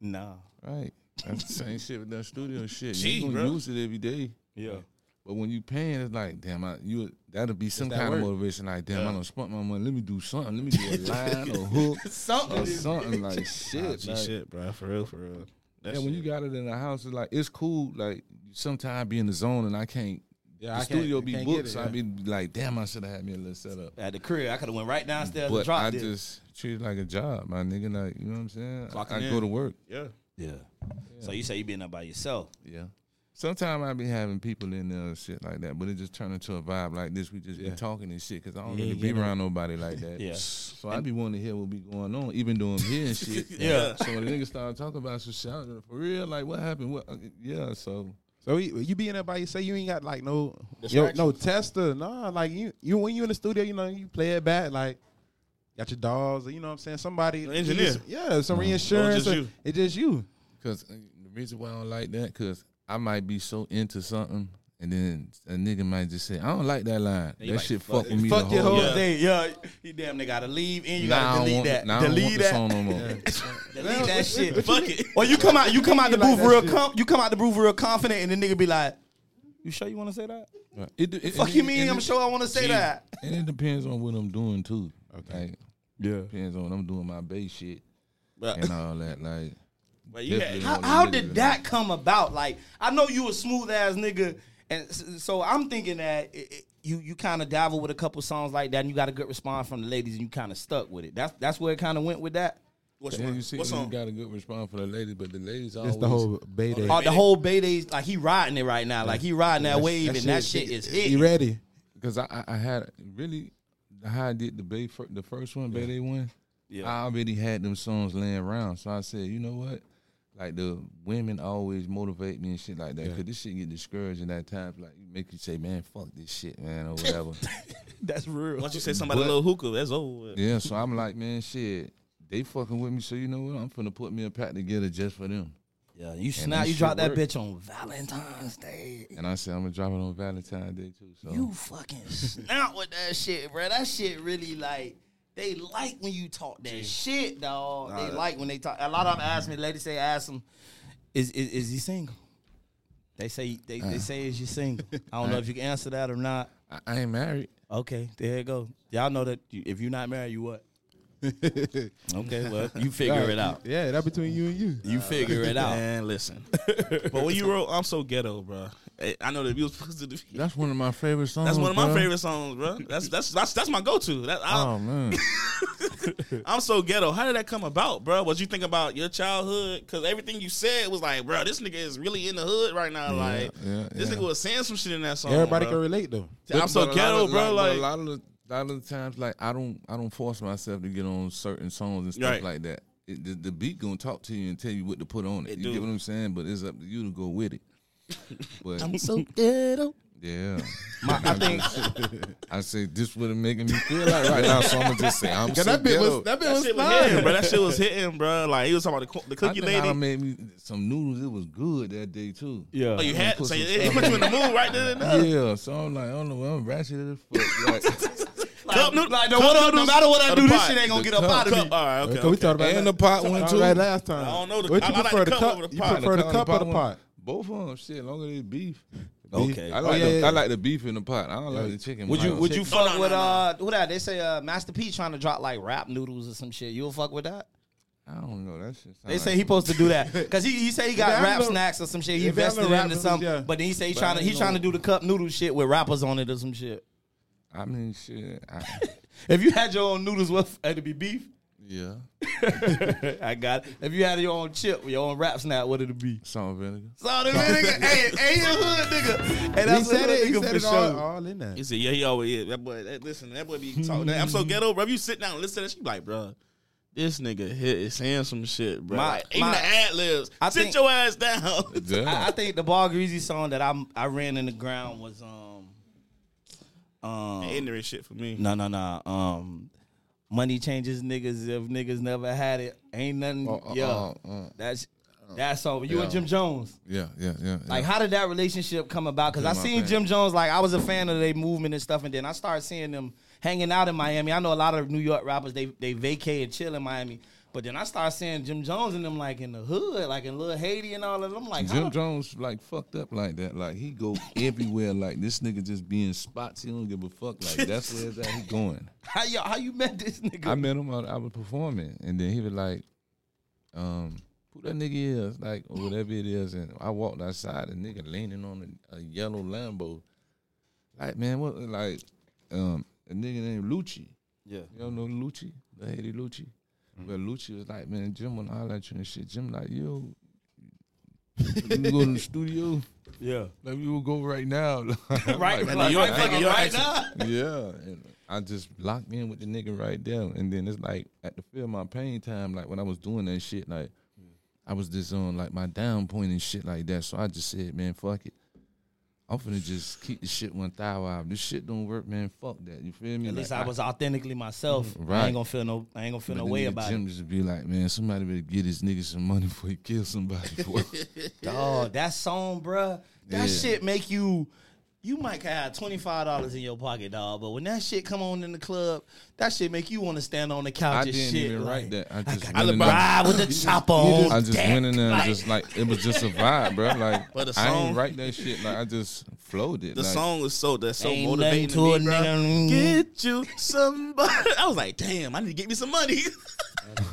[SPEAKER 2] No.
[SPEAKER 4] Right. That's the same shit with that studio shit.
[SPEAKER 1] Gee,
[SPEAKER 4] you gonna
[SPEAKER 1] bro.
[SPEAKER 4] use it every day.
[SPEAKER 2] Yeah.
[SPEAKER 4] But when you paying, it's like, damn, I, you that'll be some
[SPEAKER 2] that
[SPEAKER 4] kind of
[SPEAKER 2] work.
[SPEAKER 4] motivation. Like, damn, I don't spent my money. Let me do something. Let me do a line or hook
[SPEAKER 2] Something.
[SPEAKER 4] or something like shit. like-
[SPEAKER 1] shit, bro. For real, for real.
[SPEAKER 4] Yeah, when you got it in the house, it's like it's cool. Like sometimes I be in the zone and I can't.
[SPEAKER 3] Yeah,
[SPEAKER 4] the
[SPEAKER 3] I can't-
[SPEAKER 4] studio
[SPEAKER 3] I
[SPEAKER 4] be
[SPEAKER 3] can't get
[SPEAKER 4] booked,
[SPEAKER 3] it,
[SPEAKER 4] so I
[SPEAKER 3] yeah.
[SPEAKER 4] be like, damn, I should have had me a little setup.
[SPEAKER 2] At the crib, I could have went right downstairs and
[SPEAKER 4] But
[SPEAKER 2] dropped
[SPEAKER 4] I
[SPEAKER 2] it.
[SPEAKER 4] just treat it like a job, my nigga. Like you know what I'm saying?
[SPEAKER 1] Clocking
[SPEAKER 4] I, I
[SPEAKER 1] in.
[SPEAKER 4] go to work.
[SPEAKER 1] yeah.
[SPEAKER 2] yeah. So you say you been up by yourself?
[SPEAKER 4] Yeah. Sometimes I be having people in there and shit like that, but it just turned into a vibe like this. We just be talking and shit because I don't
[SPEAKER 2] Yeah,
[SPEAKER 4] really
[SPEAKER 2] you
[SPEAKER 4] be
[SPEAKER 2] know.
[SPEAKER 4] around nobody like that.
[SPEAKER 2] Yeah.
[SPEAKER 4] So I be wanting to hear what be going on, even though I'm here and shit.
[SPEAKER 2] Yeah.
[SPEAKER 4] So when the niggas start talking about some shit, I'm like, for real, like what happened? What? uh, Yeah. So
[SPEAKER 3] So you, you be in there by yourself. You ain't got like no yo, no tester. Nah, like you you when you in the studio, you know you play it back. Like got your dogs. You know what I'm saying? Somebody
[SPEAKER 1] An engineer.
[SPEAKER 3] Yeah, some reinsurance.
[SPEAKER 1] Oh, just
[SPEAKER 3] or-
[SPEAKER 1] you.
[SPEAKER 3] It's just you.
[SPEAKER 4] Cause uh, the reason why I don't like that, cause I might be so into something, and then a nigga might just say, "I don't like that line. That
[SPEAKER 2] like,
[SPEAKER 4] shit
[SPEAKER 2] fuck
[SPEAKER 4] fuck with me
[SPEAKER 3] Fuck
[SPEAKER 4] the
[SPEAKER 3] your
[SPEAKER 4] whole
[SPEAKER 3] whole
[SPEAKER 4] day."
[SPEAKER 1] Yeah.
[SPEAKER 2] They, yeah, you damn, they gotta leave and you
[SPEAKER 4] Now
[SPEAKER 2] gotta
[SPEAKER 4] I don't
[SPEAKER 2] delete
[SPEAKER 4] want,
[SPEAKER 2] that.
[SPEAKER 4] now I don't
[SPEAKER 2] delete
[SPEAKER 4] want
[SPEAKER 2] that.
[SPEAKER 4] this song no more.
[SPEAKER 2] Delete that shit.
[SPEAKER 1] Fuck it.
[SPEAKER 2] Or you come out, you come out the
[SPEAKER 3] Like
[SPEAKER 2] booth
[SPEAKER 3] that
[SPEAKER 2] real,
[SPEAKER 3] shit.
[SPEAKER 2] com- you come out the booth real confident, and the nigga be like, "You sure you want to say that?
[SPEAKER 4] Right. It, it,
[SPEAKER 2] Fuck
[SPEAKER 4] and
[SPEAKER 2] you
[SPEAKER 4] it-
[SPEAKER 2] mean?
[SPEAKER 4] and
[SPEAKER 2] I'm
[SPEAKER 4] it-
[SPEAKER 2] sure I want to say
[SPEAKER 4] Gee,
[SPEAKER 2] that."
[SPEAKER 4] And it depends on what I'm doing too. Okay.
[SPEAKER 3] Yeah.
[SPEAKER 4] depends on I'm doing my bass shit
[SPEAKER 1] But,
[SPEAKER 4] and all that. Like
[SPEAKER 1] but you had,
[SPEAKER 4] definitely
[SPEAKER 1] how-
[SPEAKER 2] How, how
[SPEAKER 4] all the niggas in
[SPEAKER 2] did
[SPEAKER 4] there.
[SPEAKER 2] that come about? Like, I know you a smooth ass nigga, and s- so I'm thinking that it, it- you you kind of dabble with a couple songs like that, and you got a good response from the ladies, and you kind of stuck with it. That's that's where it kind of went with that.
[SPEAKER 1] what's,
[SPEAKER 4] then you
[SPEAKER 1] on?
[SPEAKER 4] see
[SPEAKER 1] what's
[SPEAKER 4] you
[SPEAKER 1] on?
[SPEAKER 4] got a good response for the ladies, but the ladies always
[SPEAKER 3] It's the whole beta.
[SPEAKER 2] Oh, the whole Bay Days, like he riding it right now, like he riding that wave, and that shit is
[SPEAKER 3] You
[SPEAKER 2] it.
[SPEAKER 3] ready?
[SPEAKER 4] because I, I I had really how I did the bay fir- the first one, bay day one.
[SPEAKER 2] Yeah.
[SPEAKER 4] I already had them songs laying around, so I said, you know what? Like the women always motivate me and shit like that, cause this shit get discouraging at times. Like make you say, man, fuck this shit, man, or whatever.
[SPEAKER 2] That's real.
[SPEAKER 1] Once you say somebody a little hookah, that's over. with.
[SPEAKER 4] yeah, so I'm like, man, shit, they fucking with me, so you know what? I'm finna put me a pack together just for them.
[SPEAKER 2] Yeah, you snap,
[SPEAKER 4] that
[SPEAKER 2] you
[SPEAKER 4] shit
[SPEAKER 2] drop that
[SPEAKER 4] work.
[SPEAKER 2] bitch on Valentine's Day.
[SPEAKER 4] And I said, I'm gonna drop it on Valentine's Day too. So
[SPEAKER 2] You fucking snap with that shit, bro. That shit really like they like when you talk that shit, dog. they like when they talk. A lot of them ask me, ladies say, ask them, is is, is he single? They say they, they say is you single. I don't know if you can answer that or not.
[SPEAKER 4] I, I ain't married.
[SPEAKER 2] Okay, there you go. Y'all know that you, if you're not married, you what? Okay, well, you figure it out.
[SPEAKER 3] Yeah, that between you and you.
[SPEAKER 2] You figure it out.
[SPEAKER 1] Man, listen. but when you wrote "I'm So Ghetto," bro, Eh, I- I know that we was supposed to. do-
[SPEAKER 4] That's one of my favorite songs.
[SPEAKER 1] That's one of my
[SPEAKER 4] bruh.
[SPEAKER 1] favorite songs, bro. That's that's that's that's my go-to. That, I,
[SPEAKER 4] Oh man,
[SPEAKER 1] I'm so ghetto. How did that come about, bro? Was you think about your childhood? Because everything you said was like, bro, this nigga is really in the hood right now. like,
[SPEAKER 4] yeah,
[SPEAKER 1] this
[SPEAKER 4] yeah.
[SPEAKER 1] nigga was saying some shit in that song.
[SPEAKER 3] Everybody
[SPEAKER 1] bro.
[SPEAKER 3] can relate though.
[SPEAKER 1] I'm so
[SPEAKER 4] But a lot
[SPEAKER 1] ghetto,
[SPEAKER 4] of-
[SPEAKER 1] bro.
[SPEAKER 4] but
[SPEAKER 1] Like,
[SPEAKER 4] a lot of the, lot of the times, like I don't, I don't force myself to get on certain songs and stuff
[SPEAKER 1] Right.
[SPEAKER 4] like that. It, the, the beat gonna talk to you and tell you what to put on it.
[SPEAKER 1] It
[SPEAKER 4] you
[SPEAKER 1] do.
[SPEAKER 4] get what I'm saying? But it's up to you to go with it. But
[SPEAKER 2] so ghetto.
[SPEAKER 4] yeah, I think I say this would have making me feel like right now, so I'm gonna just say I'm so
[SPEAKER 3] that bit
[SPEAKER 4] ghetto.
[SPEAKER 3] was that bit
[SPEAKER 1] that
[SPEAKER 3] was
[SPEAKER 1] shit was hitting,
[SPEAKER 3] flying.
[SPEAKER 1] bro. That shit was hitting, bro. Like, he was talking about the, co- the
[SPEAKER 4] I
[SPEAKER 1] cookie
[SPEAKER 4] think I done
[SPEAKER 1] lady.
[SPEAKER 4] made me some noodles. It was good that day too.
[SPEAKER 1] Oh, you
[SPEAKER 4] I
[SPEAKER 1] had
[SPEAKER 4] put
[SPEAKER 1] so
[SPEAKER 4] some
[SPEAKER 1] it, it
[SPEAKER 4] stuff
[SPEAKER 1] put you in the mood right there. and there.
[SPEAKER 4] Yeah, so I'm like, I don't know, I'm ratchet as fuck. Like,
[SPEAKER 1] Cup noodle-
[SPEAKER 2] Like, no,
[SPEAKER 1] cup
[SPEAKER 2] what I, no
[SPEAKER 1] noodles
[SPEAKER 2] matter what
[SPEAKER 1] or
[SPEAKER 2] I
[SPEAKER 1] the
[SPEAKER 2] do, this
[SPEAKER 1] pot?
[SPEAKER 2] shit ain't gonna get
[SPEAKER 4] The
[SPEAKER 2] up out
[SPEAKER 4] cup.
[SPEAKER 2] of
[SPEAKER 1] Cup.
[SPEAKER 2] me.
[SPEAKER 1] All right, okay.
[SPEAKER 3] Okay, we
[SPEAKER 1] okay.
[SPEAKER 3] talked about
[SPEAKER 4] And
[SPEAKER 3] that-
[SPEAKER 4] the pot
[SPEAKER 3] talked
[SPEAKER 4] one,
[SPEAKER 3] about
[SPEAKER 4] too.
[SPEAKER 3] that last time.
[SPEAKER 1] I don't know the-
[SPEAKER 3] What
[SPEAKER 1] I-
[SPEAKER 3] you
[SPEAKER 1] I like the
[SPEAKER 3] prefer, the
[SPEAKER 1] cup
[SPEAKER 3] cup?
[SPEAKER 1] over the
[SPEAKER 3] You
[SPEAKER 1] pot.
[SPEAKER 3] prefer the cup or the pot?
[SPEAKER 4] Both of them, shit. Long as it's beef.
[SPEAKER 2] Okay.
[SPEAKER 4] I like,
[SPEAKER 3] Oh, yeah,
[SPEAKER 4] the,
[SPEAKER 3] yeah, yeah.
[SPEAKER 4] I like the beef in the pot. I don't like the chicken.
[SPEAKER 2] Would you
[SPEAKER 4] wings.
[SPEAKER 2] would you
[SPEAKER 4] Chicken-
[SPEAKER 1] Oh,
[SPEAKER 2] fuck
[SPEAKER 1] no,
[SPEAKER 2] with
[SPEAKER 1] no, no.
[SPEAKER 2] uh what that they say uh Master P trying to drop like rap noodles or some shit? You'll fuck with that?
[SPEAKER 4] I don't know. That shit.
[SPEAKER 2] They say he supposed to do that because he, he say he got
[SPEAKER 3] Yeah, I
[SPEAKER 2] rap
[SPEAKER 3] know-
[SPEAKER 2] snacks or some shit. He
[SPEAKER 3] Yeah, I know
[SPEAKER 2] invested
[SPEAKER 3] rap
[SPEAKER 2] into
[SPEAKER 3] noodles,
[SPEAKER 2] something,
[SPEAKER 3] yeah.
[SPEAKER 2] but then he say he
[SPEAKER 4] But I
[SPEAKER 2] trying to he
[SPEAKER 4] ain't
[SPEAKER 2] trying to
[SPEAKER 4] gonna-
[SPEAKER 2] do the cup noodle shit with rappers on it or some shit.
[SPEAKER 4] I mean, shit. I,
[SPEAKER 2] If you had your own noodles, what f- it'd be beef?
[SPEAKER 4] yeah,
[SPEAKER 2] I got. it. If you had your own chip, your own rap snack, what it'd be?
[SPEAKER 4] salt and vinegar.
[SPEAKER 2] So the nigga, hey, hey, your hood nigga, and
[SPEAKER 3] He
[SPEAKER 2] that's
[SPEAKER 3] said it. He
[SPEAKER 2] nigga
[SPEAKER 3] said
[SPEAKER 2] for
[SPEAKER 3] it all,
[SPEAKER 2] sure.
[SPEAKER 3] all in that.
[SPEAKER 1] He said, "Yeah, he always is." That boy, that, listen, that boy be talking. that- I'm
[SPEAKER 2] Hmm.
[SPEAKER 1] so ghetto, bro. You sit down and listen to that, shit, you be like, bro, this nigga hit is saying some shit, bro.
[SPEAKER 2] My-
[SPEAKER 1] Like, even
[SPEAKER 2] my-
[SPEAKER 1] the ad libs.
[SPEAKER 2] I
[SPEAKER 1] Sit
[SPEAKER 2] think-
[SPEAKER 1] your ass down.
[SPEAKER 4] Yeah.
[SPEAKER 2] I, I think the Ball Greasy song that I I ran in the ground was um um
[SPEAKER 1] Ignorant shit for me.
[SPEAKER 2] No, no, no. Um, money changes niggas. If niggas never had it, ain't nothing.
[SPEAKER 4] Oh, oh,
[SPEAKER 2] yeah,
[SPEAKER 4] oh, oh.
[SPEAKER 2] that's that's all. You and
[SPEAKER 4] Yeah.
[SPEAKER 2] Jim Jones.
[SPEAKER 4] yeah, yeah, yeah.
[SPEAKER 2] Like, how did that relationship come about? Because I
[SPEAKER 4] my
[SPEAKER 2] seen
[SPEAKER 4] fan.
[SPEAKER 2] Jim Jones. Like, I was a fan of their movement and stuff, and then I started seeing them hanging out in Miami. I know a lot of New York rappers they they vacay and chill in Miami. But then I started seeing Jim Jones and them like in the hood, like in Little Haiti and all of them. I'm like,
[SPEAKER 4] Jim
[SPEAKER 2] how-
[SPEAKER 4] Jones like fucked up like that. Like he go everywhere. Like this nigga just being spots. He don't give a fuck. Like that's where it's at. He going.
[SPEAKER 2] how, you how you met this nigga?
[SPEAKER 4] I met him. I, I was performing, and then he was like, um, "Who that nigga is?" Like or whatever it is. And I walked outside. A nigga leaning on a, a yellow Lambo. Like man, what? Like um, a nigga named Lucci.
[SPEAKER 2] yeah,
[SPEAKER 4] Y'all know Lucci, the Haiti Lucci. Well, Lucci was like, man, Jim wanna holler at you and shit. Jim like, yo, you go to the studio.
[SPEAKER 2] yeah.
[SPEAKER 4] Like we will go right now. I'm
[SPEAKER 2] Right,
[SPEAKER 4] like,
[SPEAKER 2] like,
[SPEAKER 1] New York-
[SPEAKER 2] right, fucking
[SPEAKER 1] New York
[SPEAKER 2] right
[SPEAKER 1] accent.
[SPEAKER 2] now.
[SPEAKER 4] yeah. And I just locked in with the nigga right there. And then it's like at the feel my pain time, like when I was doing that shit, like I was just on like my down point and shit like that. So I just said, man, fuck it. I'm finna just keep the shit one thou out. This shit don't work, man. Fuck that. You feel me?
[SPEAKER 2] At
[SPEAKER 4] Like,
[SPEAKER 2] least I was authentically myself. I
[SPEAKER 4] Right.
[SPEAKER 2] ain't gonna feel no. I ain't gonna feel
[SPEAKER 4] but
[SPEAKER 2] no
[SPEAKER 4] the
[SPEAKER 2] way
[SPEAKER 4] nigga
[SPEAKER 2] about
[SPEAKER 4] Jim
[SPEAKER 2] it.
[SPEAKER 4] just be like, man, somebody better get this nigga some money before he kill somebody. boy."
[SPEAKER 2] Dog, that song, bruh. That
[SPEAKER 4] Yeah.
[SPEAKER 2] shit make you. You might have twenty five dollars in your pocket, dog. But when that shit come on in the club, that shit make you want to stand on the
[SPEAKER 4] I
[SPEAKER 2] couch and
[SPEAKER 4] didn't
[SPEAKER 2] shit.
[SPEAKER 4] even
[SPEAKER 2] like,
[SPEAKER 4] write that. I just
[SPEAKER 2] got
[SPEAKER 4] went
[SPEAKER 1] to
[SPEAKER 4] in
[SPEAKER 1] buy
[SPEAKER 4] there-
[SPEAKER 2] Ride with the chopper on
[SPEAKER 4] I just
[SPEAKER 2] deck.
[SPEAKER 4] went in there and
[SPEAKER 2] Like,
[SPEAKER 4] just like it was just a vibe, bro. Like
[SPEAKER 1] But the
[SPEAKER 4] I
[SPEAKER 1] song-
[SPEAKER 4] ain't write that shit. Like I just floated.
[SPEAKER 1] The
[SPEAKER 4] like,
[SPEAKER 1] song was so that's so
[SPEAKER 2] Ain't
[SPEAKER 1] motivating to,
[SPEAKER 2] nothing
[SPEAKER 1] me,
[SPEAKER 2] to a
[SPEAKER 1] bro.
[SPEAKER 2] nigga.
[SPEAKER 1] Get you somebody. I was like, damn, I need to get me some money.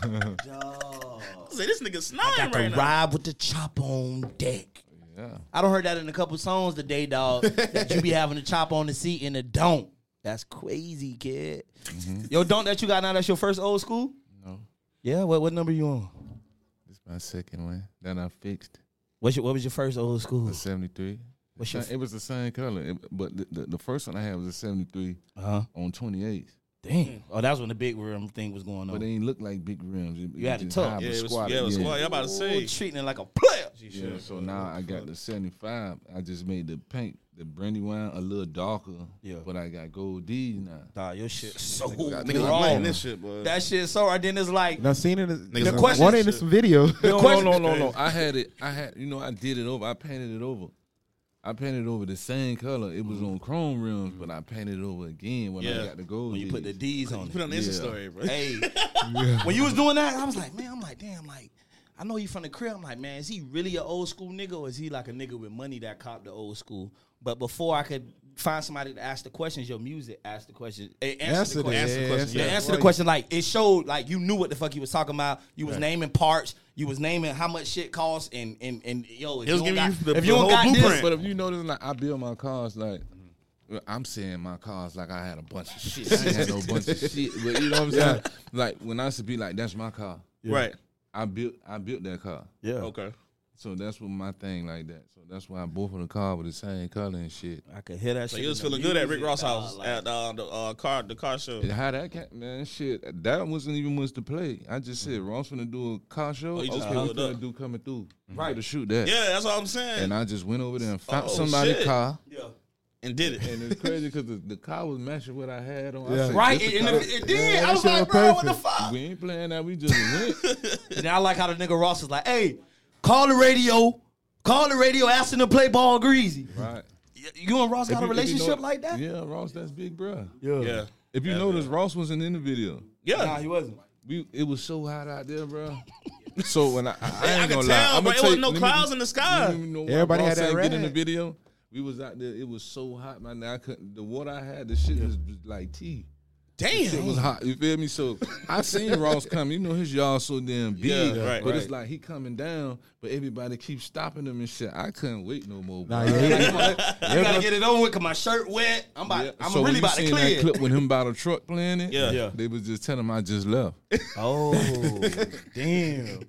[SPEAKER 2] dawg,
[SPEAKER 1] I said, this nigga
[SPEAKER 2] got
[SPEAKER 1] snide
[SPEAKER 2] to
[SPEAKER 1] right now.
[SPEAKER 2] ride with the chopper on deck.
[SPEAKER 4] Yeah.
[SPEAKER 2] I don't heard that in a couple songs today, dog. that you be having to chop on the seat and a don't. That's crazy, kid. Yo, don't that you got now? That's your first old school.
[SPEAKER 4] Mm-hmm. No.
[SPEAKER 2] Yeah. What what number you on?
[SPEAKER 4] This my second one that I fixed.
[SPEAKER 2] What's your, what was your first old school?
[SPEAKER 4] The seventy three.
[SPEAKER 2] What's your
[SPEAKER 4] It was the same color, it- but the, the, the first one I had was a seventy three
[SPEAKER 2] uh
[SPEAKER 4] on twenty eight.
[SPEAKER 2] Damn. Oh, that's when the big room thing was going
[SPEAKER 4] But they
[SPEAKER 2] on.
[SPEAKER 4] ain't look like big rims. It,
[SPEAKER 2] Oh. You had
[SPEAKER 4] it
[SPEAKER 2] to
[SPEAKER 4] just
[SPEAKER 2] tuck.
[SPEAKER 4] high, but
[SPEAKER 1] Yeah, it was,
[SPEAKER 4] squatted,
[SPEAKER 1] yeah, it was
[SPEAKER 4] yeah.
[SPEAKER 1] squad. I about to
[SPEAKER 2] Ooh,
[SPEAKER 1] say.
[SPEAKER 2] treating it like a player.
[SPEAKER 4] Yeah, so now I got the 75. I just made the paint, the brandy wine, a little darker.
[SPEAKER 2] Yeah.
[SPEAKER 4] But I got gold D's now.
[SPEAKER 2] Nah, your shit so
[SPEAKER 1] Niggas was
[SPEAKER 2] raw.
[SPEAKER 1] playing this shit, boy.
[SPEAKER 2] That shit so. And then it's like
[SPEAKER 3] Now seen it.
[SPEAKER 1] Niggas
[SPEAKER 3] The
[SPEAKER 1] like-
[SPEAKER 3] question. What in this video?
[SPEAKER 4] no,
[SPEAKER 2] question-
[SPEAKER 4] no, no, no, no. I had it. I had. You know, I did it over. I painted it over. I painted it over the same color. It was on chrome rims, but I painted it over again when
[SPEAKER 1] Yeah.
[SPEAKER 4] I got the gold.
[SPEAKER 2] when you put the
[SPEAKER 4] dish.
[SPEAKER 2] D's on
[SPEAKER 1] Put it
[SPEAKER 2] it.
[SPEAKER 1] on the Insta
[SPEAKER 4] Yeah.
[SPEAKER 1] story, bro.
[SPEAKER 2] Hey, when you was doing that, I was like, man, I'm like, damn, like, I know you from the crib. I'm like, man, is he really an old school nigga or is he like a nigga with money that copped the old school? But before I could find somebody to ask the questions, your music asked the question. It answered
[SPEAKER 3] Answer
[SPEAKER 2] the
[SPEAKER 3] the-
[SPEAKER 2] question.
[SPEAKER 1] Answer the
[SPEAKER 3] yeah,
[SPEAKER 1] question.
[SPEAKER 3] answer
[SPEAKER 2] Yeah,
[SPEAKER 1] Yeah.
[SPEAKER 2] answer the question. Like it showed, like you knew what the fuck you was talking about. You was naming parts. You was naming how much shit costs, and and and yo, if
[SPEAKER 1] It was
[SPEAKER 2] you
[SPEAKER 1] giving
[SPEAKER 2] don't got,
[SPEAKER 1] you the-
[SPEAKER 2] if you
[SPEAKER 1] the
[SPEAKER 2] don't
[SPEAKER 1] whole
[SPEAKER 2] got
[SPEAKER 1] blueprint.
[SPEAKER 2] this,
[SPEAKER 4] But if you notice, like I build my cars like. well, I'm saying my cars like I had a bunch of shit. I ain't had no bunch of shit, but you know what I'm saying. Like when I used to be like, "That's my car."
[SPEAKER 1] Right.
[SPEAKER 4] I built, I built that car.
[SPEAKER 5] Yeah.
[SPEAKER 1] Okay.
[SPEAKER 4] So that's what my thing like that. So that's why I both of the car were the same color and shit.
[SPEAKER 2] I could hear that.
[SPEAKER 1] So
[SPEAKER 2] shit
[SPEAKER 1] you was
[SPEAKER 2] in the
[SPEAKER 1] feeling good at Rick
[SPEAKER 2] music,
[SPEAKER 1] Ross'
[SPEAKER 2] dog,
[SPEAKER 1] house
[SPEAKER 2] like-
[SPEAKER 1] at uh, the uh, car the car show.
[SPEAKER 4] And how that came, man, shit, that wasn't even was to play. I just said Ross finna do a car
[SPEAKER 1] Mm-hmm.
[SPEAKER 4] show.
[SPEAKER 1] Oh, you just
[SPEAKER 4] okay, we
[SPEAKER 1] pulled up. Mm-hmm.
[SPEAKER 4] finna do coming through.
[SPEAKER 2] Right.
[SPEAKER 4] Right to shoot that.
[SPEAKER 1] Yeah, that's what I'm saying.
[SPEAKER 4] And I just went over there and found
[SPEAKER 1] Oh,
[SPEAKER 4] somebody's
[SPEAKER 1] shit.
[SPEAKER 4] car.
[SPEAKER 2] Yeah.
[SPEAKER 1] And did it.
[SPEAKER 4] And it's crazy because the, the car was matching what I had on. I
[SPEAKER 3] Yeah.
[SPEAKER 4] said,
[SPEAKER 2] Right,
[SPEAKER 4] "This
[SPEAKER 2] it,
[SPEAKER 4] the
[SPEAKER 2] and
[SPEAKER 4] car."
[SPEAKER 2] it, it did.
[SPEAKER 3] Yeah,
[SPEAKER 2] I
[SPEAKER 3] that
[SPEAKER 2] was
[SPEAKER 3] shit
[SPEAKER 2] like,
[SPEAKER 3] was
[SPEAKER 2] bro, what the
[SPEAKER 3] perfect.
[SPEAKER 2] fuck?
[SPEAKER 4] We ain't playing that. We just went.
[SPEAKER 2] And I like how the nigga Ross is like, hey, call the radio, call the radio, ask them to play ball greasy.
[SPEAKER 4] right.
[SPEAKER 2] You and Ross
[SPEAKER 4] If
[SPEAKER 2] got
[SPEAKER 4] you-
[SPEAKER 2] a
[SPEAKER 4] if you
[SPEAKER 2] relationship
[SPEAKER 4] know-
[SPEAKER 2] like that?
[SPEAKER 4] Yeah, Ross, that's big bro.
[SPEAKER 1] Yeah.
[SPEAKER 4] If you
[SPEAKER 1] Yeah,
[SPEAKER 4] notice, Ross wasn't in the video.
[SPEAKER 1] Yeah.
[SPEAKER 2] Nah, he wasn't.
[SPEAKER 4] We it was so hot out there, bro. so when I, I, I
[SPEAKER 1] I
[SPEAKER 4] ain't
[SPEAKER 1] could tell,
[SPEAKER 4] gonna
[SPEAKER 1] but
[SPEAKER 4] lie, I'ma
[SPEAKER 1] it
[SPEAKER 4] tell
[SPEAKER 1] wasn't
[SPEAKER 4] you-
[SPEAKER 1] no
[SPEAKER 4] let me-
[SPEAKER 1] clouds in the
[SPEAKER 4] You
[SPEAKER 1] sky.
[SPEAKER 4] even know why
[SPEAKER 3] Everybody
[SPEAKER 4] Ross
[SPEAKER 3] had that
[SPEAKER 4] ain't Get in the
[SPEAKER 3] rag.
[SPEAKER 4] video. We was out there. It was so hot, man. I couldn't. The water I had, the shit was like tea. It
[SPEAKER 1] Damn.
[SPEAKER 4] was hot. You feel me? So I seen Ross come. You know his yard so damn big,
[SPEAKER 1] Yeah, right,
[SPEAKER 4] but it's
[SPEAKER 1] right.
[SPEAKER 4] like he coming down, but everybody keeps stopping him and shit. I couldn't wait no more.
[SPEAKER 3] Nah,
[SPEAKER 4] bro.
[SPEAKER 3] yeah, yeah.
[SPEAKER 2] I gotta get it over with because my shirt wet. I'm about,
[SPEAKER 4] Yeah.
[SPEAKER 2] I'm
[SPEAKER 4] so when
[SPEAKER 2] really
[SPEAKER 4] you
[SPEAKER 2] about to
[SPEAKER 4] seen
[SPEAKER 2] clear.
[SPEAKER 4] that clip with him by the truck playing it.
[SPEAKER 1] Yeah. Yeah.
[SPEAKER 4] They was just telling him I just left.
[SPEAKER 2] Oh, damn.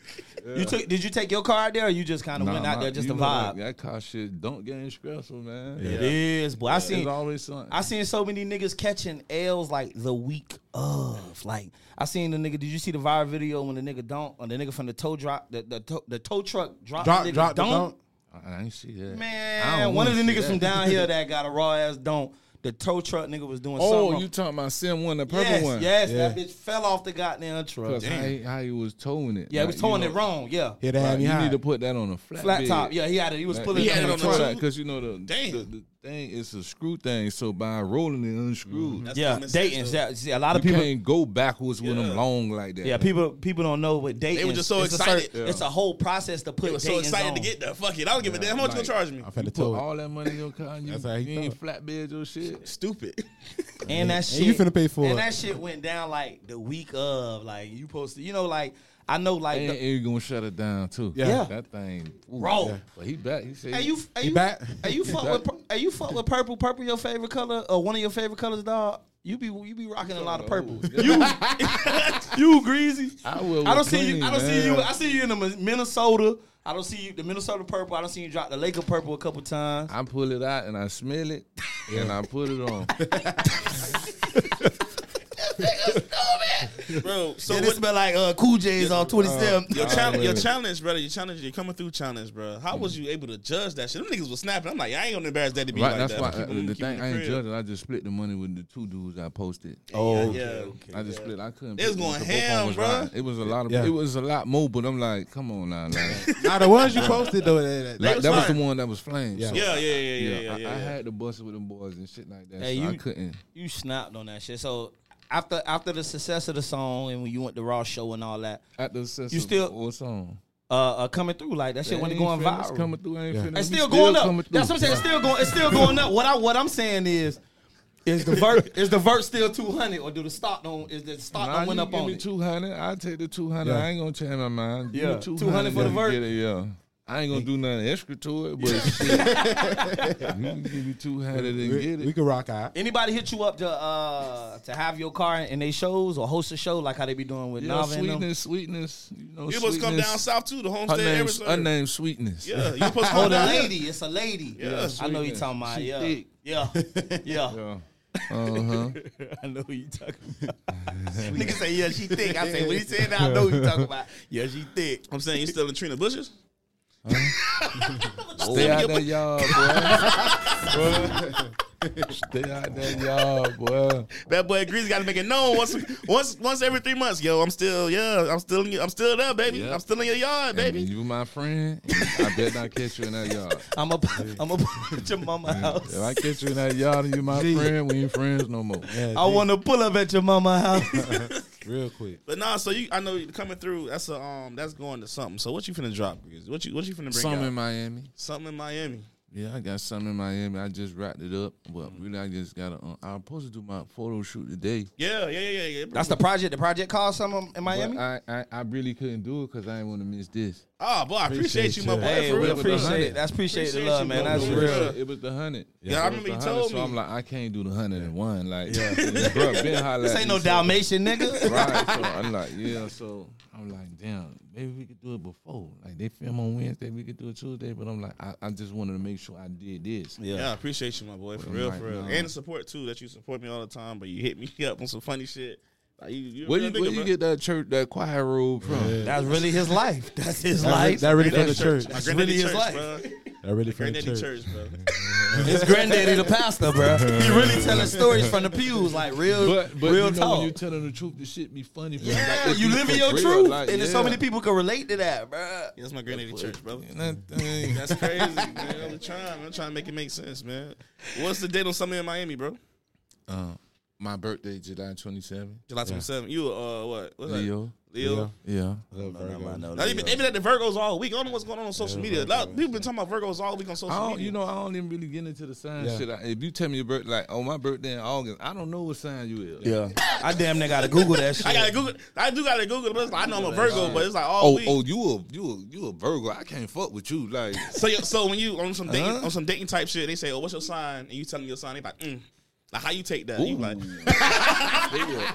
[SPEAKER 2] You took? Did you take your car out there, or you just kind of went
[SPEAKER 4] Nah,
[SPEAKER 2] out
[SPEAKER 4] my-
[SPEAKER 2] there just
[SPEAKER 4] you
[SPEAKER 2] to
[SPEAKER 4] know that-
[SPEAKER 2] vibe?
[SPEAKER 4] That car shit don't get in stressful, man.
[SPEAKER 2] It is, boy. I
[SPEAKER 4] It's
[SPEAKER 2] seen.
[SPEAKER 4] always something.
[SPEAKER 2] I seen so many niggas catching L's like the week of. Like I seen the nigga. Did you see the viral video when the nigga don't? Or the nigga from the tow drop, the the tow, the tow truck dropped.
[SPEAKER 3] Drop,
[SPEAKER 2] the nigga
[SPEAKER 3] drop, the
[SPEAKER 2] don't.
[SPEAKER 3] don't.
[SPEAKER 4] I ain't see that. I
[SPEAKER 2] Man,
[SPEAKER 4] don't
[SPEAKER 2] one
[SPEAKER 4] wanna
[SPEAKER 2] of the
[SPEAKER 4] see
[SPEAKER 2] niggas
[SPEAKER 4] that.
[SPEAKER 2] from down here that got a raw ass don't. The tow truck nigga was doing
[SPEAKER 4] Oh,
[SPEAKER 2] something.
[SPEAKER 4] you talking about Sim one, the purple
[SPEAKER 2] yes,
[SPEAKER 4] one?
[SPEAKER 2] yes, that bitch fell off the goddamn truck.
[SPEAKER 4] Because how, he- how he was towing it.
[SPEAKER 2] Yeah, he was towing it
[SPEAKER 4] wrong.
[SPEAKER 2] wrong. Yeah,
[SPEAKER 3] Hit that
[SPEAKER 4] you
[SPEAKER 3] high.
[SPEAKER 4] need to put that on a flat,
[SPEAKER 2] flat
[SPEAKER 4] bed.
[SPEAKER 2] top. Yeah, he had it. He was pulling
[SPEAKER 1] he
[SPEAKER 2] it
[SPEAKER 1] had
[SPEAKER 2] on
[SPEAKER 1] it
[SPEAKER 2] the
[SPEAKER 1] on the
[SPEAKER 2] truck.
[SPEAKER 1] truck.
[SPEAKER 4] because you know the,
[SPEAKER 1] Damn.
[SPEAKER 4] the the thing is a screw thing. So by rolling it unscrewed,
[SPEAKER 2] Yeah,
[SPEAKER 1] That's
[SPEAKER 2] Dayton's.
[SPEAKER 1] though.
[SPEAKER 2] That, see, Mm-hmm. a lot
[SPEAKER 4] you
[SPEAKER 2] of people.
[SPEAKER 4] can't go backwards with them
[SPEAKER 1] Yeah.
[SPEAKER 4] long like that.
[SPEAKER 2] Yeah, people people don't know what Dayton.
[SPEAKER 1] were just so
[SPEAKER 2] it's a cer-
[SPEAKER 1] excited.
[SPEAKER 4] Yeah.
[SPEAKER 2] It's a whole process to put.
[SPEAKER 1] They were so
[SPEAKER 2] Dayton's
[SPEAKER 1] excited
[SPEAKER 2] on.
[SPEAKER 1] to get there. Fuck it. I don't give a damn. How much you gonna
[SPEAKER 4] Like-
[SPEAKER 1] charge me?
[SPEAKER 3] I finna
[SPEAKER 4] You put
[SPEAKER 3] tow it.
[SPEAKER 4] all that money in your car and you,
[SPEAKER 3] That's how he
[SPEAKER 4] you ain't
[SPEAKER 3] thought.
[SPEAKER 4] flatbed your shit.
[SPEAKER 1] Stupid.
[SPEAKER 2] and that shit.
[SPEAKER 3] And you finna pay for
[SPEAKER 2] And
[SPEAKER 3] it.
[SPEAKER 2] that shit went down like the week of. Like you posted. You know, like I know, like
[SPEAKER 4] And, and
[SPEAKER 2] the,
[SPEAKER 4] you gonna shut it down too.
[SPEAKER 3] Yeah. Yeah.
[SPEAKER 4] that thing. ooh,
[SPEAKER 2] Raw.
[SPEAKER 4] But he back. He said,
[SPEAKER 2] Hey you, hey
[SPEAKER 3] He
[SPEAKER 2] you,
[SPEAKER 3] back.
[SPEAKER 2] hey you fuck
[SPEAKER 4] back.
[SPEAKER 2] with, pur- hey you fuck with purple. Purple your favorite color or one of your favorite colors, dog. You be you be rocking a lot of purple. You you greasy.
[SPEAKER 4] I will.
[SPEAKER 2] I don't
[SPEAKER 4] with
[SPEAKER 2] see
[SPEAKER 4] clean,
[SPEAKER 2] you. I don't see
[SPEAKER 4] man.
[SPEAKER 2] you. I see you in the Min- Minnesota. I don't see you the Minnesota purple. I don't see you drop the Laker purple a couple times.
[SPEAKER 4] I pull it out and I smell it and I put it on.
[SPEAKER 1] Bro, so
[SPEAKER 2] So it
[SPEAKER 1] what,
[SPEAKER 2] smell like uh, Cool J's on twenty seven.
[SPEAKER 1] your, challenge, your challenge, brother, your challenge, your coming through challenge, bro. How was you able to judge that shit? Them niggas was snapping. I'm like, I ain't gonna embarrass that to be
[SPEAKER 4] Right,
[SPEAKER 1] like
[SPEAKER 4] that's
[SPEAKER 1] that.
[SPEAKER 4] why
[SPEAKER 1] Keep
[SPEAKER 4] uh,
[SPEAKER 1] them-
[SPEAKER 4] the
[SPEAKER 1] keep them in
[SPEAKER 4] thing I ain't
[SPEAKER 1] crib.
[SPEAKER 4] judging. I just split the money with the two dudes I posted.
[SPEAKER 1] Yeah,
[SPEAKER 3] Oh,
[SPEAKER 1] yeah.
[SPEAKER 4] I just split. I couldn't.
[SPEAKER 1] They was
[SPEAKER 4] pick
[SPEAKER 1] going
[SPEAKER 4] what the both of them
[SPEAKER 1] ham,
[SPEAKER 4] was
[SPEAKER 1] bruh.
[SPEAKER 4] riding. It was a lot of.
[SPEAKER 3] Yeah.
[SPEAKER 4] It was a lot more, but I'm like, come on now, like,
[SPEAKER 3] Now the ones you posted though, that, that,
[SPEAKER 4] like
[SPEAKER 1] was
[SPEAKER 4] that was the
[SPEAKER 1] fine.
[SPEAKER 4] one that was flames.
[SPEAKER 3] Yeah.
[SPEAKER 4] so,
[SPEAKER 1] Yeah, yeah, yeah, yeah, yeah,
[SPEAKER 4] I, I
[SPEAKER 1] yeah.
[SPEAKER 4] had to bust it with them boys and shit like that.
[SPEAKER 2] Hey,
[SPEAKER 4] so I
[SPEAKER 2] you-
[SPEAKER 4] couldn't.
[SPEAKER 2] You snapped on that shit. So after after the success of the song and when you went to Raw show and all that,
[SPEAKER 4] At the sense
[SPEAKER 2] You
[SPEAKER 4] of
[SPEAKER 2] still-
[SPEAKER 4] what song?
[SPEAKER 2] uh, uh coming through like that shit went
[SPEAKER 4] Ain't
[SPEAKER 2] going
[SPEAKER 4] finna- it's
[SPEAKER 2] viral.
[SPEAKER 4] Coming through, ain't finna-
[SPEAKER 2] It's
[SPEAKER 4] we
[SPEAKER 2] still going
[SPEAKER 4] coming
[SPEAKER 2] up.
[SPEAKER 4] through.
[SPEAKER 2] That's what I'm saying. It's still going. It's still going up. What I what I'm saying is, is the vert is the vert still 200 or do the stock don't is the stock
[SPEAKER 4] Nah,
[SPEAKER 2] don't went
[SPEAKER 4] you
[SPEAKER 2] up
[SPEAKER 4] give
[SPEAKER 2] on
[SPEAKER 4] me
[SPEAKER 2] it?
[SPEAKER 4] two hundred. I take the two hundred.
[SPEAKER 3] Yeah.
[SPEAKER 4] I ain't gonna change my mind. Give
[SPEAKER 2] Yeah.
[SPEAKER 4] me 200,
[SPEAKER 2] 200 for the
[SPEAKER 4] let me
[SPEAKER 2] vert.
[SPEAKER 4] get it, yeah. I ain't gonna do nothing extra to it, but shit. you can give me two hundred and
[SPEAKER 3] we,
[SPEAKER 4] get
[SPEAKER 3] we
[SPEAKER 4] it.
[SPEAKER 3] can rock out.
[SPEAKER 2] Anybody hit you up to uh to have your car in they shows or host a show like how they be doing with
[SPEAKER 4] Yeah,
[SPEAKER 2] Nava and them?
[SPEAKER 4] sweetness, sweetness. You know,
[SPEAKER 1] You must come
[SPEAKER 4] Sweetness.
[SPEAKER 1] down south too, the
[SPEAKER 4] Her
[SPEAKER 1] homestead
[SPEAKER 4] name's, her
[SPEAKER 1] Arizona.
[SPEAKER 4] name's Sweetness.
[SPEAKER 1] Yeah, you supposed to
[SPEAKER 2] Oh,
[SPEAKER 1] come
[SPEAKER 2] the
[SPEAKER 1] down. here.
[SPEAKER 2] lady, it's a lady.
[SPEAKER 1] Yeah,
[SPEAKER 2] I know you
[SPEAKER 4] sweetness.
[SPEAKER 2] talking about.
[SPEAKER 4] She
[SPEAKER 2] Yeah. yeah,
[SPEAKER 4] thick.
[SPEAKER 2] yeah,
[SPEAKER 4] Uh huh.
[SPEAKER 2] I know who you talking about. Nigga say yeah, she thick. I say when he said that, I know who you talking about. Yeah, she thick.
[SPEAKER 1] I'm saying you still in Trina Bushes?
[SPEAKER 4] Stay out that yard, boy. Stay out that yard, boy.
[SPEAKER 1] That boy Greasy got to make it known once, once, once every three months. Yo, I'm still, yeah, I'm still, in your- I'm still there, baby.
[SPEAKER 4] Yeah.
[SPEAKER 1] I'm still in your yard,
[SPEAKER 4] Baby,
[SPEAKER 1] baby.
[SPEAKER 4] you my friend. I bet not catch you in that yard.
[SPEAKER 2] I'm a, I'm a at your mama house.
[SPEAKER 4] If I catch you in that yard, and you my friend. We ain't friends no more.
[SPEAKER 3] Yeah,
[SPEAKER 2] I want to pull up at your mama house.
[SPEAKER 3] real quick.
[SPEAKER 1] But nah, so you, I know you coming through. That's a, um, that's going to something. So what you finna drop, Greasy? What you, what you finna bring
[SPEAKER 4] Some
[SPEAKER 1] out?
[SPEAKER 4] in Miami.
[SPEAKER 1] something in Miami.
[SPEAKER 4] Yeah, I got something in Miami. I just wrapped it up. Well, really, I just got. to Uh, I'm supposed to do my photo shoot today.
[SPEAKER 1] Yeah, yeah, yeah, yeah.
[SPEAKER 2] That's the project. The project cost something in Miami.
[SPEAKER 4] But I, I I really couldn't do it because I didn't want to miss this.
[SPEAKER 1] oh boy, I appreciate,
[SPEAKER 3] Appreciate
[SPEAKER 1] you, my
[SPEAKER 3] you.
[SPEAKER 1] boy.
[SPEAKER 2] hey,
[SPEAKER 1] for
[SPEAKER 2] we
[SPEAKER 1] real.
[SPEAKER 4] with the
[SPEAKER 2] appreciate
[SPEAKER 4] hundred.
[SPEAKER 2] that's appreciate the
[SPEAKER 1] Appreciate
[SPEAKER 2] love,
[SPEAKER 1] you,
[SPEAKER 2] man.
[SPEAKER 1] bro.
[SPEAKER 2] That's
[SPEAKER 1] It
[SPEAKER 4] It
[SPEAKER 1] was
[SPEAKER 4] was,
[SPEAKER 2] real.
[SPEAKER 4] the- it was the hundred.
[SPEAKER 1] Yeah, I
[SPEAKER 4] It was
[SPEAKER 1] remember
[SPEAKER 4] the
[SPEAKER 1] you
[SPEAKER 4] 100,
[SPEAKER 1] told
[SPEAKER 4] So I'm
[SPEAKER 1] me.
[SPEAKER 4] like, I can't do the hundred and one. Like, bro, been holla
[SPEAKER 2] This
[SPEAKER 4] at
[SPEAKER 2] ain't
[SPEAKER 4] me,
[SPEAKER 2] no
[SPEAKER 4] so-
[SPEAKER 2] Dalmatian nigga.
[SPEAKER 4] Right. So I'm like, yeah. So I'm like, damn, maybe we could do it before. Like they film on Wednesday, we could do it Tuesday. But I'm like, I, I just wanted to make sure I did this.
[SPEAKER 1] Yeah, I appreciate you, my boy. For
[SPEAKER 4] Well,
[SPEAKER 1] real,
[SPEAKER 4] right
[SPEAKER 1] for real.
[SPEAKER 4] now-
[SPEAKER 1] And the support too that you support me all the time, but you hit me up on some funny shit. Like, you, you a
[SPEAKER 4] Where you,
[SPEAKER 1] real
[SPEAKER 4] where
[SPEAKER 1] nigga,
[SPEAKER 4] you
[SPEAKER 1] bro.
[SPEAKER 4] get that church, that choir robe from?
[SPEAKER 2] That's really his life. That's his
[SPEAKER 3] That re-
[SPEAKER 2] life.
[SPEAKER 3] that really from the
[SPEAKER 1] That's
[SPEAKER 3] church.
[SPEAKER 1] My
[SPEAKER 3] That
[SPEAKER 1] granddaddy
[SPEAKER 2] really his
[SPEAKER 1] church,
[SPEAKER 2] life.
[SPEAKER 1] bro.
[SPEAKER 3] really from the
[SPEAKER 1] Granddaddy church.
[SPEAKER 3] church.
[SPEAKER 1] bro.
[SPEAKER 2] His granddaddy, the pastor, bro. He really telling stories from the pews, like real,
[SPEAKER 4] But but
[SPEAKER 2] real
[SPEAKER 4] you know
[SPEAKER 2] talk.
[SPEAKER 4] when you telling the truth, the shit be funny. bro.
[SPEAKER 2] yeah,
[SPEAKER 4] Like, it
[SPEAKER 2] you
[SPEAKER 4] be
[SPEAKER 2] live in
[SPEAKER 4] for
[SPEAKER 2] your
[SPEAKER 4] real,
[SPEAKER 2] truth,
[SPEAKER 4] like,
[SPEAKER 2] and there's so
[SPEAKER 4] yeah.
[SPEAKER 2] many people can relate to that, bro.
[SPEAKER 1] Yeah, that's my granddaddy church, bro.
[SPEAKER 4] Nothing.
[SPEAKER 1] That's crazy, man. I'm trying. I'm trying to make it make sense, man. What's the date on something in Miami, bro?
[SPEAKER 4] Uh, my birthday, July 27th.
[SPEAKER 1] July 27th. You uh, what? What's that?
[SPEAKER 4] Leo.
[SPEAKER 1] Leo.
[SPEAKER 4] Yeah.
[SPEAKER 1] Now, they've, been, they been at the Virgos all week. I don't know what's going on on social media. A lot of people been talking about Virgos all week on social
[SPEAKER 4] I don't,
[SPEAKER 1] media.
[SPEAKER 4] Oh, you know, I don't even really get into the sign
[SPEAKER 3] Yeah.
[SPEAKER 4] shit. I, if you tell me your birthday, like on my birthday in August, I don't know what sign you is.
[SPEAKER 2] Yeah, I damn near gotta Google that shit.
[SPEAKER 1] I gotta Google. I do gotta Google, but it's like, I know I'm a Virgo, but it's like all
[SPEAKER 4] Oh,
[SPEAKER 1] week.
[SPEAKER 4] oh, you a you a you a Virgo. I can't fuck with you. Like
[SPEAKER 1] So, you- so when you on some dating,
[SPEAKER 4] Huh?
[SPEAKER 1] on some dating type shit, they say, "Oh, what's your sign?" and you tell them your sign. They like, mm. like how you take that? You
[SPEAKER 4] Ooh.
[SPEAKER 1] like,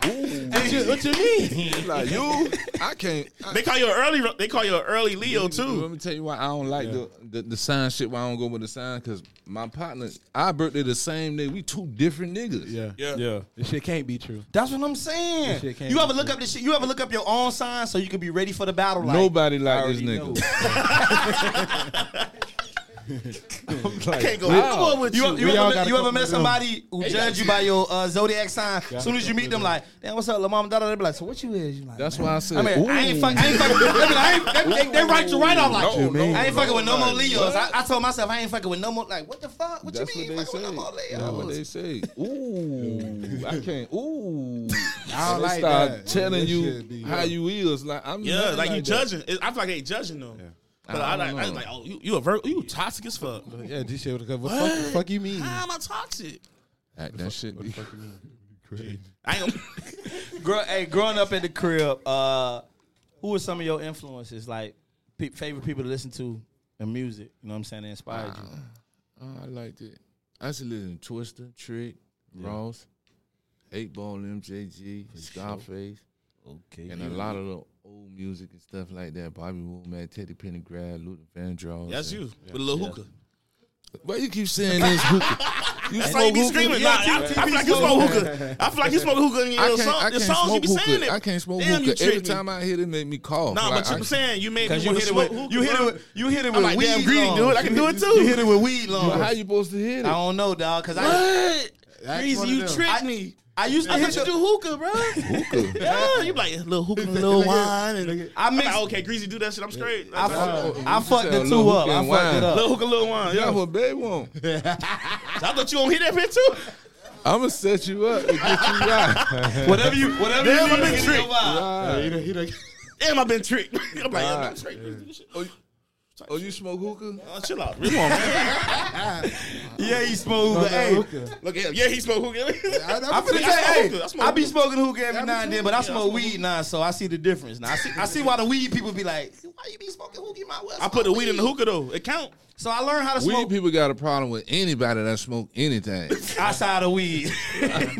[SPEAKER 4] Ooh.
[SPEAKER 2] what you mean?
[SPEAKER 4] like you, I can't. I,
[SPEAKER 1] they call you an early. They call you an early Leo
[SPEAKER 4] Let
[SPEAKER 1] too.
[SPEAKER 4] me tell you why I don't like the, the the sign shit. Why I don't go with the sign? Cause my partner, our birthday the same day. We two different niggas.
[SPEAKER 3] Yeah.
[SPEAKER 1] Yeah.
[SPEAKER 3] This shit can't be true.
[SPEAKER 2] That's what I'm
[SPEAKER 3] This
[SPEAKER 2] saying.
[SPEAKER 3] shit can't
[SPEAKER 2] You
[SPEAKER 3] be
[SPEAKER 2] ever look up this shit? You ever look up your own sign so you can be ready for the battle? Like,
[SPEAKER 4] Nobody like
[SPEAKER 3] I
[SPEAKER 4] this
[SPEAKER 3] already
[SPEAKER 4] nigga.
[SPEAKER 1] I can't go.
[SPEAKER 2] Come on with you. You,
[SPEAKER 3] We all
[SPEAKER 2] ever, met-
[SPEAKER 3] gotta
[SPEAKER 2] you
[SPEAKER 3] come
[SPEAKER 2] ever met
[SPEAKER 3] with
[SPEAKER 2] somebody who judge you by your uh, zodiac sign? As soon as you meet them, like, damn, what's up, Lamar? They be like, so what you is? You like,
[SPEAKER 4] That's why I said.
[SPEAKER 2] I mean, I ain't fucking. I ain't fucking. They, be like, I ain't- they, they, they write you right off like,
[SPEAKER 4] No,
[SPEAKER 3] you mean?
[SPEAKER 2] I ain't fucking with no more
[SPEAKER 4] like,
[SPEAKER 2] Leos. I,
[SPEAKER 4] what?
[SPEAKER 2] I told myself I ain't fucking with no more. Like, what the fuck? What
[SPEAKER 4] That's
[SPEAKER 2] you mean?
[SPEAKER 4] what they
[SPEAKER 2] you fucking
[SPEAKER 4] say.
[SPEAKER 2] with no more
[SPEAKER 4] That's what
[SPEAKER 2] Leos?
[SPEAKER 4] they say. Ooh, I can't. Ooh,
[SPEAKER 3] I don't
[SPEAKER 4] They
[SPEAKER 3] like
[SPEAKER 4] start
[SPEAKER 3] that.
[SPEAKER 4] telling
[SPEAKER 3] That
[SPEAKER 4] you
[SPEAKER 3] shit be-
[SPEAKER 4] how you is. Like I'm.
[SPEAKER 1] Yeah,
[SPEAKER 4] nothing
[SPEAKER 1] like you
[SPEAKER 4] that.
[SPEAKER 1] judging. It, I feel like they judging them. But I,
[SPEAKER 4] I
[SPEAKER 1] like,
[SPEAKER 4] don't
[SPEAKER 1] I
[SPEAKER 4] know.
[SPEAKER 1] like, oh, you, you a Virgo? You toxic as fuck.
[SPEAKER 3] Yeah, this shit would have What the fuck, fuck you mean?
[SPEAKER 1] How am I toxic?
[SPEAKER 4] That, that shit. Be,
[SPEAKER 1] I am.
[SPEAKER 2] Grow, hey, growing up in the crib, uh, who were some of your influences? Like, pe- favorite people to listen to in music? You know what I'm saying? That inspired you.
[SPEAKER 4] oh, I liked it. I used to listen to Twister, Trick, Ross, Eight Ball, MJG, Scarface,
[SPEAKER 2] Okay.
[SPEAKER 3] uh,
[SPEAKER 4] and a lot of the old music and stuff like that. Bobby Womack, Teddy Pendergrass, Luther Vandross.
[SPEAKER 1] That's
[SPEAKER 4] and-
[SPEAKER 1] you with a little hookah.
[SPEAKER 4] Why you keep saying this hookah? You
[SPEAKER 1] That's why you
[SPEAKER 4] smoke
[SPEAKER 1] be
[SPEAKER 4] hookah?
[SPEAKER 1] screaming. Nah, I, I feel like you smoke hookah. I feel like you smoke hookah in your
[SPEAKER 4] I
[SPEAKER 1] little
[SPEAKER 4] can't, I
[SPEAKER 1] song. The
[SPEAKER 4] can't
[SPEAKER 1] songs you
[SPEAKER 4] smoke
[SPEAKER 1] be
[SPEAKER 4] hookah.
[SPEAKER 1] saying it.
[SPEAKER 4] I can't smoke
[SPEAKER 1] Damn, you
[SPEAKER 4] hookah. Every
[SPEAKER 1] tripped me.
[SPEAKER 4] time I hit it, make me cough.
[SPEAKER 1] Nah,
[SPEAKER 4] Like,
[SPEAKER 1] but
[SPEAKER 4] I-
[SPEAKER 1] you're saying you made me
[SPEAKER 2] Cause you
[SPEAKER 1] want to
[SPEAKER 2] hit it
[SPEAKER 1] smoke
[SPEAKER 2] with
[SPEAKER 1] hookah.
[SPEAKER 2] you hit it
[SPEAKER 1] bro.
[SPEAKER 2] with you hit it
[SPEAKER 1] I'm
[SPEAKER 2] with
[SPEAKER 1] like,
[SPEAKER 2] weed.
[SPEAKER 1] damn, greedy,
[SPEAKER 2] long.
[SPEAKER 1] dude. I can do it too.
[SPEAKER 2] You hit it with weed long.
[SPEAKER 4] But how you supposed to hit it?
[SPEAKER 2] I don't know, dog. Cause I
[SPEAKER 1] What?
[SPEAKER 3] That's
[SPEAKER 1] Greasy,
[SPEAKER 3] one of
[SPEAKER 1] you
[SPEAKER 3] them.
[SPEAKER 1] tricked
[SPEAKER 2] I-
[SPEAKER 1] me.
[SPEAKER 2] I used to
[SPEAKER 1] I
[SPEAKER 2] hit
[SPEAKER 1] thought you
[SPEAKER 2] you.
[SPEAKER 1] do hookah, bro.
[SPEAKER 4] Hookah.
[SPEAKER 1] yeah, you like a little hookah, and a little wine, and
[SPEAKER 2] I
[SPEAKER 1] I'm like,
[SPEAKER 2] mixed.
[SPEAKER 1] okay, Greasy, do that shit. I'm straight.
[SPEAKER 2] I,
[SPEAKER 1] That's it.
[SPEAKER 2] fu-
[SPEAKER 4] Oh,
[SPEAKER 2] I
[SPEAKER 4] you
[SPEAKER 2] fucked
[SPEAKER 4] said
[SPEAKER 2] the
[SPEAKER 4] a
[SPEAKER 2] two
[SPEAKER 4] little
[SPEAKER 2] up.
[SPEAKER 4] hook
[SPEAKER 2] I
[SPEAKER 4] and
[SPEAKER 2] fucked it
[SPEAKER 4] wine.
[SPEAKER 2] up.
[SPEAKER 1] little hookah, little wine.
[SPEAKER 4] That's
[SPEAKER 1] Yeah.
[SPEAKER 4] what babe want.
[SPEAKER 1] I thought you gonna hit that bit too.
[SPEAKER 4] I'ma set you up and get you right.
[SPEAKER 2] Whatever you, whatever
[SPEAKER 1] Damn,
[SPEAKER 2] you
[SPEAKER 1] I've been
[SPEAKER 2] need,
[SPEAKER 1] tricked.
[SPEAKER 2] your vibe.
[SPEAKER 4] Right.
[SPEAKER 3] He done- he done-
[SPEAKER 1] Damn, I've been tricked. I'm like, yeah, I'm
[SPEAKER 4] Alright.
[SPEAKER 1] straight. Greasy, do this shit.
[SPEAKER 4] Oh, you- oh, you smoke hookah?
[SPEAKER 1] Oh, chill out. Come on, man.
[SPEAKER 2] Yeah, he smooth.
[SPEAKER 3] Oh,
[SPEAKER 2] but hey,
[SPEAKER 3] hookah.
[SPEAKER 1] Look at him. Yeah, he smoked hookah.
[SPEAKER 3] I-
[SPEAKER 2] I'm
[SPEAKER 3] that's-
[SPEAKER 2] finna
[SPEAKER 1] I smoke
[SPEAKER 2] tell you,
[SPEAKER 1] hookah. I
[SPEAKER 2] hey,
[SPEAKER 1] smoke
[SPEAKER 2] I be
[SPEAKER 1] hookah.
[SPEAKER 2] smoking hookah every now and then, but I
[SPEAKER 1] Yeah, I
[SPEAKER 2] smoke
[SPEAKER 1] smoke
[SPEAKER 2] weed now, so I see the difference. Now I see, I see why the weed people be like, why you be smoking hookah? You might well.
[SPEAKER 1] I
[SPEAKER 2] smoke
[SPEAKER 1] put the weed in the hookah though. It count.
[SPEAKER 2] So I learned how to
[SPEAKER 4] Weed
[SPEAKER 2] smoke
[SPEAKER 4] people got a problem with anybody that smoke anything.
[SPEAKER 2] outside of weed.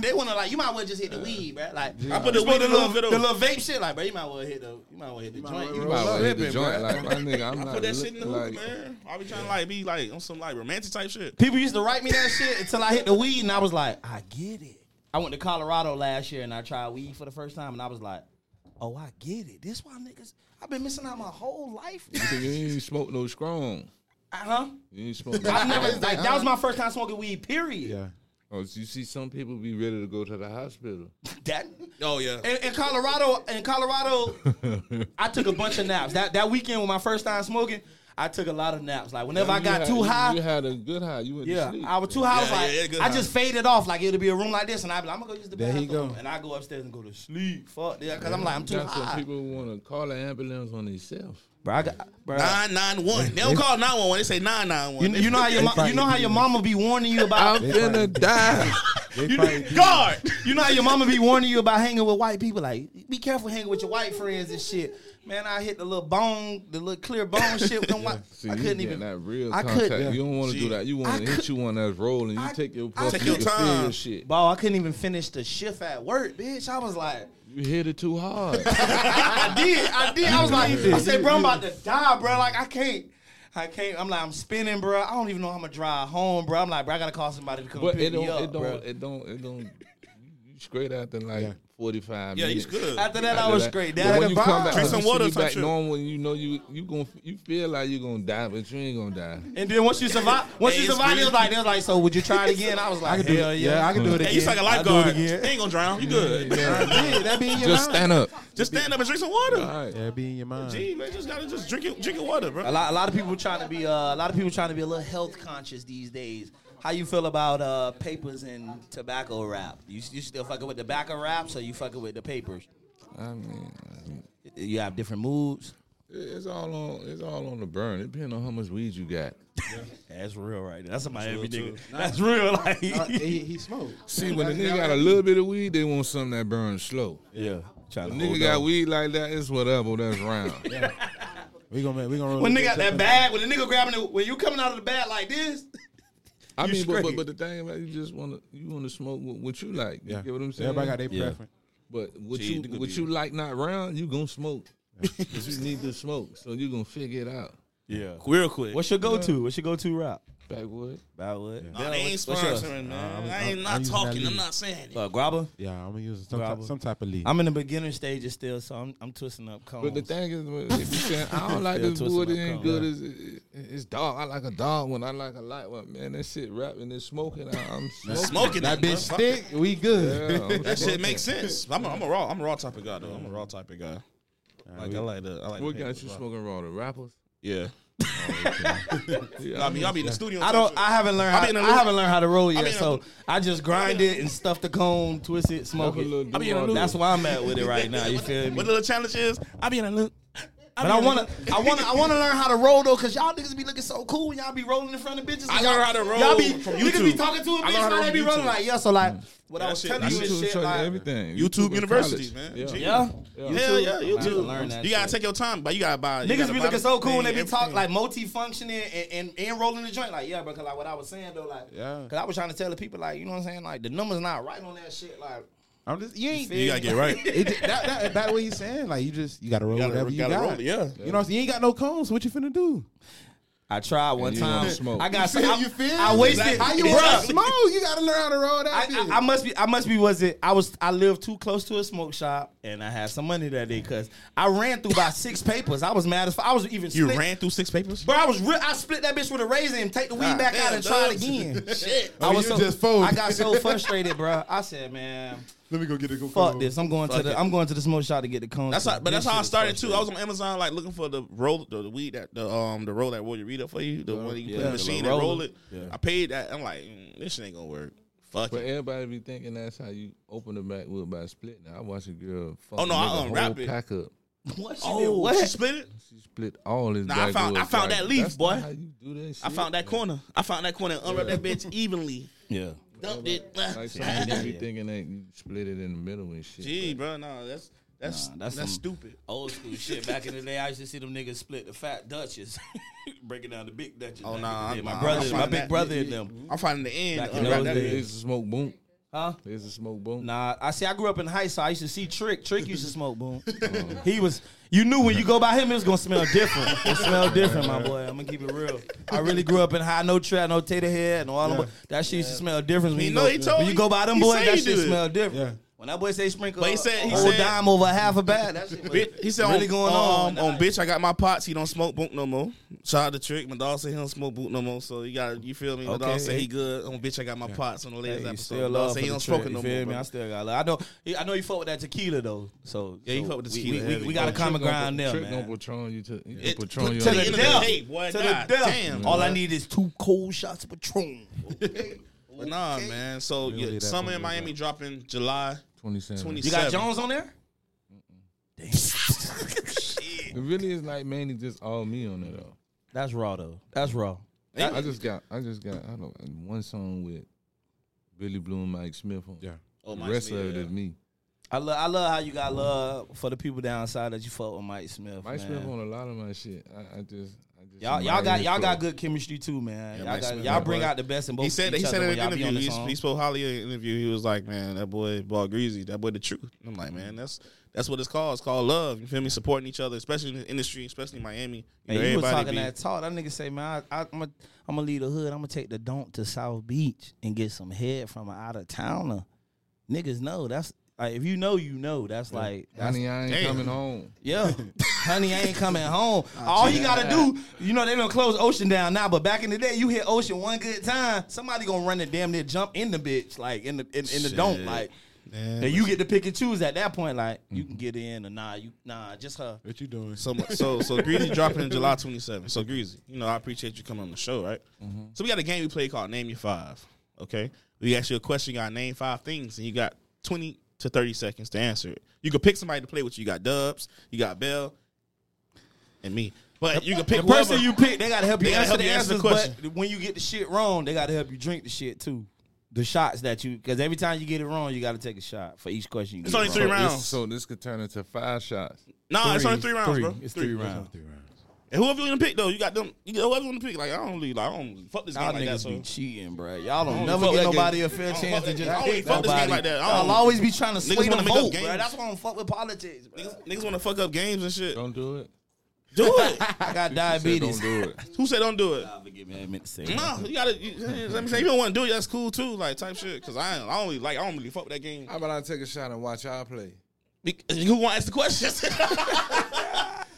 [SPEAKER 2] they wanna like, you might well just hit the weed, bro. Like
[SPEAKER 1] I put the
[SPEAKER 2] you
[SPEAKER 1] weed
[SPEAKER 2] smoke
[SPEAKER 1] in the
[SPEAKER 2] the little,
[SPEAKER 1] hookah
[SPEAKER 2] the
[SPEAKER 1] though.
[SPEAKER 2] little vape shit, like, bro, you might well hit the, you might well hit the joint.
[SPEAKER 4] You
[SPEAKER 2] You
[SPEAKER 4] might wanna hit the
[SPEAKER 3] Ripping,
[SPEAKER 4] joint like my nigga. I'm
[SPEAKER 1] I
[SPEAKER 4] not
[SPEAKER 1] put that shit in the hookah,
[SPEAKER 4] like,
[SPEAKER 1] man. I be trying to like be like on some like romantic type shit.
[SPEAKER 2] People used to write me that shit until I hit the weed, and I was like, I get it. I went to Colorado last year and I tried weed for the first time, and I was like, oh, I get it. This why niggas, I've been missing out my whole life.
[SPEAKER 4] You ain't smoke no strong.
[SPEAKER 2] huh.
[SPEAKER 4] You ain't smoke.
[SPEAKER 2] I've
[SPEAKER 4] No
[SPEAKER 2] never, like, that was my first time smoking weed, period.
[SPEAKER 3] Yeah.
[SPEAKER 4] oh, you see, some people be ready to go to the hospital.
[SPEAKER 2] That.
[SPEAKER 1] Oh yeah.
[SPEAKER 2] In, in Colorado, in Colorado, I took a bunch of naps. That that weekend when my first time smoking, I took a lot of naps. Like whenever
[SPEAKER 4] You
[SPEAKER 2] I got
[SPEAKER 4] had-
[SPEAKER 2] too
[SPEAKER 4] you-
[SPEAKER 2] high,
[SPEAKER 4] You had a good high. You went to
[SPEAKER 2] yeah,
[SPEAKER 4] sleep.
[SPEAKER 2] I was too high. I was
[SPEAKER 1] Yeah,
[SPEAKER 2] like,
[SPEAKER 1] yeah, yeah, good
[SPEAKER 2] I just faded off. Like it'll be a room like this, and I'd be like, I'm gonna go use the
[SPEAKER 3] There he
[SPEAKER 2] bathroom,
[SPEAKER 3] go.
[SPEAKER 2] and I go upstairs and go to sleep. Fuck, yeah, because I'm like, I'm too
[SPEAKER 4] That's what
[SPEAKER 2] high.
[SPEAKER 4] people want to call an ambulance on themselves.
[SPEAKER 2] Bro, I got, bro.
[SPEAKER 1] Nine nine one. They don't call nine one one. They say nine nine
[SPEAKER 2] You,
[SPEAKER 1] one.
[SPEAKER 2] you know how your mo- you know how your mama be warning you about
[SPEAKER 4] I'm finna die.
[SPEAKER 3] They
[SPEAKER 1] You
[SPEAKER 3] probably
[SPEAKER 1] know-
[SPEAKER 3] do-
[SPEAKER 1] guard.
[SPEAKER 2] you know how your mama be warning you about hanging with white people like be careful hanging with your white friends and shit. Man, I hit the little bone, the little clear bone shit. With them white,
[SPEAKER 4] See,
[SPEAKER 2] I
[SPEAKER 4] you
[SPEAKER 2] couldn't
[SPEAKER 4] getting
[SPEAKER 2] even.
[SPEAKER 4] that real
[SPEAKER 2] I
[SPEAKER 4] contact.
[SPEAKER 2] couldn't-
[SPEAKER 4] You don't want to
[SPEAKER 1] Shit.
[SPEAKER 4] do that. You want to hit you on that roll, and you
[SPEAKER 2] I-
[SPEAKER 4] take your
[SPEAKER 2] I
[SPEAKER 4] puff.
[SPEAKER 1] Take
[SPEAKER 4] you
[SPEAKER 1] your
[SPEAKER 4] can feel
[SPEAKER 1] time.
[SPEAKER 4] your shit.
[SPEAKER 2] Bro, I couldn't even finish the shift at work, bitch. I was like,
[SPEAKER 4] You hit it too hard.
[SPEAKER 2] I, I did, I did. I was like, I said, bro, I'm about to die, bro. Like I can't, I can't. I'm like, I'm spinning, bro. I don't even know how I'm gonna drive home, bro. I'm like, bro, I gotta call somebody to come
[SPEAKER 4] but it
[SPEAKER 2] pick
[SPEAKER 4] don't.
[SPEAKER 2] me up,
[SPEAKER 4] it don't.
[SPEAKER 2] bro.
[SPEAKER 4] It don't. It don't. You straight after like
[SPEAKER 3] Yeah.
[SPEAKER 4] 45
[SPEAKER 1] Yeah, he's
[SPEAKER 4] minutes.
[SPEAKER 1] good.
[SPEAKER 2] After that, I
[SPEAKER 4] After
[SPEAKER 2] was
[SPEAKER 4] that-
[SPEAKER 2] straight.
[SPEAKER 4] but
[SPEAKER 2] Dad, I
[SPEAKER 4] when
[SPEAKER 2] got
[SPEAKER 4] you come back,
[SPEAKER 2] vibes.
[SPEAKER 1] Drink some
[SPEAKER 4] once
[SPEAKER 1] water,
[SPEAKER 4] you be
[SPEAKER 1] some
[SPEAKER 4] back
[SPEAKER 1] shit.
[SPEAKER 4] normal, and you know you you gonna you feel like you gonna die, but you ain't gonna die.
[SPEAKER 2] And then once you survive, once
[SPEAKER 1] Hey,
[SPEAKER 2] you
[SPEAKER 1] it's
[SPEAKER 2] survive, it was
[SPEAKER 1] crazy.
[SPEAKER 2] like they was like, so would you try it again? I was
[SPEAKER 3] I
[SPEAKER 2] like,
[SPEAKER 3] could do
[SPEAKER 2] hell
[SPEAKER 3] it.
[SPEAKER 2] yeah.
[SPEAKER 3] Yeah, I could do it again.
[SPEAKER 1] Hey, you sound like a
[SPEAKER 3] I'll do it
[SPEAKER 1] lifeguard. You
[SPEAKER 3] again.
[SPEAKER 1] ain't gonna drown. You good.
[SPEAKER 3] Yeah, that be in your
[SPEAKER 4] Just
[SPEAKER 3] mind.
[SPEAKER 4] stand up.
[SPEAKER 1] Just stand up and drink some water.
[SPEAKER 4] All right.
[SPEAKER 3] That be in your mind.
[SPEAKER 1] Gee, man, just gotta just drink it, drink your water, bro.
[SPEAKER 2] A lot, a lot of people trying to be, uh, a lot of people trying to be a little health conscious these days. How you feel about uh, papers and tobacco wrap? You, you still fucking with tobacco wraps or you fucking with the papers?
[SPEAKER 4] I mean,
[SPEAKER 2] You have different moods.
[SPEAKER 4] it- it's all on. It's all on the burn. It depends on how much weed you got.
[SPEAKER 2] That's real, right? That's my
[SPEAKER 1] real,
[SPEAKER 2] every
[SPEAKER 1] too.
[SPEAKER 2] nigga. That's real, like
[SPEAKER 3] Uh, he, he smoked.
[SPEAKER 4] See, when a nigga got a little bit of weed, they want something that burns slow.
[SPEAKER 2] yeah. Trying
[SPEAKER 4] A nigga got weed like that, it's whatever. That's round.
[SPEAKER 3] We gonna make, we gonna roll
[SPEAKER 2] when
[SPEAKER 3] the
[SPEAKER 2] nigga got
[SPEAKER 3] bitch up
[SPEAKER 2] that
[SPEAKER 3] and-
[SPEAKER 2] bag, when the nigga grabbing it, when you coming out of the bag like this,
[SPEAKER 4] I
[SPEAKER 2] You
[SPEAKER 4] mean, but,
[SPEAKER 2] straight.
[SPEAKER 4] but but the thing about it, you just want to you want to smoke what, what you like. You
[SPEAKER 3] Yeah.
[SPEAKER 4] get what I'm saying?
[SPEAKER 3] Everybody got their preference.
[SPEAKER 4] But what
[SPEAKER 1] Gee,
[SPEAKER 4] you
[SPEAKER 1] nigga
[SPEAKER 4] what
[SPEAKER 1] be-
[SPEAKER 4] you like not round, you gonna smoke. 'Cause you need to smoke, so you gonna figure it out.
[SPEAKER 2] yeah.
[SPEAKER 1] Real quick.
[SPEAKER 2] What's your go-to? What's your go-to rap?
[SPEAKER 4] Backwood.
[SPEAKER 2] About what?
[SPEAKER 1] Nah, they ain't
[SPEAKER 2] What's yours?
[SPEAKER 1] sponsoring, man.
[SPEAKER 3] I'm-
[SPEAKER 1] I ain't
[SPEAKER 3] I'm-
[SPEAKER 1] not
[SPEAKER 3] I'm using that
[SPEAKER 1] talking.
[SPEAKER 3] lead.
[SPEAKER 1] I'm not saying it.
[SPEAKER 2] Uh, grabber.
[SPEAKER 3] Yeah, I'm gonna use some, type,
[SPEAKER 2] Probably.
[SPEAKER 3] some type of lead.
[SPEAKER 2] I'm in the beginner stages still, so I'm I'm twisting up cones.
[SPEAKER 4] But the thing is, what they be saying, I don't like
[SPEAKER 2] Still
[SPEAKER 4] this
[SPEAKER 2] twisting
[SPEAKER 4] wood. It
[SPEAKER 2] my
[SPEAKER 4] ain't
[SPEAKER 2] cum.
[SPEAKER 4] good. It's, it- it's dog. I like a dog one. I like a light one. Man, that shit rapping and smoking. I, I'm smoking.
[SPEAKER 1] Smoking
[SPEAKER 3] that
[SPEAKER 1] it, bro.
[SPEAKER 3] bitch
[SPEAKER 1] Fuck
[SPEAKER 3] stick. We good.
[SPEAKER 4] Yeah, I'm
[SPEAKER 1] That shit
[SPEAKER 4] smoking.
[SPEAKER 1] makes sense. I'm a, I'm a raw. I'm a raw type of guy though. I'm a raw type of guy. Like I like the. I like.
[SPEAKER 4] What
[SPEAKER 1] the
[SPEAKER 4] got you smoking raw? The rappers.
[SPEAKER 1] Yeah.
[SPEAKER 4] Yeah,
[SPEAKER 1] I mean, y'all be in the studio.
[SPEAKER 2] I don't. I haven't learned.
[SPEAKER 1] I
[SPEAKER 2] How,
[SPEAKER 1] be in a
[SPEAKER 2] I
[SPEAKER 1] loop.
[SPEAKER 2] haven't learned how to roll yet,
[SPEAKER 1] be in a
[SPEAKER 2] so
[SPEAKER 1] loop.
[SPEAKER 2] I just grind it and stuff the cone, twist it, smoke
[SPEAKER 4] Have a
[SPEAKER 2] it.
[SPEAKER 4] little I be in a do-over. loop.
[SPEAKER 2] That's where I'm at with it right now. You feel me?
[SPEAKER 1] What the little challenge is? I be in a loop.
[SPEAKER 2] But I wanna, I wanna, I wanna learn how to roll though, cause y'all niggas be looking so cool when y'all be rolling in front of bitches.
[SPEAKER 1] I
[SPEAKER 2] y'all-
[SPEAKER 1] learned how to roll
[SPEAKER 2] Y'all be
[SPEAKER 1] from
[SPEAKER 2] niggas
[SPEAKER 1] YouTube.
[SPEAKER 2] be talking to a
[SPEAKER 1] I learned how
[SPEAKER 2] bitch,
[SPEAKER 1] to
[SPEAKER 2] how they be
[SPEAKER 1] roll
[SPEAKER 2] rolling
[SPEAKER 1] YouTube.
[SPEAKER 2] like yeah. So like, what I
[SPEAKER 1] That
[SPEAKER 2] was
[SPEAKER 1] shit-
[SPEAKER 2] telling you and
[SPEAKER 4] YouTube
[SPEAKER 2] shit,
[SPEAKER 4] showed you
[SPEAKER 2] like,
[SPEAKER 4] everything.
[SPEAKER 1] YouTube
[SPEAKER 4] in
[SPEAKER 1] universities,
[SPEAKER 4] college.
[SPEAKER 1] man.
[SPEAKER 4] Yeah.
[SPEAKER 1] Gee.
[SPEAKER 2] yeah.
[SPEAKER 1] Hell yeah,
[SPEAKER 2] I'm about to
[SPEAKER 1] YouTube.
[SPEAKER 2] learn that
[SPEAKER 1] you gotta
[SPEAKER 2] shit.
[SPEAKER 1] take your time, but you gotta buy. you
[SPEAKER 2] Niggas
[SPEAKER 1] gotta
[SPEAKER 2] be
[SPEAKER 1] buy
[SPEAKER 2] looking
[SPEAKER 1] the
[SPEAKER 2] so cool when they
[SPEAKER 1] thing,
[SPEAKER 2] be talking like
[SPEAKER 1] everything.
[SPEAKER 2] multifunctioning and, and, and rolling the joint. Like, yeah, bro, cause like what I was saying though, like,
[SPEAKER 3] Yeah.
[SPEAKER 2] cause I was trying to tell the people, like, you know what I'm saying? Like, the number's not right on that shit. Like,
[SPEAKER 3] I'm just you ain't.
[SPEAKER 1] You gotta get right.
[SPEAKER 3] It, that, that about what he's saying, like you just you gotta roll
[SPEAKER 1] gotta-
[SPEAKER 3] whatever you
[SPEAKER 1] gotta
[SPEAKER 3] got.
[SPEAKER 1] roll it, yeah.
[SPEAKER 3] you know, what I'm saying? you ain't got no cones. What you finna do?
[SPEAKER 2] I tried one
[SPEAKER 4] you wanna
[SPEAKER 2] time.
[SPEAKER 4] smoke.
[SPEAKER 2] I got some.
[SPEAKER 3] You feel-
[SPEAKER 2] I,
[SPEAKER 3] you feel
[SPEAKER 2] I
[SPEAKER 3] me?
[SPEAKER 2] wasted.
[SPEAKER 1] Exactly.
[SPEAKER 3] How you
[SPEAKER 1] Bruh.
[SPEAKER 3] want
[SPEAKER 2] Bruh,
[SPEAKER 3] to smoke? You gotta learn how to roll
[SPEAKER 2] I,
[SPEAKER 3] that.
[SPEAKER 2] I, I must be. I must be. Was it? I was. I lived too close to a smoke shop, and I had some money that day because I ran through about six papers. I was mad as fuck. I was even.
[SPEAKER 1] You
[SPEAKER 2] split.
[SPEAKER 1] ran through six papers.
[SPEAKER 2] Bro, I was real. I split that bitch with a razor and take the weed back
[SPEAKER 1] damn,
[SPEAKER 2] out and try it
[SPEAKER 1] dubs.
[SPEAKER 2] again.
[SPEAKER 1] Shit.
[SPEAKER 2] I
[SPEAKER 3] Oh,
[SPEAKER 2] was so,
[SPEAKER 3] you just folded.
[SPEAKER 2] I got so frustrated, bro. I said, man,
[SPEAKER 3] Let me go get a good
[SPEAKER 2] fuck this. I'm going to
[SPEAKER 1] Fuck
[SPEAKER 2] the.
[SPEAKER 1] it.
[SPEAKER 2] I'm going to the smoke shop to get the cone.
[SPEAKER 1] That's how, but that's how I started too. I was on Amazon like looking for the roll, the, the weed that the um the roll that roll you read up for you, the one that you put in the
[SPEAKER 2] Yeah,
[SPEAKER 1] machine
[SPEAKER 2] the
[SPEAKER 1] and
[SPEAKER 2] roller.
[SPEAKER 1] roll it. I paid that. I'm like, mm, this shit ain't gonna work. Fuck
[SPEAKER 4] But
[SPEAKER 1] it.
[SPEAKER 4] everybody be thinking that's how you open the backwood by splitting. I watch a girl. Fuck
[SPEAKER 1] Oh, no,
[SPEAKER 4] a
[SPEAKER 1] I
[SPEAKER 4] nigga
[SPEAKER 1] unwrap
[SPEAKER 4] whole
[SPEAKER 1] it.
[SPEAKER 4] Pack up.
[SPEAKER 2] What? She did
[SPEAKER 1] Oh,
[SPEAKER 2] what?
[SPEAKER 1] she split it.
[SPEAKER 4] She split all his.
[SPEAKER 1] Nah, I found-
[SPEAKER 4] backwoods
[SPEAKER 1] I found
[SPEAKER 4] right.
[SPEAKER 1] that leaf,
[SPEAKER 4] That's
[SPEAKER 1] boy.
[SPEAKER 4] not how you do that shit.
[SPEAKER 1] I found that corner. I found that corner and unwrapped that bitch evenly.
[SPEAKER 2] yeah.
[SPEAKER 1] Dumped it.
[SPEAKER 4] Like some niggas be thinking that you split it in the middle and shit.
[SPEAKER 1] Gee, bro, no, that's that's
[SPEAKER 2] Nah, that's
[SPEAKER 1] that's,
[SPEAKER 2] some-
[SPEAKER 1] stupid.
[SPEAKER 2] Old school shit. Back in the day, I used to see them niggas split the fat Dutches, breaking down the big Dutches.
[SPEAKER 1] Oh,
[SPEAKER 2] back
[SPEAKER 1] nah,
[SPEAKER 2] in the day.
[SPEAKER 1] nah,
[SPEAKER 2] my
[SPEAKER 1] I'm
[SPEAKER 2] brother, my
[SPEAKER 1] finding
[SPEAKER 2] big
[SPEAKER 1] that-
[SPEAKER 2] brother in them.
[SPEAKER 1] I'm finding the end.
[SPEAKER 2] Back in
[SPEAKER 1] of
[SPEAKER 2] Right,
[SPEAKER 4] You know,
[SPEAKER 1] unwrap
[SPEAKER 2] those
[SPEAKER 1] that
[SPEAKER 4] there
[SPEAKER 2] days.
[SPEAKER 1] bitch.
[SPEAKER 4] is a smoke boom.
[SPEAKER 2] Huh?
[SPEAKER 4] There's a smoke boom.
[SPEAKER 2] Nah, I see. I grew up in high, so I used to see Trick. Trick used to smoke boom.
[SPEAKER 1] Oh.
[SPEAKER 2] he was. You knew when you go by him, it was gonna smell different. It smelled different, my boy. I'm gonna keep it real. I really grew up in high, no trap, no tater head, and all them. That shit used to smell different when
[SPEAKER 1] He
[SPEAKER 2] you
[SPEAKER 1] know
[SPEAKER 2] go.
[SPEAKER 1] he told-
[SPEAKER 2] when you go by them
[SPEAKER 1] he
[SPEAKER 2] boys,
[SPEAKER 1] say
[SPEAKER 2] that
[SPEAKER 1] he
[SPEAKER 2] shit
[SPEAKER 1] did.
[SPEAKER 2] smell different.
[SPEAKER 3] Yeah,
[SPEAKER 2] When that boy say sprinkle,
[SPEAKER 1] But he said- he
[SPEAKER 2] a whole
[SPEAKER 1] said-
[SPEAKER 2] dime over half a bag. That shit was
[SPEAKER 1] Bit- He said,
[SPEAKER 2] really
[SPEAKER 1] on,
[SPEAKER 2] going
[SPEAKER 1] um,
[SPEAKER 2] on.
[SPEAKER 1] on bitch, I got my pots. He don't smoke boot no more. Shout out to Trick. My dog said he don't smoke boot no more. So you got, you feel me? My
[SPEAKER 2] Okay.
[SPEAKER 1] dog said he good. On bitch, I got my pots on the latest
[SPEAKER 2] Hey, you
[SPEAKER 1] episode.
[SPEAKER 2] still
[SPEAKER 1] My dog
[SPEAKER 2] love
[SPEAKER 1] said
[SPEAKER 2] for
[SPEAKER 1] he
[SPEAKER 2] the
[SPEAKER 1] don't
[SPEAKER 2] trip,
[SPEAKER 1] smoke it
[SPEAKER 2] you
[SPEAKER 1] no
[SPEAKER 2] feel
[SPEAKER 1] more.
[SPEAKER 2] me? I
[SPEAKER 1] brother.
[SPEAKER 2] still got love. I know. I know you fuck with that tequila though. So
[SPEAKER 1] Yeah, you
[SPEAKER 2] so
[SPEAKER 1] fuck with the
[SPEAKER 2] we-
[SPEAKER 1] tequila
[SPEAKER 2] We, we,
[SPEAKER 1] heavy,
[SPEAKER 2] we got a
[SPEAKER 1] bro.
[SPEAKER 2] common ground there,
[SPEAKER 4] Trick
[SPEAKER 2] man.
[SPEAKER 4] gonna patron you to,
[SPEAKER 1] It-
[SPEAKER 4] patron you
[SPEAKER 1] to
[SPEAKER 2] to
[SPEAKER 4] on
[SPEAKER 1] the end
[SPEAKER 4] your
[SPEAKER 2] the
[SPEAKER 1] of
[SPEAKER 4] neck.
[SPEAKER 1] the
[SPEAKER 2] death.
[SPEAKER 1] day, boy.
[SPEAKER 2] To the
[SPEAKER 1] God
[SPEAKER 2] death.
[SPEAKER 1] damn.
[SPEAKER 2] All I need is two cold shots of Patron.
[SPEAKER 1] But nah, man. So
[SPEAKER 4] Really,
[SPEAKER 1] yeah,
[SPEAKER 4] that's
[SPEAKER 1] summer
[SPEAKER 4] what
[SPEAKER 1] in
[SPEAKER 4] it was
[SPEAKER 1] Miami dropping July.
[SPEAKER 4] 27.
[SPEAKER 1] 27.
[SPEAKER 2] You got
[SPEAKER 1] Seven.
[SPEAKER 2] Jones on there?
[SPEAKER 4] It really is like mainly just all me on it though.
[SPEAKER 2] That's raw though. That's raw.
[SPEAKER 1] Ain't
[SPEAKER 4] I just got I just got I don't know one song with Billy Blue and Mike Smith on.
[SPEAKER 3] Yeah.
[SPEAKER 1] Oh,
[SPEAKER 4] the
[SPEAKER 1] Mike
[SPEAKER 4] rest
[SPEAKER 1] Smith,
[SPEAKER 4] of it is
[SPEAKER 1] yeah.
[SPEAKER 4] me.
[SPEAKER 2] I love I love how you got love for the people down south that you fuck with Mike Smith.
[SPEAKER 4] Mike
[SPEAKER 2] man.
[SPEAKER 4] Smith on a lot of my shit. I, I just I just
[SPEAKER 2] Y'all, y'all
[SPEAKER 4] admire
[SPEAKER 2] got
[SPEAKER 4] his
[SPEAKER 2] y'all got
[SPEAKER 4] flow.
[SPEAKER 2] good chemistry too,
[SPEAKER 1] Yeah,
[SPEAKER 2] man. y'all
[SPEAKER 1] Mike
[SPEAKER 2] got,
[SPEAKER 1] Smith,
[SPEAKER 2] y'all
[SPEAKER 1] my
[SPEAKER 2] bring
[SPEAKER 1] boy.
[SPEAKER 2] out the best in both.
[SPEAKER 1] He said that.
[SPEAKER 2] each
[SPEAKER 1] He said
[SPEAKER 2] other
[SPEAKER 1] in
[SPEAKER 2] when y'all
[SPEAKER 1] an
[SPEAKER 2] be on
[SPEAKER 1] interview.
[SPEAKER 2] the
[SPEAKER 1] He,
[SPEAKER 2] song.
[SPEAKER 1] he spoke highly in an interview. He was like, "Man, that boy Ball Greasy, that boy the truth." I'm like, "Man, that's that's what it's called. It's called love. You feel me? Supporting each other, especially in the industry, especially in Miami. You know,
[SPEAKER 2] Man, you was
[SPEAKER 1] everybody
[SPEAKER 2] talking
[SPEAKER 1] be-
[SPEAKER 2] that talk. That nigga say, man, I, I, I'm gonna I'm gonna leave the hood. I'm gonna take the don't to South Beach and get some head from an out of towner. Niggas know that's like if you know, you know. That's like that's,
[SPEAKER 4] Honey, I ain't
[SPEAKER 1] Damn.
[SPEAKER 4] coming home.
[SPEAKER 2] yeah, honey, I ain't coming home.
[SPEAKER 1] Oh,
[SPEAKER 2] All you gotta do, you know, they don't close Ocean down now. But back in the day, you hit Ocean one good time, somebody gonna run the damn near jump in the bitch, like in the in, in the don't,
[SPEAKER 1] Shit.
[SPEAKER 2] like.
[SPEAKER 1] Man, Mm-hmm.
[SPEAKER 2] And you get to pick and choose at that point. Like you can get in or nah, you nah, just her.
[SPEAKER 3] What you doing?
[SPEAKER 1] So mu- so so Greasy dropping in July 27th. So Greasy, you know I appreciate you coming on the show, right?
[SPEAKER 2] Mm-hmm.
[SPEAKER 1] So we got a game we play called Name Your Five. Okay, we ask you a question. You got to name five things, and you got 20 to 30 seconds to answer it. You can pick somebody to play with. You got Dubs, you got Bell, and me. But you can pick
[SPEAKER 2] The person
[SPEAKER 1] whoever-
[SPEAKER 2] you pick, they gotta help you
[SPEAKER 1] They gotta
[SPEAKER 2] answer
[SPEAKER 1] help
[SPEAKER 2] the
[SPEAKER 1] you answer the
[SPEAKER 2] answers. But when you get the shit wrong, they gotta help you drink the shit too. The shots that you, because every time you get it wrong, you gotta take a shot for each question. You
[SPEAKER 1] It's
[SPEAKER 2] get
[SPEAKER 1] only Three
[SPEAKER 2] wrong.
[SPEAKER 4] So this,
[SPEAKER 1] rounds.
[SPEAKER 4] so this could turn into five shots.
[SPEAKER 1] No, it's only three rounds, bro.
[SPEAKER 3] It's three, rounds. Three rounds.
[SPEAKER 1] And whoever you want to pick, though, you got them. You, whoever you want to pick, like I don't really, like I don't fuck this game
[SPEAKER 2] Y'all
[SPEAKER 1] like that.
[SPEAKER 2] niggas
[SPEAKER 1] So.
[SPEAKER 2] be cheating, bro. Y'all
[SPEAKER 1] I
[SPEAKER 2] don't
[SPEAKER 1] don't
[SPEAKER 2] never
[SPEAKER 1] fuck
[SPEAKER 2] give
[SPEAKER 1] that
[SPEAKER 2] nobody
[SPEAKER 1] game.
[SPEAKER 2] a fair
[SPEAKER 1] I don't
[SPEAKER 2] chance
[SPEAKER 1] fuck
[SPEAKER 2] to
[SPEAKER 1] that-
[SPEAKER 2] just
[SPEAKER 1] I don't
[SPEAKER 2] pick
[SPEAKER 1] even fuck this game
[SPEAKER 2] nobody.
[SPEAKER 1] like that. I don't-
[SPEAKER 2] Y'all always be trying to sway
[SPEAKER 1] wanna
[SPEAKER 2] the
[SPEAKER 1] make up
[SPEAKER 2] vote, bro.
[SPEAKER 1] games.
[SPEAKER 2] That's why I don't fuck with politics, bro.
[SPEAKER 1] Niggas, niggas want to fuck up games and shit.
[SPEAKER 4] Don't do it.
[SPEAKER 1] Do it.
[SPEAKER 2] I got
[SPEAKER 4] Said
[SPEAKER 2] diabetes.
[SPEAKER 4] Don't do it.
[SPEAKER 1] Who said don't do it?
[SPEAKER 2] Nah, forgive me, I meant to say that.
[SPEAKER 1] No, you gotta. You, let me say, if you don't want to do it, that's cool too, like type shit. Cause I, ain't- I only like, I don't really fuck with that game.
[SPEAKER 4] How about I take a shot and watch y'all play?
[SPEAKER 1] Be- Who want to ask the questions?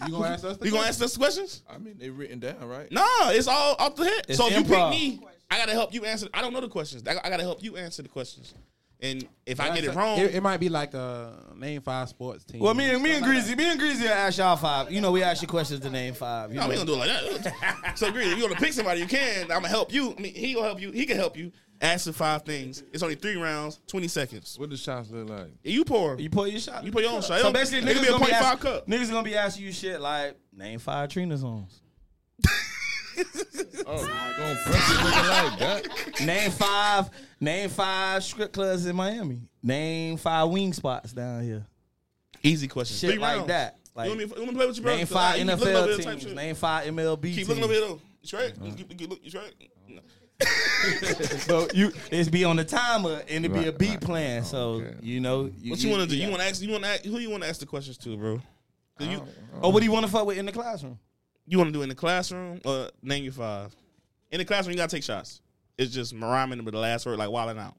[SPEAKER 3] You gonna ask us? the
[SPEAKER 1] you gonna ask
[SPEAKER 3] question?
[SPEAKER 1] us questions?
[SPEAKER 4] I mean, they written down, right?
[SPEAKER 1] Nah, it's all off the head.
[SPEAKER 2] It's
[SPEAKER 1] so if you pick
[SPEAKER 2] improv.
[SPEAKER 1] me, I gotta help you answer. I don't know the questions. I, I gotta help you answer the questions. And if I get it wrong,
[SPEAKER 3] It, it might be like uh, name five sports teams.
[SPEAKER 2] Well, me and me and Greasy, me and Greasy will ask y'all five. You know, we ask you questions to name five. You
[SPEAKER 1] no, we
[SPEAKER 2] know.
[SPEAKER 1] ain't gonna do it like that. so agree. If you wanna pick somebody, you can. I'm gonna help you. I mean, he gonna help you. He can help you. Ask the five things. It's only three rounds, twenty seconds.
[SPEAKER 4] What the shots look like?
[SPEAKER 1] You pour.
[SPEAKER 2] You pull your shot.
[SPEAKER 1] You pull your own shot. It
[SPEAKER 2] So
[SPEAKER 1] don't-
[SPEAKER 2] basically,
[SPEAKER 1] it
[SPEAKER 2] niggas
[SPEAKER 1] could be a
[SPEAKER 2] gonna be
[SPEAKER 1] 0.5
[SPEAKER 2] ask,
[SPEAKER 1] cup.
[SPEAKER 2] Niggas gonna be asking you shit like name five Trina songs.
[SPEAKER 4] Oh, you gonna press it looking like that?
[SPEAKER 2] Name five. Name five strip clubs in Miami. Name five wing spots down here.
[SPEAKER 1] Easy questions.
[SPEAKER 2] Shit
[SPEAKER 1] three
[SPEAKER 2] like
[SPEAKER 1] rounds.
[SPEAKER 2] that.
[SPEAKER 1] you
[SPEAKER 2] Like
[SPEAKER 1] want me? You want me to play with you, bro?
[SPEAKER 2] name
[SPEAKER 1] 'Cause I-
[SPEAKER 2] five
[SPEAKER 1] you keep looking over
[SPEAKER 2] NFL
[SPEAKER 1] here, type
[SPEAKER 2] teams.
[SPEAKER 1] shit.
[SPEAKER 2] Name five MLB
[SPEAKER 1] Keep
[SPEAKER 2] teams.
[SPEAKER 1] looking over here though. You straight? You, you, you, look- you straight? No.
[SPEAKER 2] But you, it's be on the timer and it be a
[SPEAKER 4] Right,
[SPEAKER 2] beat
[SPEAKER 4] right.
[SPEAKER 2] plan. So
[SPEAKER 4] okay.
[SPEAKER 2] you know
[SPEAKER 1] What you want to do?
[SPEAKER 2] got-
[SPEAKER 1] You want to ask? You want to ask? Who you want to ask the questions to, bro? Do you
[SPEAKER 2] Or Oh, what do you want to fuck with in the classroom?
[SPEAKER 1] you want to do it in the classroom or name your five? In the classroom, you gotta take shots. It's just rhyming with the last word, like wilding out.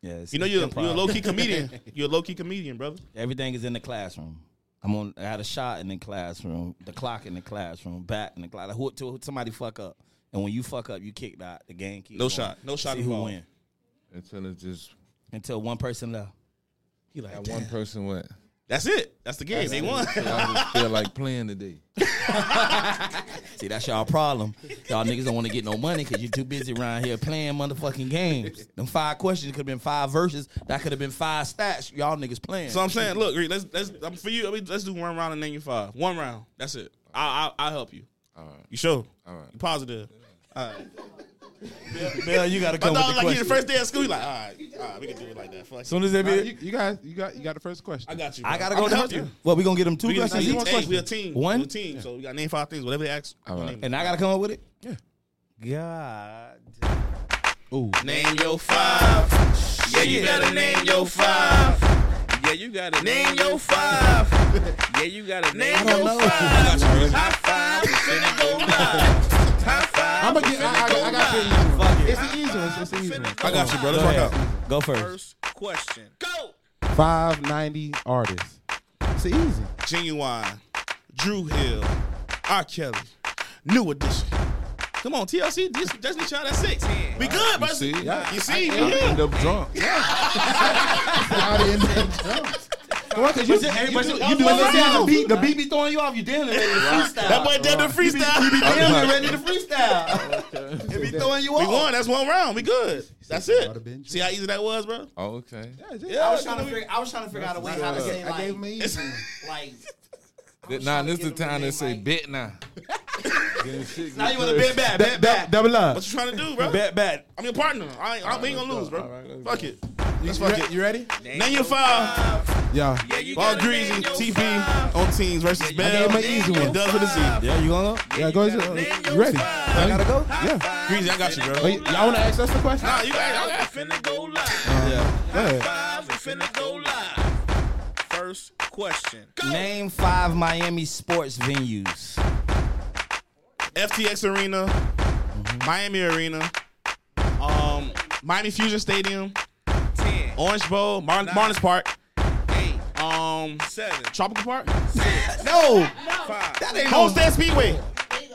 [SPEAKER 2] Yeah,
[SPEAKER 1] You know you're, you're a low key comedian. You're a low key comedian, brother.
[SPEAKER 2] Everything is in the classroom. I'm on. I had a shot in the classroom, the clock in the classroom, bat in the class. Who, to, somebody fuck up, and when you fuck up, you kicked out. The game keeps
[SPEAKER 1] No
[SPEAKER 2] going.
[SPEAKER 1] shot. No shot
[SPEAKER 2] See who
[SPEAKER 1] involved.
[SPEAKER 2] win
[SPEAKER 4] Until it's just
[SPEAKER 2] until one person left.
[SPEAKER 1] He like
[SPEAKER 4] that one person went.
[SPEAKER 1] That's it. That's the game. they won.
[SPEAKER 4] I just feel like playing today.
[SPEAKER 2] See, that's y'all problem. Y'all niggas don't want to get no money because you're too busy around here playing motherfucking games. Them five questions could have been five verses. That could have been five stats. Y'all niggas playing.
[SPEAKER 1] so I'm saying, look, Reed, let's let's I'm for you. I mean, Let's do one round and name your five. One round. That's it. I I I'll help you.
[SPEAKER 4] All right.
[SPEAKER 1] You sure?
[SPEAKER 4] All right.
[SPEAKER 1] You positive?
[SPEAKER 2] Bill, you gotta
[SPEAKER 1] My
[SPEAKER 2] come
[SPEAKER 1] dog like he
[SPEAKER 2] with the
[SPEAKER 1] the
[SPEAKER 2] question.
[SPEAKER 1] first day of school. He like, all right, all right, we can do it like that. Fuck it.
[SPEAKER 2] soon as they
[SPEAKER 3] Nah,
[SPEAKER 2] be,
[SPEAKER 3] you, you got you got you got the first question.
[SPEAKER 1] I got you.
[SPEAKER 2] I
[SPEAKER 1] bro.
[SPEAKER 2] gotta
[SPEAKER 1] I'm
[SPEAKER 2] go
[SPEAKER 1] gonna
[SPEAKER 2] to
[SPEAKER 1] help
[SPEAKER 2] help
[SPEAKER 1] you.
[SPEAKER 2] you. Well, we gonna get them two
[SPEAKER 1] We,
[SPEAKER 2] questions.
[SPEAKER 1] we,
[SPEAKER 2] each?
[SPEAKER 1] hey, we a team.
[SPEAKER 2] One?
[SPEAKER 1] we a team. So we got to name five things. Whatever they ask.
[SPEAKER 4] All
[SPEAKER 1] we
[SPEAKER 4] right.
[SPEAKER 1] name it.
[SPEAKER 2] And I gotta come up with it.
[SPEAKER 3] Yeah.
[SPEAKER 2] God.
[SPEAKER 1] Name your five. Yeah, you gotta name your five.
[SPEAKER 5] Yeah, you got it.
[SPEAKER 1] Name your five.
[SPEAKER 5] Yeah, you got it.
[SPEAKER 1] Name
[SPEAKER 2] don't
[SPEAKER 1] your
[SPEAKER 2] know.
[SPEAKER 1] five. High five. We finna go live. High five.
[SPEAKER 3] I'm gonna get. I, I, I got you. It's the easy one. It's the easy one.
[SPEAKER 1] I got you, bro. Let's
[SPEAKER 2] Go
[SPEAKER 1] rock
[SPEAKER 2] ahead.
[SPEAKER 1] out.
[SPEAKER 2] Go first.
[SPEAKER 5] First question.
[SPEAKER 1] Go.
[SPEAKER 3] five ninety artists. It's easy.
[SPEAKER 1] Genuine, Drew Hill, R. Kelly, New Edition. Come on, TLC, this Destiny Child, that's six. We good, bro. You see?
[SPEAKER 4] see? Yeah.
[SPEAKER 1] You see?
[SPEAKER 3] I end up drunk. I end up drunk. Come on, 'cause you, you,
[SPEAKER 2] Hey,
[SPEAKER 3] you,
[SPEAKER 2] but
[SPEAKER 3] do-
[SPEAKER 2] you-
[SPEAKER 3] you
[SPEAKER 2] I'm
[SPEAKER 3] do
[SPEAKER 2] like,
[SPEAKER 3] listen to
[SPEAKER 2] yo.
[SPEAKER 3] the beat. The beat be throwing you off. You damn near ready to
[SPEAKER 1] That
[SPEAKER 3] freestyle.
[SPEAKER 1] boy down to freestyle.
[SPEAKER 2] Damn, you ready to freestyle. it be throwing you
[SPEAKER 1] We
[SPEAKER 2] off.
[SPEAKER 1] won. That's one round. We good. That's
[SPEAKER 3] Oughta been
[SPEAKER 1] it. See how easy that was, bro?
[SPEAKER 4] Oh, okay.
[SPEAKER 2] I was trying to figure. I was trying to figure out a way how to say
[SPEAKER 3] I
[SPEAKER 2] like,
[SPEAKER 3] gave him an easy.
[SPEAKER 2] like.
[SPEAKER 4] Th- Nah, this the
[SPEAKER 2] give him
[SPEAKER 4] time
[SPEAKER 2] a
[SPEAKER 4] to say
[SPEAKER 2] name,
[SPEAKER 4] bet now.
[SPEAKER 2] Now you want to bet back,
[SPEAKER 3] That-
[SPEAKER 2] bet
[SPEAKER 3] that-
[SPEAKER 2] back,
[SPEAKER 3] Double up.
[SPEAKER 1] What you trying to do, bro?
[SPEAKER 2] bet back.
[SPEAKER 1] I'm your partner. I, ain't- I, we ain't gonna lose, bro.
[SPEAKER 4] All right, let's
[SPEAKER 1] Fuck
[SPEAKER 4] go.
[SPEAKER 1] it.
[SPEAKER 3] You,
[SPEAKER 1] Let's
[SPEAKER 3] you,
[SPEAKER 1] fuck
[SPEAKER 3] re-
[SPEAKER 1] it.
[SPEAKER 3] you ready?
[SPEAKER 1] Name your five.
[SPEAKER 3] Yeah.
[SPEAKER 5] Yeah, you
[SPEAKER 1] All
[SPEAKER 5] gotta
[SPEAKER 1] Greasy,
[SPEAKER 5] name your
[SPEAKER 1] TP,
[SPEAKER 5] five.
[SPEAKER 1] on teams versus Bell.
[SPEAKER 3] gave him an easy one.
[SPEAKER 1] And Does with a Z.
[SPEAKER 2] Yeah, you gonna go?
[SPEAKER 3] Yeah, go.
[SPEAKER 5] gotta
[SPEAKER 3] ahead.
[SPEAKER 5] name
[SPEAKER 3] You
[SPEAKER 5] your
[SPEAKER 3] ready?
[SPEAKER 5] five.
[SPEAKER 3] gotta go.
[SPEAKER 5] High
[SPEAKER 3] Yeah.
[SPEAKER 5] five.
[SPEAKER 1] Greasy, I got you, bro.
[SPEAKER 3] Oh, y- y'all want to ask us the question?
[SPEAKER 1] Nah, you got it.
[SPEAKER 5] Five, we finna go live.
[SPEAKER 3] Yeah. Go ahead.
[SPEAKER 5] Five, we finna go live. First question.
[SPEAKER 2] Name five Miami sports venues.
[SPEAKER 1] FTX Arena, Miami Arena, um, Miami Fusion Stadium,
[SPEAKER 5] Ten,
[SPEAKER 1] Orange Bowl, Mar-
[SPEAKER 5] Nah.
[SPEAKER 1] Marlins Park,
[SPEAKER 5] eight,
[SPEAKER 1] um,
[SPEAKER 5] seven,
[SPEAKER 1] Tropical Park,
[SPEAKER 2] No,
[SPEAKER 5] five,
[SPEAKER 2] that ain't no.
[SPEAKER 1] Homestead Speedway.
[SPEAKER 5] three,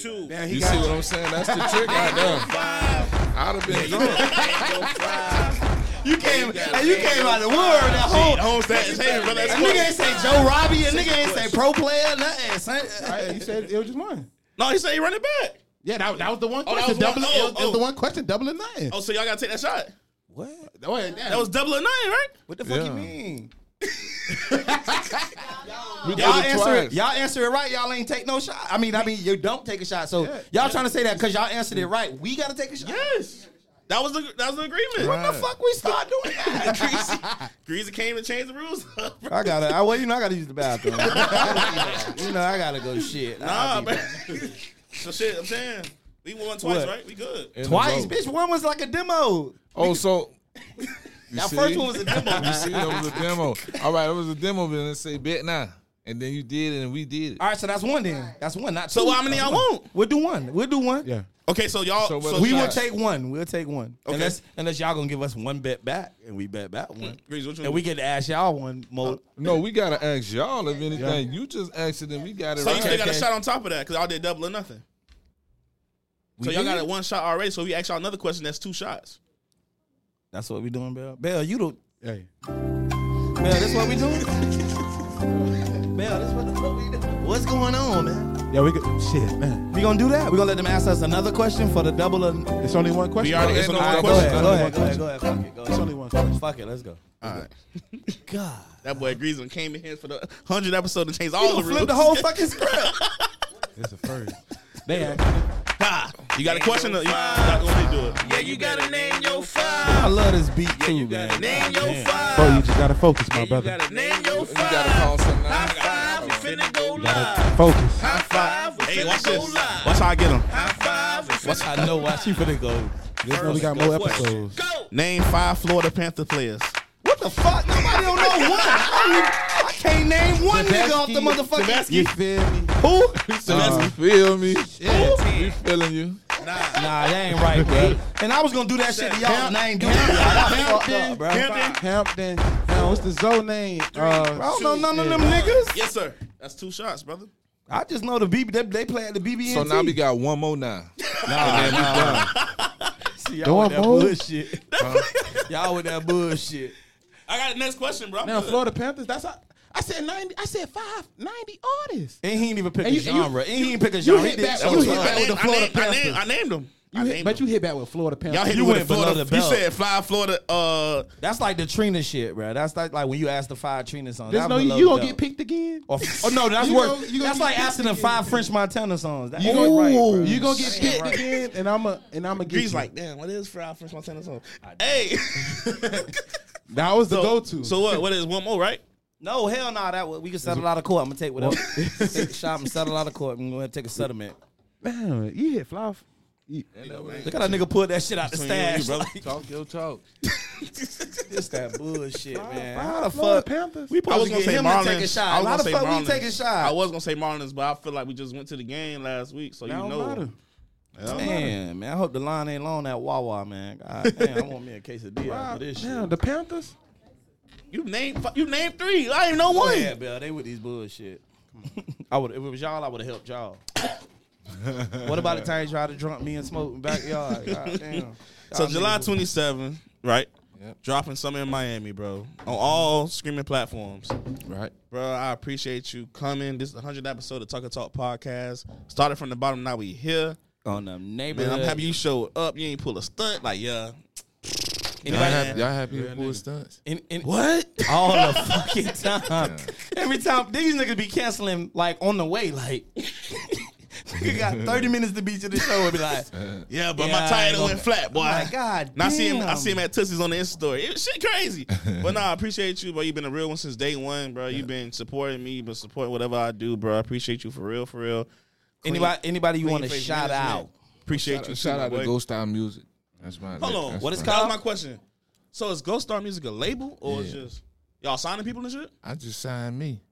[SPEAKER 5] two,
[SPEAKER 4] You see what I'm saying? That's the trick right there.
[SPEAKER 5] five,
[SPEAKER 4] I'd have been drunk.
[SPEAKER 2] You came, hey, you came out of the wood. That whole
[SPEAKER 1] Homestead is hey, brother.
[SPEAKER 2] that
[SPEAKER 1] That's
[SPEAKER 2] nigga ain't
[SPEAKER 1] close.
[SPEAKER 2] say Joe Robbie. A nigga ain't say pro player. Nothing. son.
[SPEAKER 3] Hey, you said it was just one.
[SPEAKER 1] No, he said he run it back.
[SPEAKER 3] Yeah, that, that was the one
[SPEAKER 1] Oh, that
[SPEAKER 3] question.
[SPEAKER 1] was one-
[SPEAKER 3] double,
[SPEAKER 1] oh,
[SPEAKER 3] it was- it was
[SPEAKER 1] oh.
[SPEAKER 3] the one question. Double or nothing.
[SPEAKER 1] Oh, so y'all gotta take that shot.
[SPEAKER 2] What?
[SPEAKER 3] Oh, yeah, yeah.
[SPEAKER 1] That was double or nine, right?
[SPEAKER 2] What the fuck
[SPEAKER 4] Yeah.
[SPEAKER 2] you mean?
[SPEAKER 4] We did
[SPEAKER 2] Y'all
[SPEAKER 4] it
[SPEAKER 2] answer
[SPEAKER 4] twice.
[SPEAKER 2] it. Y'all answer it right. Y'all ain't take no shot. I mean, I mean, you don't take a shot. So y'all trying to say that because y'all answered it right, we gotta take a shot.
[SPEAKER 1] Yes. That was the that was the agreement.
[SPEAKER 2] When the fuck we start doing that?
[SPEAKER 1] Greasy, Greasy came and changed the rules. up, bro.
[SPEAKER 2] I gotta. I, well, you know, I gotta use the bathroom. you know, I gotta go. Shit.
[SPEAKER 1] Nah,
[SPEAKER 2] I'll be
[SPEAKER 1] bro.
[SPEAKER 2] back.
[SPEAKER 1] so shit, I'm saying we won twice,
[SPEAKER 2] What?
[SPEAKER 1] right? We good.
[SPEAKER 4] In a
[SPEAKER 2] Twice,
[SPEAKER 4] row.
[SPEAKER 2] bitch. One was like a demo.
[SPEAKER 4] Oh, so. you
[SPEAKER 2] That
[SPEAKER 4] see?
[SPEAKER 2] first one was a demo.
[SPEAKER 4] You see, that was a demo. All right, that was a demo. Then it say bet now, and then you did it, and we did it.
[SPEAKER 2] All right, so that's one then. That's one. Not
[SPEAKER 1] So
[SPEAKER 2] two.
[SPEAKER 1] how many y'all want?
[SPEAKER 2] We'll do one. We'll do one.
[SPEAKER 3] Yeah.
[SPEAKER 1] Okay, so y'all. So,
[SPEAKER 4] So what-
[SPEAKER 2] We
[SPEAKER 4] Shot.
[SPEAKER 2] will take one. We'll take one.
[SPEAKER 1] Okay.
[SPEAKER 2] Unless unless y'all gonna give us one bet back and we bet back one.
[SPEAKER 1] Greasy, which one
[SPEAKER 2] And
[SPEAKER 1] you-
[SPEAKER 2] we get to ask y'all one more.
[SPEAKER 4] No, we gotta ask y'all if anything. You just asked it, and we got it
[SPEAKER 1] So
[SPEAKER 4] right.
[SPEAKER 1] you still got a
[SPEAKER 2] okay.
[SPEAKER 1] shot on top of that because y'all did double or nothing.
[SPEAKER 4] We
[SPEAKER 1] So y'all
[SPEAKER 4] did
[SPEAKER 1] got
[SPEAKER 4] it?
[SPEAKER 1] a one shot already. So we ask y'all another question. That's two shots.
[SPEAKER 2] That's what we doing, Bell. Bell, you do
[SPEAKER 3] Hey.
[SPEAKER 2] Bell, that's what we doing? Bell, that's what the fuck we doing. What's going on, man?
[SPEAKER 3] Yeah, we could. Shit, man.
[SPEAKER 2] We gonna do that? We gonna let them ask us another question for the double or All
[SPEAKER 3] It's only one question.
[SPEAKER 1] We already
[SPEAKER 4] Oh,
[SPEAKER 1] it's
[SPEAKER 4] ain't
[SPEAKER 1] only one
[SPEAKER 2] right,
[SPEAKER 4] no
[SPEAKER 2] go
[SPEAKER 1] question.
[SPEAKER 2] ahead, go ahead, go ahead, go ahead. Fuck it, go
[SPEAKER 3] It's
[SPEAKER 2] ahead.
[SPEAKER 3] only one question.
[SPEAKER 2] Fuck it, let's go.
[SPEAKER 1] All right.
[SPEAKER 2] God.
[SPEAKER 1] That boy Greasman came in here for the hundred episode and changed
[SPEAKER 2] You
[SPEAKER 1] all the
[SPEAKER 2] gonna
[SPEAKER 1] rules.
[SPEAKER 2] flip the whole fucking script.
[SPEAKER 3] It's a first. They asked.
[SPEAKER 1] Nah, you got a question? Or you not gonna do it.
[SPEAKER 5] Yeah, you gotta name your
[SPEAKER 2] I
[SPEAKER 5] five.
[SPEAKER 2] love this beat
[SPEAKER 5] Yeah,
[SPEAKER 2] too,
[SPEAKER 5] you
[SPEAKER 2] man.
[SPEAKER 5] gotta name
[SPEAKER 2] God
[SPEAKER 5] your
[SPEAKER 2] damn.
[SPEAKER 3] Bro, you
[SPEAKER 5] five.
[SPEAKER 3] just gotta focus, my
[SPEAKER 5] Yeah, you
[SPEAKER 3] brother.
[SPEAKER 5] gotta name
[SPEAKER 4] You
[SPEAKER 5] your
[SPEAKER 4] gotta call
[SPEAKER 5] five.
[SPEAKER 4] something.
[SPEAKER 5] High
[SPEAKER 4] out.
[SPEAKER 5] five, we finna go
[SPEAKER 3] Gotta
[SPEAKER 5] live.
[SPEAKER 3] focus.
[SPEAKER 5] High five, we
[SPEAKER 1] Hey, watch
[SPEAKER 5] finna go
[SPEAKER 1] this.
[SPEAKER 5] live.
[SPEAKER 1] Watch how I get him.
[SPEAKER 5] High five, we finna
[SPEAKER 2] I know why she finna go.
[SPEAKER 3] Just know we got more episodes.
[SPEAKER 5] go.
[SPEAKER 1] Name five Florida Panther players.
[SPEAKER 2] What the fuck? Nobody don't know one. I, mean, I can't name one nigga off the
[SPEAKER 3] Zabisky.
[SPEAKER 2] motherfucking.
[SPEAKER 3] You feel me?
[SPEAKER 2] Who?
[SPEAKER 4] So you feel me? We
[SPEAKER 5] Ten,
[SPEAKER 4] feeling you.
[SPEAKER 5] nine,
[SPEAKER 2] Nah, that ain't right, bro. And I was gonna do that shit to y'all, and I ain't doing it. y'all. That's fucked up, bro.
[SPEAKER 3] Hampton. Hampton. Uh, what's the zone name? Uh,
[SPEAKER 2] I don't know none of them
[SPEAKER 3] yeah.
[SPEAKER 2] niggas.
[SPEAKER 1] Yes, sir. That's two shots, brother.
[SPEAKER 2] I just know the BB. They, they play at the BBN.
[SPEAKER 4] So now we got one more now.
[SPEAKER 2] Ah. y'all with
[SPEAKER 3] Going
[SPEAKER 2] that
[SPEAKER 3] forward?
[SPEAKER 2] bullshit. y'all with that bullshit.
[SPEAKER 1] I got the next question, bro. I'm
[SPEAKER 3] Now
[SPEAKER 1] good.
[SPEAKER 3] Florida Panthers. That's I, I said ninety. I said five ninety artists.
[SPEAKER 2] And he ain't even pick
[SPEAKER 3] And
[SPEAKER 2] a
[SPEAKER 3] you- and you-
[SPEAKER 2] genre. And
[SPEAKER 3] you-
[SPEAKER 2] he ain't pick a
[SPEAKER 3] you
[SPEAKER 2] genre.
[SPEAKER 3] hit
[SPEAKER 2] He did
[SPEAKER 3] that-
[SPEAKER 2] show
[SPEAKER 3] you
[SPEAKER 1] I
[SPEAKER 2] time.
[SPEAKER 3] hit that-
[SPEAKER 1] named,
[SPEAKER 3] with the
[SPEAKER 1] Oh, I, named,
[SPEAKER 3] Florida
[SPEAKER 1] I, named, I
[SPEAKER 3] Panthers.
[SPEAKER 1] named him.
[SPEAKER 3] You
[SPEAKER 1] I
[SPEAKER 3] hit,
[SPEAKER 1] named
[SPEAKER 3] but
[SPEAKER 1] him.
[SPEAKER 3] you hit back with Florida Panthers.
[SPEAKER 1] all hit
[SPEAKER 2] you
[SPEAKER 1] him with
[SPEAKER 2] went
[SPEAKER 1] the
[SPEAKER 2] below
[SPEAKER 1] Florida.
[SPEAKER 2] the
[SPEAKER 1] You
[SPEAKER 2] belt.
[SPEAKER 1] said fly Florida. Uh,
[SPEAKER 2] That's like the Trina shit, bro. That's like, like when you asked the five Trina song.
[SPEAKER 3] Just
[SPEAKER 2] That
[SPEAKER 3] know you,
[SPEAKER 2] below
[SPEAKER 3] you
[SPEAKER 2] the
[SPEAKER 3] gonna
[SPEAKER 2] belt.
[SPEAKER 3] get picked again.
[SPEAKER 2] Or, oh no, that's
[SPEAKER 3] You
[SPEAKER 2] worse.
[SPEAKER 3] gonna- you gonna
[SPEAKER 2] that's
[SPEAKER 3] get
[SPEAKER 2] like asking them five French Montana songs. That
[SPEAKER 3] You
[SPEAKER 2] ain't
[SPEAKER 3] gonna,
[SPEAKER 2] right, bro.
[SPEAKER 3] you gonna get picked again, and I'm a and I'm a get
[SPEAKER 1] Grease
[SPEAKER 3] you.
[SPEAKER 1] like, damn, what is fry French Montana song? Hey,
[SPEAKER 3] that was the
[SPEAKER 1] So-
[SPEAKER 3] go to.
[SPEAKER 1] So what? What is one more? Right?
[SPEAKER 2] No, hell no. that was, we can settle out of court. I'm gonna take whatever. take a shot and settle out of court. I'm gonna take a settlement.
[SPEAKER 3] damn, you hit fly. f- You,
[SPEAKER 2] Look how that nigga pulled that shit out the
[SPEAKER 1] Between you and you,
[SPEAKER 2] stash.
[SPEAKER 1] brother.
[SPEAKER 2] Like,
[SPEAKER 4] Talk your talk.
[SPEAKER 2] it's that bullshit, man. How
[SPEAKER 3] Fly
[SPEAKER 2] the
[SPEAKER 3] Florida
[SPEAKER 2] fuck?
[SPEAKER 3] Panthers.
[SPEAKER 2] We supposed
[SPEAKER 1] I was
[SPEAKER 2] to
[SPEAKER 1] gonna
[SPEAKER 2] get
[SPEAKER 1] say
[SPEAKER 2] him
[SPEAKER 1] Marlins.
[SPEAKER 2] to take a
[SPEAKER 1] I
[SPEAKER 2] shot.
[SPEAKER 1] was
[SPEAKER 2] How the
[SPEAKER 1] gonna
[SPEAKER 2] fuck
[SPEAKER 1] say
[SPEAKER 2] we take a
[SPEAKER 1] I
[SPEAKER 2] shot?
[SPEAKER 1] was gonna say Marlins, but I feel like we just went to the game last week, so you
[SPEAKER 3] Don't
[SPEAKER 1] know.
[SPEAKER 3] matter.
[SPEAKER 2] Man, man, I hope the line ain't long at Wawa, man. God damn, I want me a quesadilla
[SPEAKER 3] Wow,
[SPEAKER 2] after this shit.
[SPEAKER 3] Damn, the Panthers.
[SPEAKER 1] You named you named three. I ain't know one.
[SPEAKER 2] Yeah, Bill, they with these bullshit. I would if it was y'all, I would have helped y'all. what about the time you tried to drunk me and smoke in the backyard? God damn.
[SPEAKER 1] So
[SPEAKER 2] Y'all
[SPEAKER 1] July
[SPEAKER 2] niggas-
[SPEAKER 1] 27th, right?
[SPEAKER 4] Yep.
[SPEAKER 1] Dropping summer in Miami, bro. On all streaming platforms.
[SPEAKER 4] Right.
[SPEAKER 1] Bro, I appreciate you coming. This is the 100th episode of Talk and Talk podcast. Started from the bottom, now we here.
[SPEAKER 2] on the neighborhood.
[SPEAKER 1] Man, I'm happy you showed up. You ain't pull a stunt. Like, yeah.
[SPEAKER 4] Y'all
[SPEAKER 1] Anybody
[SPEAKER 4] happy, y'all happy with full stunts?
[SPEAKER 2] In- in-
[SPEAKER 1] What?
[SPEAKER 2] all the fucking time. Every time these niggas be canceling like on the way, like nigga got thirty minutes to be to the show and be like,
[SPEAKER 1] Yeah, but
[SPEAKER 2] Yeah,
[SPEAKER 1] my
[SPEAKER 2] I
[SPEAKER 1] tire
[SPEAKER 2] ain't
[SPEAKER 1] done
[SPEAKER 2] gonna-
[SPEAKER 1] went flat, boy.
[SPEAKER 2] my God
[SPEAKER 1] And I see him. I
[SPEAKER 2] damn.
[SPEAKER 1] see him at Tootsie's on the Insta story. It was shit crazy. but nah, I appreciate you, bro. You've been a real one since day one, bro. You've been supporting me, but support whatever I do, bro. I appreciate you for real, for real. Clean-
[SPEAKER 2] anybody anybody you
[SPEAKER 1] clean
[SPEAKER 2] want to
[SPEAKER 1] face
[SPEAKER 2] shout
[SPEAKER 1] management.
[SPEAKER 2] out?
[SPEAKER 1] Appreciate
[SPEAKER 4] Shout,
[SPEAKER 1] you.
[SPEAKER 4] out- Uh, shout
[SPEAKER 1] too,
[SPEAKER 4] out
[SPEAKER 1] my
[SPEAKER 4] to
[SPEAKER 1] boy.
[SPEAKER 4] Ghost Town Music. That's my.
[SPEAKER 1] Hold on,
[SPEAKER 4] that's
[SPEAKER 1] what is
[SPEAKER 4] my-
[SPEAKER 1] that was my question? So is Ghost Star Music a label or is
[SPEAKER 4] Yeah.
[SPEAKER 1] just y'all signing people and shit?
[SPEAKER 4] I just signed me.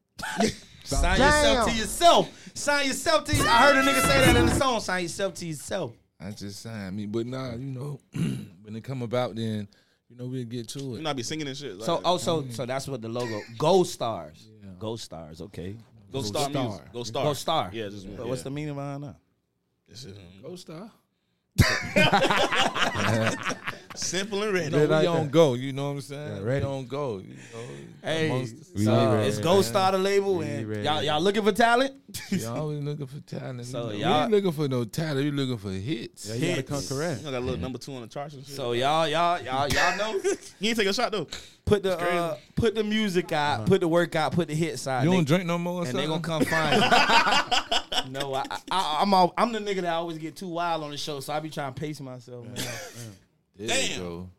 [SPEAKER 2] Sign yourself to yourself. Sign yourself to. I heard a nigga say that in the song. Sign yourself to yourself.
[SPEAKER 4] I just signed me. But nah, you know, when it come about, then you know we'll get to
[SPEAKER 1] You
[SPEAKER 4] it.
[SPEAKER 1] know, I be singing and shit. Like,
[SPEAKER 2] So oh so
[SPEAKER 1] Mm.
[SPEAKER 2] so that's what the logo. Gold stars. Gold stars. Okay.
[SPEAKER 1] Ghost Star,
[SPEAKER 4] Star.
[SPEAKER 1] Music. Ghost Star.
[SPEAKER 2] Ghost Star.
[SPEAKER 1] Yeah, just
[SPEAKER 2] But what's the meaning behind that?
[SPEAKER 1] the
[SPEAKER 4] Ghost Town.
[SPEAKER 1] simple and ready?
[SPEAKER 4] No, we
[SPEAKER 3] like
[SPEAKER 4] on
[SPEAKER 3] that.
[SPEAKER 4] go. You know what I'm saying?
[SPEAKER 3] Yeah,
[SPEAKER 4] we
[SPEAKER 3] ready.
[SPEAKER 4] on go. You know,
[SPEAKER 2] Hey,
[SPEAKER 4] amongst-
[SPEAKER 3] We
[SPEAKER 2] so
[SPEAKER 3] ready.
[SPEAKER 2] it's Gold Star the label, and
[SPEAKER 3] ready.
[SPEAKER 2] y'all y'all looking for talent?
[SPEAKER 4] we always looking for talent.
[SPEAKER 2] So
[SPEAKER 4] you know,
[SPEAKER 2] y'all-
[SPEAKER 4] we ain't looking for no talent. We looking for hits.
[SPEAKER 3] Yeah, you gotta come
[SPEAKER 2] Hits.
[SPEAKER 1] I
[SPEAKER 3] correct.
[SPEAKER 1] got a little number two on the charts and shit.
[SPEAKER 2] So y'all y'all y'all y'all know.
[SPEAKER 1] he ain't take a shot though.
[SPEAKER 2] Put the
[SPEAKER 1] crazy.
[SPEAKER 2] uh, put the music out, put the work out, put the hits out.
[SPEAKER 4] Uh-huh. You
[SPEAKER 2] They-
[SPEAKER 4] don't drink no more. Or
[SPEAKER 2] and they gonna come
[SPEAKER 4] something?
[SPEAKER 2] find you. no, I, I, I'm all, I'm the nigga that always get too wild on the show, so I be trying to pace myself. Man.
[SPEAKER 4] There you
[SPEAKER 1] Damn.
[SPEAKER 4] go.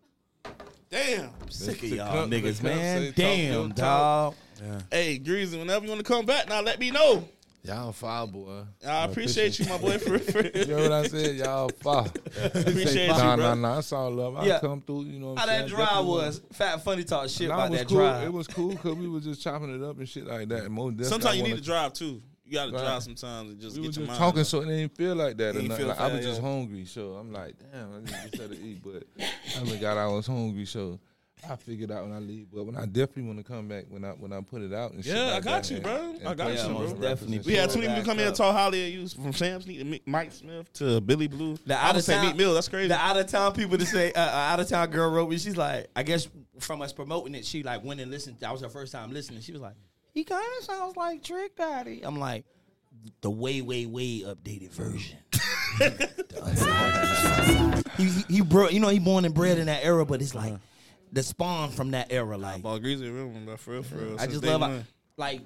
[SPEAKER 1] Damn.
[SPEAKER 2] Sick of
[SPEAKER 4] The
[SPEAKER 2] y'all
[SPEAKER 4] cup- the
[SPEAKER 2] niggas,
[SPEAKER 4] cup
[SPEAKER 2] man.
[SPEAKER 4] say talk,
[SPEAKER 2] Damn,
[SPEAKER 4] don't talk.
[SPEAKER 2] dog.
[SPEAKER 1] Hey, Greasy, whenever you want to come back, now let me know.
[SPEAKER 4] Y'all foul, boy.
[SPEAKER 1] I appreciate you, my boy. For, for
[SPEAKER 4] You know what I said? Y'all foul.
[SPEAKER 1] appreciate you,
[SPEAKER 4] nah, nah,
[SPEAKER 1] bro.
[SPEAKER 4] nah. It's all love. I
[SPEAKER 2] Yeah.
[SPEAKER 4] come through. You know what
[SPEAKER 2] How
[SPEAKER 4] I'm
[SPEAKER 2] that
[SPEAKER 4] saying?
[SPEAKER 2] drive
[SPEAKER 4] Definitely
[SPEAKER 2] was? Fat funny talk shit
[SPEAKER 4] Nah,
[SPEAKER 2] about
[SPEAKER 4] it was
[SPEAKER 2] that
[SPEAKER 4] cool.
[SPEAKER 2] drive.
[SPEAKER 4] It was cool because we was just chopping it up and shit like that. And most definitely I
[SPEAKER 1] Sometimes you need
[SPEAKER 4] wanna-
[SPEAKER 1] to drive too. You gotta
[SPEAKER 4] Right.
[SPEAKER 1] drive sometimes and just
[SPEAKER 4] We
[SPEAKER 1] get
[SPEAKER 4] was
[SPEAKER 1] your mind.
[SPEAKER 4] just talking,
[SPEAKER 1] up.
[SPEAKER 4] so it didn't feel like that. Or
[SPEAKER 1] Ain't
[SPEAKER 4] nothing.
[SPEAKER 1] feel
[SPEAKER 4] Like, I
[SPEAKER 1] fat,
[SPEAKER 4] was just
[SPEAKER 1] yeah.
[SPEAKER 4] hungry, so I'm like, damn, I just decided to eat, but I forgot I was hungry, so I figured out when I leave. But when I definitely want to come back, when I when I put it out and shit
[SPEAKER 1] Yeah, I
[SPEAKER 4] like
[SPEAKER 1] got
[SPEAKER 4] that
[SPEAKER 1] you,
[SPEAKER 4] and-
[SPEAKER 1] bro.
[SPEAKER 4] and
[SPEAKER 1] I got
[SPEAKER 4] put
[SPEAKER 1] you, bro.
[SPEAKER 4] it on the
[SPEAKER 2] Definitely.
[SPEAKER 4] reference
[SPEAKER 1] We had too many
[SPEAKER 2] Back
[SPEAKER 1] people come here
[SPEAKER 2] up.
[SPEAKER 1] and talk holly at you from Sam Sneak to Mi- Mike Smith to Billy Blue.
[SPEAKER 2] The
[SPEAKER 1] I
[SPEAKER 2] out
[SPEAKER 1] would
[SPEAKER 2] of
[SPEAKER 1] say
[SPEAKER 2] town,
[SPEAKER 1] Meek Mill. That's crazy.
[SPEAKER 2] The out of town people to say, uh, uh, out of town girl wrote me. She's like, I guess from us promoting it, she like went and listened. That was her first time listening. She was like, he kind of sounds like Trick Daddy. I'm like, the way, way, way updated version. he, he, he bro, you know, he born and bred in that era, but it's
[SPEAKER 4] Uh-huh.
[SPEAKER 2] like the spawn from that era. Like,
[SPEAKER 1] Ball Greasy, real one, bro. For real, for real.
[SPEAKER 2] I
[SPEAKER 1] Since
[SPEAKER 2] just
[SPEAKER 1] day
[SPEAKER 2] love
[SPEAKER 1] one.
[SPEAKER 2] like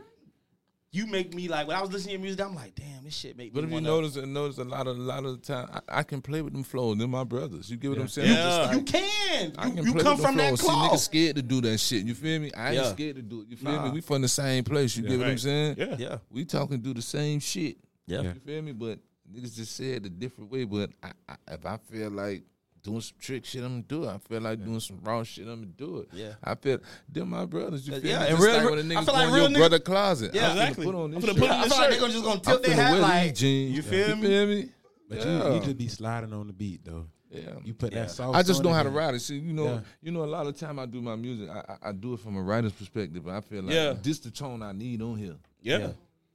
[SPEAKER 2] you make me like when I was listening to your music, I'm like, damn, this shit make me.
[SPEAKER 4] But if you
[SPEAKER 2] wanna-
[SPEAKER 4] notice, and notice a lot of a lot of the time, I, I can play with them flows. They're my brothers. You get what I'm saying? I'm just
[SPEAKER 1] Yeah.
[SPEAKER 4] like-
[SPEAKER 2] you can,
[SPEAKER 4] uh, I
[SPEAKER 2] you,
[SPEAKER 4] can
[SPEAKER 2] you
[SPEAKER 4] play
[SPEAKER 2] come
[SPEAKER 4] with them
[SPEAKER 2] from that
[SPEAKER 4] flows. See, niggas
[SPEAKER 2] cloth.
[SPEAKER 4] scared to do that shit. You feel me? I ain't
[SPEAKER 2] Yeah.
[SPEAKER 4] scared to do it. You feel
[SPEAKER 2] Nah.
[SPEAKER 4] me? We from the same place. You get what I'm
[SPEAKER 1] Right.
[SPEAKER 4] saying?
[SPEAKER 1] Yeah.
[SPEAKER 2] Yeah.
[SPEAKER 4] We talking do the same shit.
[SPEAKER 2] Yeah.
[SPEAKER 4] You feel me? But niggas just said a different way. But I, I, if I feel like doing some trick shit, I'm gonna do it. I feel like doing some raw shit, I'm gonna do it.
[SPEAKER 2] Yeah.
[SPEAKER 4] I feel them my brothers. You feel
[SPEAKER 2] yeah,
[SPEAKER 4] me?
[SPEAKER 2] and
[SPEAKER 4] Just
[SPEAKER 2] real-
[SPEAKER 4] like when a
[SPEAKER 2] I
[SPEAKER 4] nigga
[SPEAKER 2] feel
[SPEAKER 4] go
[SPEAKER 2] like
[SPEAKER 4] in
[SPEAKER 2] real
[SPEAKER 4] your
[SPEAKER 2] nigga-
[SPEAKER 4] brother closet.
[SPEAKER 2] Yeah,
[SPEAKER 4] I'm finna
[SPEAKER 1] exactly.
[SPEAKER 4] Put on
[SPEAKER 1] I'm
[SPEAKER 4] this
[SPEAKER 1] finna
[SPEAKER 4] shit.
[SPEAKER 1] put
[SPEAKER 2] I
[SPEAKER 1] on
[SPEAKER 2] feel
[SPEAKER 1] this
[SPEAKER 2] like
[SPEAKER 1] shirt.
[SPEAKER 2] they're gonna just gonna
[SPEAKER 4] I'm
[SPEAKER 2] tilt their
[SPEAKER 4] finna
[SPEAKER 2] hat
[SPEAKER 4] wear
[SPEAKER 2] like
[SPEAKER 4] these jeans.
[SPEAKER 2] You feel
[SPEAKER 4] you
[SPEAKER 2] me?
[SPEAKER 4] feel me?
[SPEAKER 3] But
[SPEAKER 4] Yeah.
[SPEAKER 3] you, you just be sliding on the beat though.
[SPEAKER 4] Yeah.
[SPEAKER 3] You put that sauce.
[SPEAKER 4] I just
[SPEAKER 3] on
[SPEAKER 4] know
[SPEAKER 3] Oh, it,
[SPEAKER 4] how to
[SPEAKER 3] man.
[SPEAKER 4] write it. See, you know,
[SPEAKER 3] Yeah.
[SPEAKER 4] you know, a lot of time I do my music, I, I, I do it from a writer's perspective. I feel like
[SPEAKER 1] Yeah.
[SPEAKER 4] this the tone I need on here.
[SPEAKER 1] Yeah.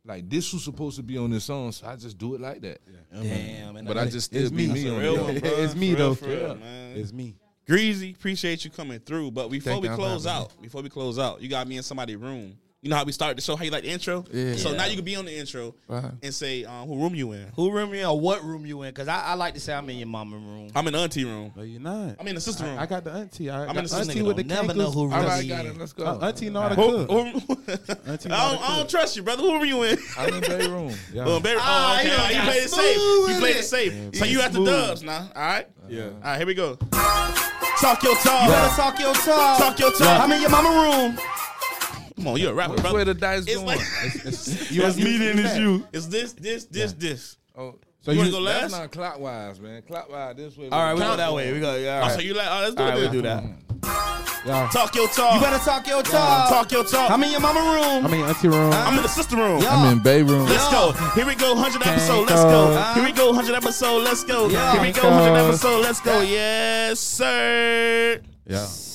[SPEAKER 4] Like this was supposed to be on this song, so I just do it like that.
[SPEAKER 2] Damn, and
[SPEAKER 4] But
[SPEAKER 2] I,
[SPEAKER 4] I just still
[SPEAKER 3] It's
[SPEAKER 4] be
[SPEAKER 3] me.
[SPEAKER 4] me
[SPEAKER 3] It's a
[SPEAKER 4] on
[SPEAKER 1] Real
[SPEAKER 4] it.
[SPEAKER 1] one,
[SPEAKER 3] Yeah.
[SPEAKER 1] bro.
[SPEAKER 3] It's me,
[SPEAKER 1] For real,
[SPEAKER 3] though.
[SPEAKER 1] for real,
[SPEAKER 3] Yeah.
[SPEAKER 1] man.
[SPEAKER 3] It's me.
[SPEAKER 1] Greasy, appreciate you coming through. But before
[SPEAKER 4] Thank
[SPEAKER 1] we
[SPEAKER 4] y'all for
[SPEAKER 1] close
[SPEAKER 4] having
[SPEAKER 1] out, before we close out, you got me in somebody's room. You know how we started the show? How you like the intro?
[SPEAKER 4] Yeah.
[SPEAKER 1] So now
[SPEAKER 4] Yeah.
[SPEAKER 1] you can be on the intro
[SPEAKER 4] Right.
[SPEAKER 1] and say um, who room you in.
[SPEAKER 2] who room you in or what room you in? Cause I, I like to say I'm in your mama room.
[SPEAKER 1] I'm in the auntie room.
[SPEAKER 3] No, you're not.
[SPEAKER 1] I'm in the sister room.
[SPEAKER 3] I got the auntie.
[SPEAKER 1] in
[SPEAKER 3] I got
[SPEAKER 1] the
[SPEAKER 3] auntie
[SPEAKER 1] system.
[SPEAKER 3] with the
[SPEAKER 2] Nigga don't never know
[SPEAKER 3] cankles.
[SPEAKER 2] who
[SPEAKER 4] All right,
[SPEAKER 2] room you
[SPEAKER 4] got it.
[SPEAKER 2] in.
[SPEAKER 4] Let's go.
[SPEAKER 3] Uh, auntie know how to
[SPEAKER 1] Who-
[SPEAKER 3] cook.
[SPEAKER 1] who- I,
[SPEAKER 3] Auntie
[SPEAKER 1] don't,
[SPEAKER 3] know how to
[SPEAKER 1] I don't
[SPEAKER 3] cook.
[SPEAKER 1] trust you, brother. Who room you in?
[SPEAKER 4] I'm in Bay Room.
[SPEAKER 3] Yeah.
[SPEAKER 1] Oh, baby.
[SPEAKER 2] Ah,
[SPEAKER 1] Oh, okay.
[SPEAKER 2] you done
[SPEAKER 1] Ah, you
[SPEAKER 2] got
[SPEAKER 1] played it safe.
[SPEAKER 2] smooth
[SPEAKER 1] You
[SPEAKER 2] with
[SPEAKER 1] played
[SPEAKER 2] it.
[SPEAKER 1] it safe. so you at the
[SPEAKER 3] smooth.
[SPEAKER 1] dubs now. All right.
[SPEAKER 3] Yeah.
[SPEAKER 1] All right. Here we go. Talk your talk.
[SPEAKER 2] Better talk your talk.
[SPEAKER 1] Talk your talk.
[SPEAKER 2] I'm in your mama room.
[SPEAKER 1] Come on, you're a rapper,
[SPEAKER 4] Which way
[SPEAKER 1] brother.
[SPEAKER 4] the dice
[SPEAKER 1] It's
[SPEAKER 4] going?
[SPEAKER 1] like
[SPEAKER 3] You
[SPEAKER 1] it's
[SPEAKER 3] you-
[SPEAKER 1] me, then
[SPEAKER 3] you
[SPEAKER 1] it's
[SPEAKER 3] back.
[SPEAKER 1] you. It's this, this, this, this.
[SPEAKER 4] oh,
[SPEAKER 3] So
[SPEAKER 1] You
[SPEAKER 3] you
[SPEAKER 1] wanna go
[SPEAKER 4] that's
[SPEAKER 1] last?
[SPEAKER 4] not clockwise, man. Clockwise this way.
[SPEAKER 2] All right, we go that way. We go. Yeah, all
[SPEAKER 1] Oh,
[SPEAKER 2] right.
[SPEAKER 1] so you like? Oh, let's do
[SPEAKER 2] all right, we
[SPEAKER 1] this.
[SPEAKER 2] do that.
[SPEAKER 3] Yeah.
[SPEAKER 1] Talk your talk.
[SPEAKER 2] You better talk your talk.
[SPEAKER 1] uh, talk your talk.
[SPEAKER 2] I'm in your mama room.
[SPEAKER 3] I mean, auntie room.
[SPEAKER 1] I'm in the sister room.
[SPEAKER 2] Yeah.
[SPEAKER 4] I'm in Bay Room.
[SPEAKER 1] Let's go. Here we go, 100 episode. Let's go.
[SPEAKER 2] go.
[SPEAKER 1] Here we go, 100 episode. Let's go.
[SPEAKER 2] Yeah.
[SPEAKER 1] Here we go,
[SPEAKER 3] Can't
[SPEAKER 1] 100
[SPEAKER 3] go.
[SPEAKER 1] episode. Let's go. Yes, sir.
[SPEAKER 3] Yeah.